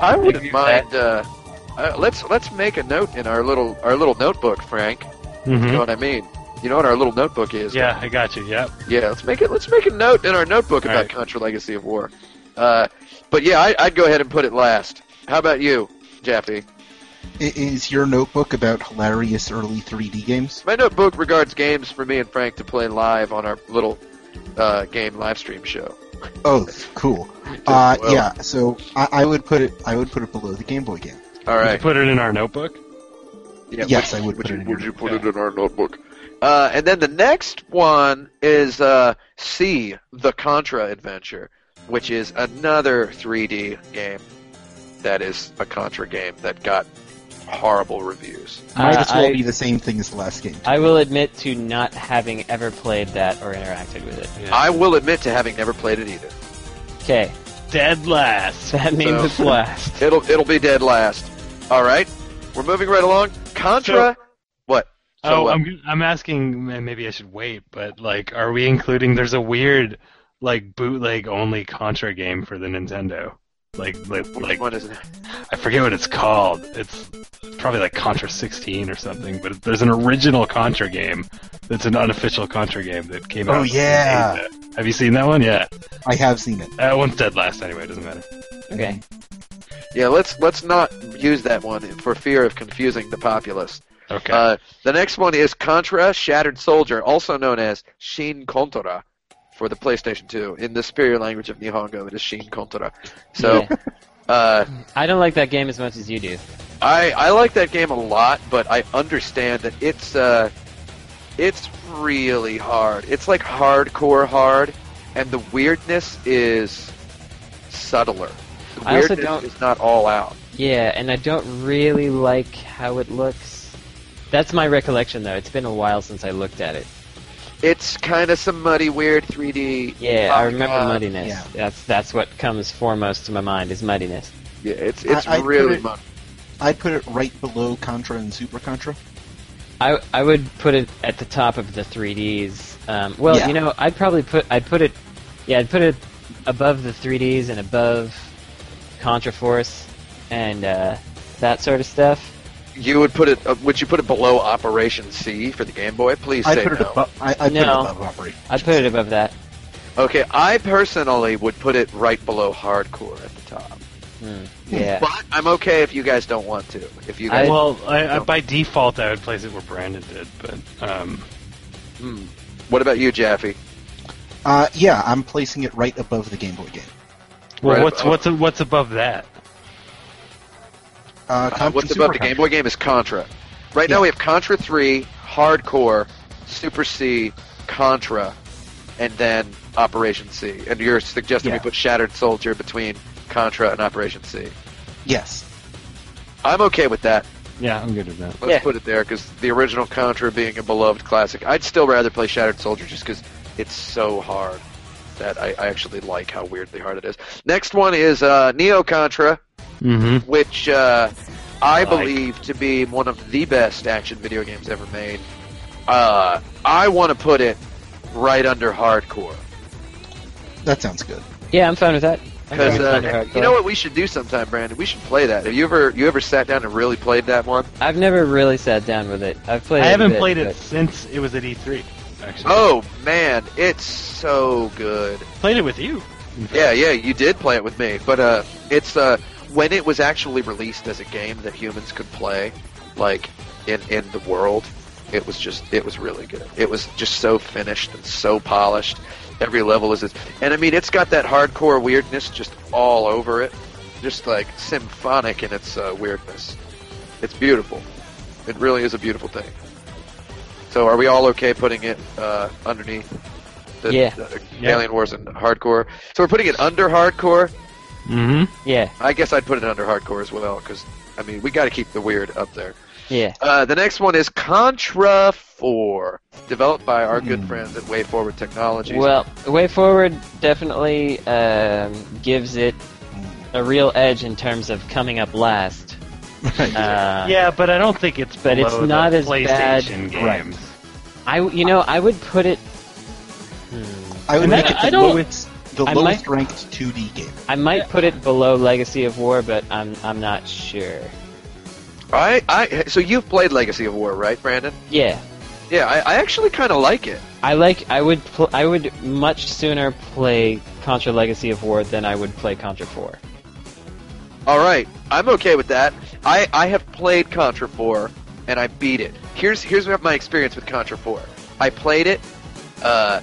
[SPEAKER 1] I wouldn't
[SPEAKER 2] do
[SPEAKER 1] mind. Uh, uh, let's let's make a note in our little our little notebook, Frank.
[SPEAKER 3] Hmm? Mm-hmm.
[SPEAKER 1] You know what I mean? You know what our little notebook is?
[SPEAKER 3] Yeah, I got you. Yep.
[SPEAKER 1] Yeah, let's make it. Let's make a note in our notebook
[SPEAKER 3] All
[SPEAKER 1] about
[SPEAKER 3] right.
[SPEAKER 1] Contra Legacy of War. Uh, but yeah, I, I'd go ahead and put it last. How about you, Jaffe?
[SPEAKER 4] I- Is your notebook about hilarious early 3D games?
[SPEAKER 1] My notebook regards games for me and Frank to play live on our little uh, game live stream show.
[SPEAKER 4] Oh, cool. Uh, yeah. So I, I would put it. I would put it below the Game Boy game.
[SPEAKER 1] All
[SPEAKER 3] Did you
[SPEAKER 1] right.
[SPEAKER 3] put it in our notebook.
[SPEAKER 1] Yeah,
[SPEAKER 4] yes, I would
[SPEAKER 1] Would
[SPEAKER 4] put
[SPEAKER 1] you,
[SPEAKER 4] it in
[SPEAKER 1] would
[SPEAKER 4] your-
[SPEAKER 1] you put it in our notebook? Uh, and then the next one is uh, C, The Contra Adventure, which is another 3D game that is a Contra game that got horrible reviews.
[SPEAKER 4] Might as well
[SPEAKER 2] Uh, I-
[SPEAKER 4] be the same thing as the last game.
[SPEAKER 2] I will admit to not having ever played that or interacted with it.
[SPEAKER 3] Yeah.
[SPEAKER 1] I will admit to having never played it either.
[SPEAKER 2] Okay,
[SPEAKER 3] Dead last.
[SPEAKER 2] that means
[SPEAKER 1] So-
[SPEAKER 2] it's last.
[SPEAKER 1] It'll it'll be dead last. All right, we're moving right along. Contra, what? So
[SPEAKER 3] oh,
[SPEAKER 1] what?
[SPEAKER 3] I'm I'm asking, and maybe I should wait, but like, are we including? There's a weird, like bootleg only Contra game for the Nintendo. Like, like,
[SPEAKER 1] Which
[SPEAKER 3] like
[SPEAKER 1] one is it?
[SPEAKER 3] I forget what it's called. It's probably like Contra 16 or something. But there's an original Contra game that's an unofficial Contra game that came out.
[SPEAKER 4] Oh,
[SPEAKER 3] in
[SPEAKER 4] yeah.
[SPEAKER 3] Asia. Have you seen that one? Yeah,
[SPEAKER 4] I have seen it.
[SPEAKER 3] that one's dead last anyway. It doesn't matter.
[SPEAKER 2] Okay,
[SPEAKER 1] Yeah, let's let's not use that one for fear of confusing the populace.
[SPEAKER 3] Okay.
[SPEAKER 1] Uh, the next one is Contra Shattered Soldier, also known as Shin Contra for the PlayStation 2. In the superior language of Nihongo, it is Shin Contra. So
[SPEAKER 2] Yeah.
[SPEAKER 1] uh,
[SPEAKER 2] I don't like that game as much as you do.
[SPEAKER 1] I, I like that game a lot, but I understand that it's uh, it's really hard. It's like hardcore hard, and the weirdness is subtler. The
[SPEAKER 2] I also
[SPEAKER 1] weirdness
[SPEAKER 2] don't-
[SPEAKER 1] is not all out.
[SPEAKER 2] Yeah, and I don't really like how it looks. That's my recollection, though. It's been a while since I looked at it.
[SPEAKER 1] It's kind of some muddy, weird 3D.
[SPEAKER 2] Yeah, I
[SPEAKER 1] Oh,
[SPEAKER 2] remember
[SPEAKER 1] God.
[SPEAKER 2] muddiness.
[SPEAKER 4] yeah.
[SPEAKER 2] That's that's what comes foremost to my mind is muddiness.
[SPEAKER 1] Yeah, it's it's
[SPEAKER 4] I- I
[SPEAKER 1] really
[SPEAKER 4] couldn't-
[SPEAKER 1] muddy.
[SPEAKER 4] I'd put it right below Contra and Super Contra.
[SPEAKER 2] I, I would put it at the top of the 3ds. Um, well,
[SPEAKER 4] Yeah.
[SPEAKER 2] you know, I'd probably put I'd put it, yeah, I'd put it above the 3ds and above Contra Force and uh, that sort of stuff.
[SPEAKER 1] You would put it. Uh, would you put it below Operation C for the Game Boy? Please
[SPEAKER 4] I
[SPEAKER 1] say
[SPEAKER 4] put it
[SPEAKER 1] no.
[SPEAKER 4] above. I, I put it
[SPEAKER 2] No.
[SPEAKER 4] above Operation.
[SPEAKER 2] I'd put it above that.
[SPEAKER 1] okay, I personally would put it right below Hardcore at the top.
[SPEAKER 2] Hmm, yeah.
[SPEAKER 1] But I'm okay if you guys don't want to. If you guys,
[SPEAKER 3] well, I, I, by default, I would place it where Brandon did, but um,
[SPEAKER 1] Hmm. what about you, Jaffe?
[SPEAKER 4] Uh, yeah, I'm placing it right above the Game Boy game.
[SPEAKER 3] well,
[SPEAKER 1] Right
[SPEAKER 3] what's
[SPEAKER 1] above-
[SPEAKER 3] what's what's above that?
[SPEAKER 4] Uh,
[SPEAKER 1] Uh,
[SPEAKER 4] Contra
[SPEAKER 1] what's
[SPEAKER 4] and
[SPEAKER 1] above
[SPEAKER 4] Super
[SPEAKER 1] the Game
[SPEAKER 4] Contra.
[SPEAKER 1] Boy game is Contra. Right now
[SPEAKER 4] Yeah.
[SPEAKER 1] we have Contra 3, Hardcore, Super C, Contra, and then Operation C. And you're suggesting we
[SPEAKER 4] Yeah.
[SPEAKER 1] put Shattered Soldier between Contra and Operation C.
[SPEAKER 4] Yes.
[SPEAKER 1] I'm okay with that.
[SPEAKER 3] Yeah, I'm good with that.
[SPEAKER 1] Let's
[SPEAKER 2] Yeah.
[SPEAKER 1] put it there because the original Contra being a beloved classic, I'd still rather play Shattered Soldier just because it's so hard that I, I actually like how weirdly hard it is. Next one is uh, Neo Contra,
[SPEAKER 3] Mm-hmm.
[SPEAKER 1] which uh, I
[SPEAKER 3] Like.
[SPEAKER 1] believe to be one of the best action video games ever made. Uh, I want to put it right under Hardcore
[SPEAKER 4] That sounds good.
[SPEAKER 2] Yeah, I'm fine with that. I'm fine
[SPEAKER 1] because
[SPEAKER 2] with Thunder
[SPEAKER 1] uh,
[SPEAKER 2] Hardcore.
[SPEAKER 1] you know what we should do sometime, Brandon. We should play that. Have you ever you ever sat down and really played that one?
[SPEAKER 2] I've never really sat down with it. I've played.
[SPEAKER 3] I
[SPEAKER 2] it a
[SPEAKER 3] haven't
[SPEAKER 2] bit,
[SPEAKER 3] played it
[SPEAKER 2] but-
[SPEAKER 3] since it was at E3. Actually,
[SPEAKER 1] Oh man, it's so good.
[SPEAKER 3] played it with you.
[SPEAKER 1] Yeah, yeah, you did play it with me, but uh, it's uh, when it was actually released as a game that humans could play, like in in the world, it was just it was really good. It was just so finished and so polished. Every level is, and I mean, it's got that hardcore weirdness just all over it, just like symphonic in its uh, weirdness. It's beautiful. It really is a beautiful thing. So, are we all okay putting it uh, underneath the,
[SPEAKER 2] Yeah.
[SPEAKER 1] the
[SPEAKER 3] Yeah.
[SPEAKER 1] Alien Wars and hardcore? So we're putting it under hardcore.
[SPEAKER 3] Mm-hmm.
[SPEAKER 2] Yeah,
[SPEAKER 1] I guess I'd put it under hardcore as well because I mean we got to keep the weird up there.
[SPEAKER 2] yeah.
[SPEAKER 1] Uh, the next one is Contra Four, developed by our good friends at WayForward Technologies.
[SPEAKER 2] Well, Way Forward definitely um, gives it a real edge in terms of coming up last.
[SPEAKER 4] Right.
[SPEAKER 2] Uh,
[SPEAKER 3] yeah, but I don't think it's
[SPEAKER 2] but
[SPEAKER 3] below
[SPEAKER 2] it's not
[SPEAKER 3] the
[SPEAKER 2] as bad-
[SPEAKER 3] PlayStation
[SPEAKER 4] Right.
[SPEAKER 3] games.
[SPEAKER 2] I, you know, I would put it. Hmm.
[SPEAKER 4] I would
[SPEAKER 3] And
[SPEAKER 4] make
[SPEAKER 3] that-
[SPEAKER 4] it the
[SPEAKER 3] I don't-
[SPEAKER 4] lowest the
[SPEAKER 2] I
[SPEAKER 4] lowest
[SPEAKER 2] might-
[SPEAKER 4] ranked 2D game.
[SPEAKER 2] I might put it below Legacy of War, but I'm I'm not sure.
[SPEAKER 1] I, I, so you've played Legacy of War, right, Brandon?
[SPEAKER 2] Yeah,
[SPEAKER 1] Yeah, I, I actually kind of like it.
[SPEAKER 2] I like. I would. Pl- I would much sooner play Contra Legacy of War than I would play Contra Four.
[SPEAKER 1] All right, I'm okay with that. I, I have played Contra 4 and I beat it. Here's here's what my experience with Contra 4. I played it. Uh,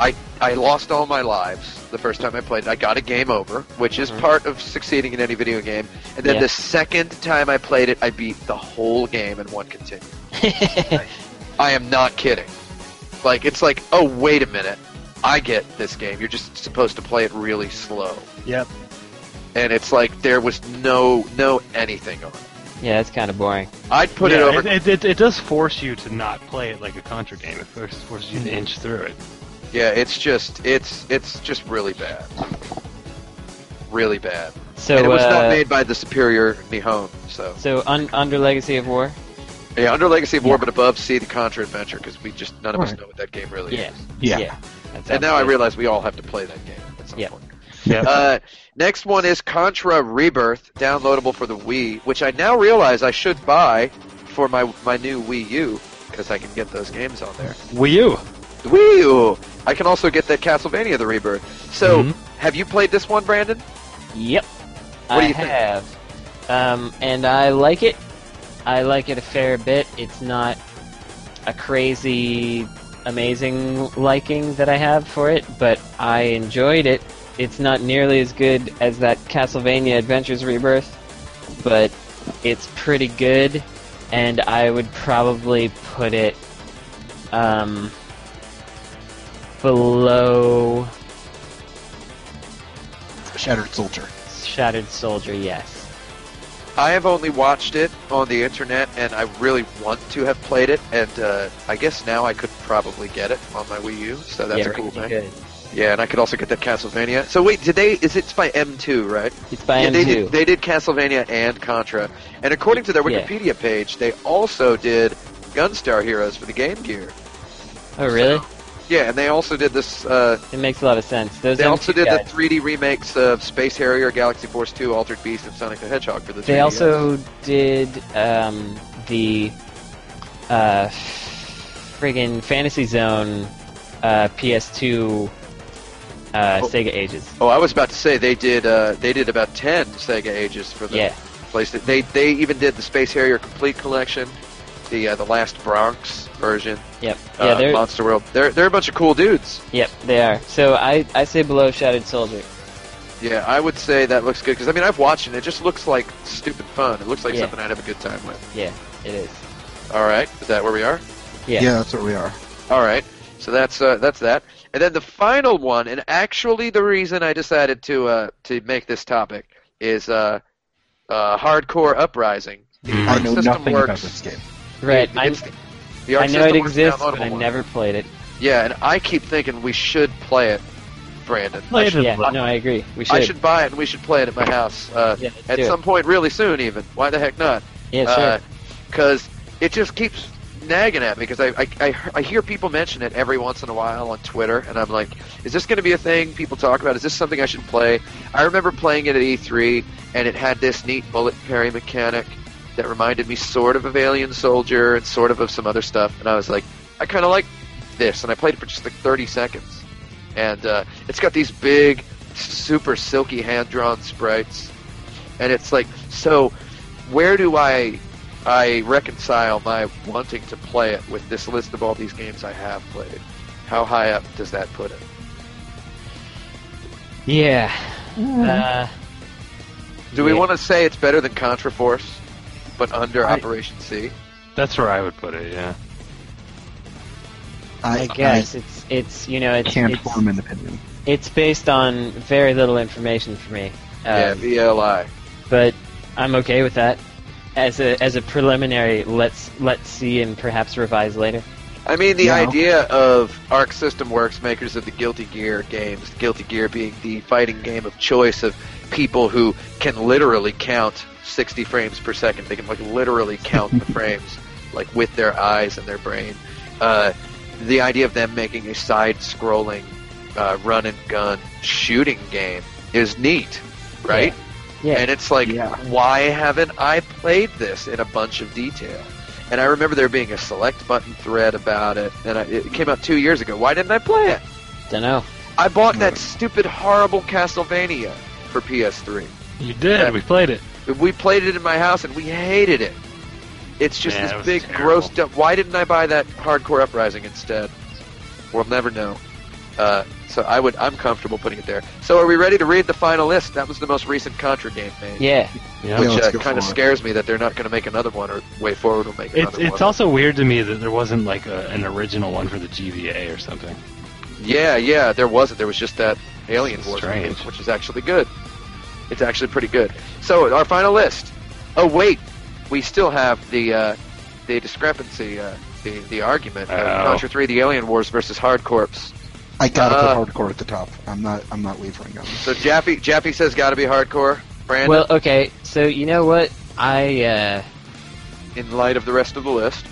[SPEAKER 1] I I lost all my lives the first time I played. it. I got a game over, which is
[SPEAKER 2] Mhm.
[SPEAKER 1] part of succeeding in any video game. And then
[SPEAKER 2] Yeah.
[SPEAKER 1] the second time I played it, I beat the whole game in one continue. I am not kidding. Like it's like, oh wait a minute, I get this game. You're just supposed to play it really slow,
[SPEAKER 3] Yep.
[SPEAKER 1] and it's like there was no no anything on. it.
[SPEAKER 2] yeah, it's kind of boring.
[SPEAKER 1] I'd put it
[SPEAKER 3] Yeah,
[SPEAKER 1] over.
[SPEAKER 3] It, it, it does force you to not play it like a Contra game. It forces forces you to inch through it.
[SPEAKER 1] yeah, it's just it's it's just really bad, really bad.
[SPEAKER 2] So
[SPEAKER 1] and it was
[SPEAKER 2] uh,
[SPEAKER 1] not made by the superior Nihon. So
[SPEAKER 2] so un- under Legacy of War.
[SPEAKER 1] yeah, under Legacy of War, but above, see the Contra Adventure because we just none of us
[SPEAKER 4] Alright.
[SPEAKER 1] know what that game really
[SPEAKER 2] Yeah.
[SPEAKER 1] is.
[SPEAKER 4] Yeah.
[SPEAKER 2] That
[SPEAKER 1] And now I
[SPEAKER 2] sounds good.
[SPEAKER 1] realize we all have to play that game at some
[SPEAKER 2] Yeah.
[SPEAKER 1] point.
[SPEAKER 3] Yeah.
[SPEAKER 1] Uh, next one is Contra Rebirth, downloadable for the Wii, which I now realize I should buy for my my new Wii U because I can get those games on there.
[SPEAKER 3] Wii U.
[SPEAKER 1] The Wii U. I can also get that Castlevania: The Rebirth. So,
[SPEAKER 3] Mhm.
[SPEAKER 2] Mm-hmm.
[SPEAKER 1] have you played this one, Brandon?
[SPEAKER 2] Yep.
[SPEAKER 1] What
[SPEAKER 2] I
[SPEAKER 1] do you think?
[SPEAKER 2] have. Um, and I like it. I like it a fair bit. It's not a crazy, amazing liking that I have for it, but I enjoyed it. It's not nearly as good as that Castlevania Adventures Rebirth, but it's pretty good, and I would probably put it um, below
[SPEAKER 4] Shattered Soldier.
[SPEAKER 2] Shattered Soldier, yes.
[SPEAKER 1] I have only watched it on the internet, and I really want to have played it. And uh, I guess now I could probably get it on my Wii U. So that's
[SPEAKER 2] yeah,
[SPEAKER 1] a cool thing.
[SPEAKER 2] pretty Good.
[SPEAKER 1] Yeah, and I could also get that Castlevania. So wait, did they? Is it by M2, right?
[SPEAKER 2] It's by
[SPEAKER 1] yeah,
[SPEAKER 2] M2.
[SPEAKER 1] they did, they did Castlevania and Contra, and according to their
[SPEAKER 2] Yeah.
[SPEAKER 1] Wikipedia page, they also did Gunstar Heroes for the Game Gear.
[SPEAKER 2] oh, really?
[SPEAKER 1] Yeah, and they also did this. Uh,
[SPEAKER 2] It makes a lot of sense. Those
[SPEAKER 1] they
[SPEAKER 2] M2
[SPEAKER 1] also did
[SPEAKER 2] guys,
[SPEAKER 1] the 3D remakes of Space Harrier, Galaxy Force 2, Altered Beast, and Sonic the Hedgehog for the. 3DS.
[SPEAKER 2] They also did um, the uh, friggin' Fantasy Zone uh, PS2 uh,
[SPEAKER 1] Oh.
[SPEAKER 2] Sega Ages.
[SPEAKER 1] Oh, I was about to say they did. Uh, they did about ten Sega Ages for the
[SPEAKER 2] Yeah.
[SPEAKER 1] place. That they they even did the Space Harrier Complete Collection, the uh, the Last Bronx version,
[SPEAKER 2] Yep. Yeah.
[SPEAKER 1] uh,
[SPEAKER 2] they're
[SPEAKER 1] Monster World. They're they're a bunch of cool dudes.
[SPEAKER 2] yep. They are. So I I say below Shattered Soldier.
[SPEAKER 1] Yeah, I would say that looks good because I mean I've watched it. and It just looks like stupid fun. It looks like
[SPEAKER 2] Yeah.
[SPEAKER 1] something I'd have a good time with.
[SPEAKER 2] Yeah. It is.
[SPEAKER 1] All right, is that where we are?
[SPEAKER 2] Yeah.
[SPEAKER 4] yeah, that's where we are.
[SPEAKER 1] All right, so that's uh, that's that. And then the final one, and actually the reason I decided to uh, to make this topic is uh, uh, hardcore uprising. The Arc
[SPEAKER 3] Hmm.
[SPEAKER 4] Mm-hmm. I know
[SPEAKER 1] System
[SPEAKER 4] nothing
[SPEAKER 1] Works.
[SPEAKER 4] about this game.
[SPEAKER 2] Right.
[SPEAKER 1] It-
[SPEAKER 2] I'm,
[SPEAKER 1] it's- the Arc
[SPEAKER 2] I know it
[SPEAKER 1] System Works
[SPEAKER 2] exists, but
[SPEAKER 1] downloadable
[SPEAKER 2] I
[SPEAKER 1] one.
[SPEAKER 2] never played it.
[SPEAKER 1] Yeah, and I keep thinking we should play it, Brandon.
[SPEAKER 3] Play
[SPEAKER 1] I
[SPEAKER 3] it
[SPEAKER 1] should,
[SPEAKER 2] Yeah.
[SPEAKER 3] Look.
[SPEAKER 2] No, I agree. We should.
[SPEAKER 1] I should buy it and we should play it at my house uh,
[SPEAKER 2] Yeah, let's
[SPEAKER 1] at
[SPEAKER 2] do it.
[SPEAKER 1] some point really soon. Even why the heck not?
[SPEAKER 2] Yeah. Sure.
[SPEAKER 1] Because Uh, it just keeps nagging at me because I, I, I, I hear people mention it every once in a while on Twitter, and I'm like, is this going to be a thing people talk about? Is this something I should play? I remember playing it at E3, and it had this neat bullet parry mechanic that reminded me sort of of Alien Soldier and sort of of some other stuff, and I was like, I kind of like this, and I played it for just like 30 seconds. And uh, it's got these big, super silky hand-drawn sprites, and it's like, so where do I I reconcile my wanting to play it with this list of all these games I have played. How high up does that put it?
[SPEAKER 2] Yeah. Uh,
[SPEAKER 1] Do we
[SPEAKER 2] yeah.
[SPEAKER 1] want to say it's better than Contra Force, but under
[SPEAKER 4] I-
[SPEAKER 1] Operation C?
[SPEAKER 3] That's where I would put it. Yeah.
[SPEAKER 4] I,
[SPEAKER 2] I guess it's it's you know
[SPEAKER 4] I
[SPEAKER 2] it's
[SPEAKER 4] can't
[SPEAKER 2] it's,
[SPEAKER 4] form an opinion.
[SPEAKER 2] it's based on very little information for me.
[SPEAKER 1] yeah,
[SPEAKER 2] Um,
[SPEAKER 1] VLI.
[SPEAKER 2] but I'm okay with that. As a as a preliminary, let's let's see and perhaps revise later.
[SPEAKER 1] I mean, the
[SPEAKER 4] No.
[SPEAKER 1] idea of Arc System Works, makers of the Guilty Gear games, Guilty Gear being the fighting game of choice of people who can literally count 60 frames per second. They can like literally count the frames, like with their eyes and their brain. Uh, the idea of them making a side-scrolling uh, run and gun shooting game is neat, right?
[SPEAKER 2] Yeah.
[SPEAKER 1] And it's like,
[SPEAKER 4] Yeah.
[SPEAKER 1] why haven't I played this in a bunch of detail? And I remember there being a select button thread about it, and I, it came out two years ago. Why didn't I play it?
[SPEAKER 2] Dunno.
[SPEAKER 1] I bought that
[SPEAKER 4] Right.
[SPEAKER 1] stupid, horrible Castlevania for PS3.
[SPEAKER 3] You did. We played it.
[SPEAKER 1] We played it in my house and we hated it. It's just
[SPEAKER 3] Man, it
[SPEAKER 1] this
[SPEAKER 3] was
[SPEAKER 1] big,
[SPEAKER 3] terrible.
[SPEAKER 1] gross dump. Why didn't I buy that Hardcore Uprising instead? We'll never know. Uh, so I would, I'm comfortable putting it there. So are we ready to read the final list? That was the most recent Contra game made,
[SPEAKER 2] Yeah.
[SPEAKER 3] Yeah.
[SPEAKER 1] which
[SPEAKER 4] Yeah, let's
[SPEAKER 1] uh,
[SPEAKER 4] go
[SPEAKER 1] kind of
[SPEAKER 4] for it.
[SPEAKER 1] scares me that they're not going to make another one, or Way Forward will make
[SPEAKER 3] It's
[SPEAKER 1] another
[SPEAKER 3] it's
[SPEAKER 1] one.
[SPEAKER 3] also weird to me that there wasn't like a, an original one for the GVA or something.
[SPEAKER 1] Yeah, yeah, there wasn't. There was just that Alien
[SPEAKER 3] It's
[SPEAKER 1] Wars,
[SPEAKER 3] strange.
[SPEAKER 1] game, which is actually good. It's actually pretty good. So our final list. Oh wait, we still have the uh, the discrepancy, uh, the the argument of
[SPEAKER 3] Oh.
[SPEAKER 1] Contra Three: The Alien Wars versus Hard Corps.
[SPEAKER 4] I gotta
[SPEAKER 1] Uh,
[SPEAKER 4] put hardcore at the top. I'm not. I'm not wavering on this.
[SPEAKER 1] So Jaffy Jaffy says got to be hardcore. Brandon,
[SPEAKER 2] Well, okay. So you know what? I uh,
[SPEAKER 1] in light of the rest of the list,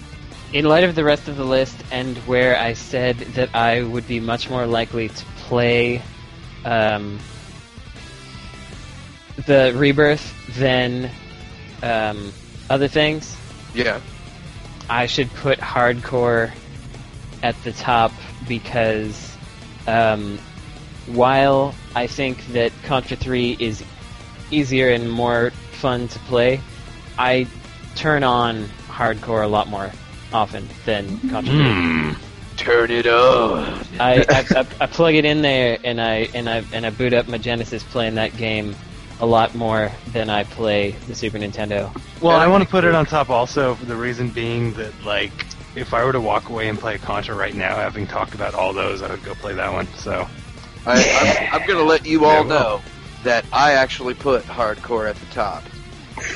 [SPEAKER 2] in light of the rest of the list and where I said that I would be much more likely to play um, the rebirth than um, other things,
[SPEAKER 1] yeah,
[SPEAKER 2] I should put hardcore at the top because um, while I think that Contra 3 is easier and more fun to play, I turn on hardcore a lot more often than Contra 3.
[SPEAKER 3] Hmm.
[SPEAKER 1] turn it on.
[SPEAKER 2] I, I, I, I plug it in there and I and I and I boot up my Genesis playing that game a lot more than I play the Super Nintendo.
[SPEAKER 3] Well,
[SPEAKER 1] Yeah,
[SPEAKER 3] I
[SPEAKER 1] I
[SPEAKER 3] want to
[SPEAKER 1] think
[SPEAKER 3] put
[SPEAKER 1] we-
[SPEAKER 3] it on top also for the reason being that like if I were to walk away and play Contra right now, having talked about all those, I would go play that one. So
[SPEAKER 1] I, I'm, I'm going to let you all
[SPEAKER 3] Yeah, well.
[SPEAKER 1] know that I actually put hardcore at the top.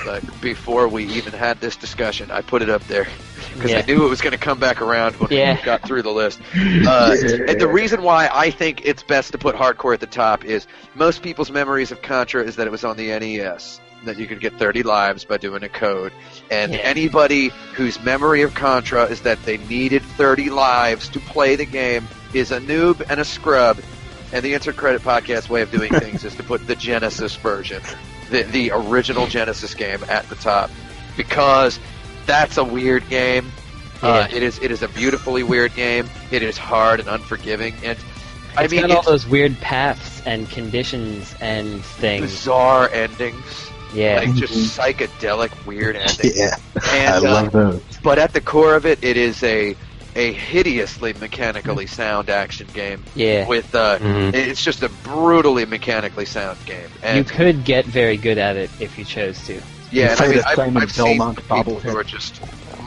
[SPEAKER 1] But before we even had this discussion, I put it up there because I
[SPEAKER 2] Yeah.
[SPEAKER 1] knew it was going to come back around when
[SPEAKER 2] Yeah.
[SPEAKER 1] we got through the list. Uh, And the reason why I think it's best to put hardcore at the top is most people's memories of Contra is that it was on the NES. That you could get 30 lives by doing a code. And
[SPEAKER 2] Yeah.
[SPEAKER 1] anybody whose memory of Contra is that they needed 30 lives to play the game is a noob and a scrub. And the Insert Credit Podcast way of doing things is to put the Genesis version, the, the original Genesis game, at the top. Because that's a weird game. Uh, it is it is a beautifully weird game. It is hard and unforgiving. And I
[SPEAKER 2] It's
[SPEAKER 1] mean,
[SPEAKER 2] got all
[SPEAKER 1] it's
[SPEAKER 2] those weird paths and conditions and things.
[SPEAKER 1] bizarre endings,
[SPEAKER 2] Yeah. Mm-hmm.
[SPEAKER 1] like just psychedelic weird endings.
[SPEAKER 4] Yeah,
[SPEAKER 1] And,
[SPEAKER 4] I
[SPEAKER 1] uh,
[SPEAKER 4] love those.
[SPEAKER 1] but at the core of it, it is a a hideously mechanically sound action game.
[SPEAKER 2] Yeah. Mm-hmm.
[SPEAKER 1] With uh,
[SPEAKER 3] Mhm.
[SPEAKER 1] it's just a brutally mechanically sound game.
[SPEAKER 2] you
[SPEAKER 1] And
[SPEAKER 2] could get very good at it if you chose to.
[SPEAKER 1] yeah, and I
[SPEAKER 4] play
[SPEAKER 1] mean, I've,
[SPEAKER 4] the Simon
[SPEAKER 1] I've seen
[SPEAKER 4] Belmont
[SPEAKER 1] people who
[SPEAKER 4] bobblehead.
[SPEAKER 1] are just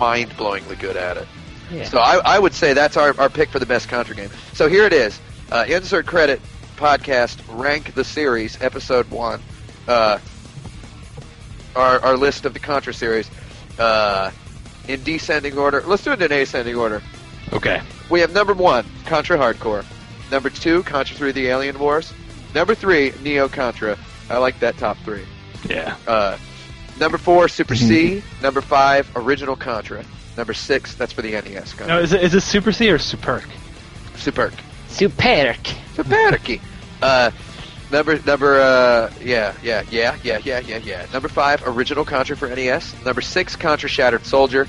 [SPEAKER 1] mind-blowingly good at it.
[SPEAKER 2] Yeah.
[SPEAKER 1] So I, I would say that's our, our pick for the best Contra game. So here it is. Uh, insert credit podcast rank the series episode one. Uh, our our list of the Contra series uh, in descending order. Let's do it in ascending order.
[SPEAKER 3] okay,
[SPEAKER 1] We have number one Contra Hardcore. Number two Contra Three: The Alien Wars. Number three Neo Contra. I like that top three.
[SPEAKER 3] yeah,
[SPEAKER 1] Uh, number four Super C. Number five Original Contra. Number six that's for the E NES. Contra.
[SPEAKER 3] no, is it, is it Super C or Superc?
[SPEAKER 1] Superc.
[SPEAKER 2] Superc.
[SPEAKER 1] Superki. Uh, number number uh, yeah yeah yeah yeah yeah yeah yeah. Number five, original Contra for NES. Number six, Contra Shattered Soldier.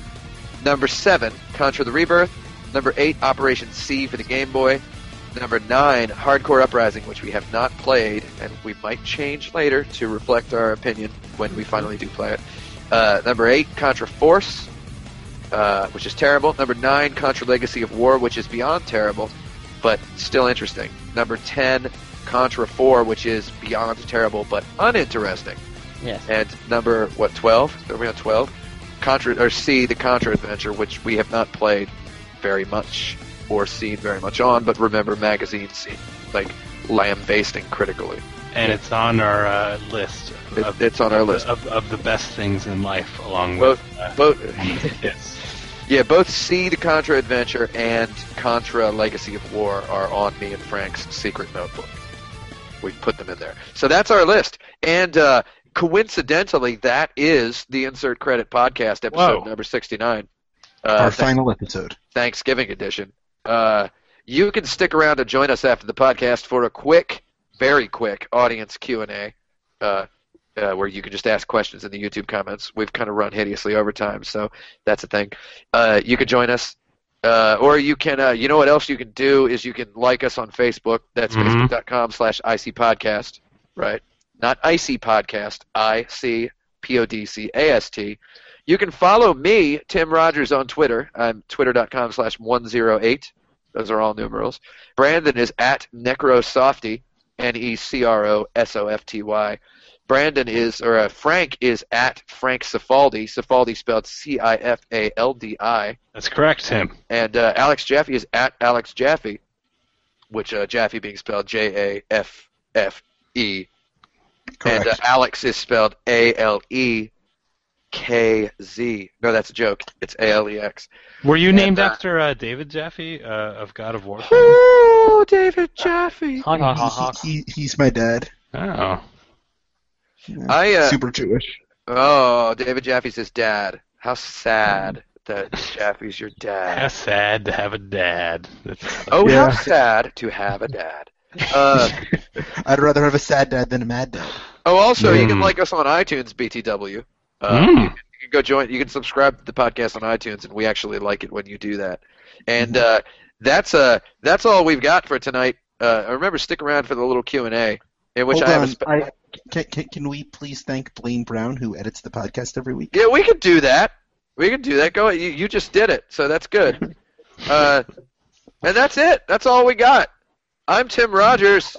[SPEAKER 1] Number seven, Contra the Rebirth. Number eight, Operation C for the Game Boy. Number nine, Hardcore Uprising, which we have not played and we might change later to reflect our opinion when we finally do play it. Uh, number eight, Contra Force uh, which is terrible. Number nine, Contra Legacy of War, which is beyond terrible, but still interesting. Number ten, Contra Four, which is beyond terrible but uninteresting.
[SPEAKER 2] Yes.
[SPEAKER 1] And number what twelve? Are we on twelve? Contra or C, the Contra Adventure, which we have not played very much or seen very much on, but remember magazines seem like lambasting critically.
[SPEAKER 3] And it's on our uh, list.
[SPEAKER 1] It- it's on our list.
[SPEAKER 3] of, of the best things in life, along
[SPEAKER 1] Both,
[SPEAKER 3] with uh,
[SPEAKER 1] both.
[SPEAKER 3] yes.
[SPEAKER 1] Yeah, both C, the Contra Adventure, and Contra Legacy of War are on me and Frank's secret notebook. We put them in there. So that's our list. And uh, coincidentally, that is the Insert Credit Podcast episode
[SPEAKER 3] Whoa.
[SPEAKER 1] number 69.
[SPEAKER 4] Our
[SPEAKER 1] Uh, th-
[SPEAKER 4] final episode.
[SPEAKER 1] Thanksgiving edition. Uh, You can stick around to join us after the podcast for a quick, very quick audience Q and A, uh, uh, where you can just ask questions in the YouTube comments. We've kind of run hideously over time, so that's a thing. Uh, you can join us, uh, or you can. Uh, you know what else you can do is you can like us on Facebook. That's
[SPEAKER 3] Mhm.
[SPEAKER 1] facebook.com/slash IC Podcast, right? Not IC Podcast. I C P O D C A S T. You can follow me, Tim Rogers, on Twitter. I'm twitter.com slash 108. Those are all numerals. Brandon is at Necrosofty, N E C R O S O F T Y. Brandon is, or uh, Frank is at Frank Cifaldi. Cifaldi spelled C I F A L D I.
[SPEAKER 3] That's correct, Tim.
[SPEAKER 1] And uh, Alex Jaffe is at Alex Jaffe, which uh, Jaffe being spelled J A F F E.
[SPEAKER 4] Correct.
[SPEAKER 1] And uh, Alex is spelled A L E K Z. No, that's a joke. It's A L E X.
[SPEAKER 3] Were you
[SPEAKER 1] And,
[SPEAKER 3] named
[SPEAKER 1] uh,
[SPEAKER 3] after uh, David Jaffe uh, of God of War? fame?
[SPEAKER 1] Oh, David Jaffe.
[SPEAKER 2] Honk, honk, honk, honk.
[SPEAKER 4] He, he- he's my dad.
[SPEAKER 3] Oh,
[SPEAKER 1] I uh,
[SPEAKER 4] Super Jewish.
[SPEAKER 1] oh, David Jaffe's his dad. How sad that Jaffe's your
[SPEAKER 3] how
[SPEAKER 1] dad.
[SPEAKER 3] sad to have a dad. That's,
[SPEAKER 1] Oh, how
[SPEAKER 4] Yeah.
[SPEAKER 1] sad to have a dad. Uh,
[SPEAKER 4] I'd rather have a sad dad than a mad dad.
[SPEAKER 1] oh, also, you can
[SPEAKER 4] Hmm.
[SPEAKER 3] Mm.
[SPEAKER 1] like us on iTunes, BTW. Uh,
[SPEAKER 3] Mm.
[SPEAKER 1] you can go join. You can subscribe to the podcast on iTunes, and we actually like it when you do that. And uh, that's uh, that's all we've got for tonight. Uh, remember, stick around for the little Q and A, in which
[SPEAKER 4] Hold
[SPEAKER 1] I have
[SPEAKER 4] on.
[SPEAKER 1] a. Spe-
[SPEAKER 4] I- can, can, can we please thank Blaine Brown, who edits the podcast every week?
[SPEAKER 1] Yeah, we can do that. We can do that. Go. You, you just did it, so that's good. Uh, and that's it. That's all we got. I'm Tim Rogers.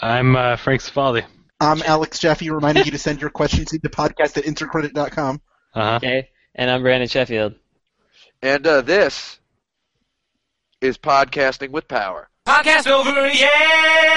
[SPEAKER 3] I'm uh, Frank Cifaldi.
[SPEAKER 4] I'm Um, Alex Jaffe, reminding you to send your questions into podcast at intercredit.com.
[SPEAKER 3] Uh-huh.
[SPEAKER 2] Okay, and I'm Brandon Sheffield.
[SPEAKER 1] And uh, this is podcasting with power.
[SPEAKER 5] Podcast over, yeah!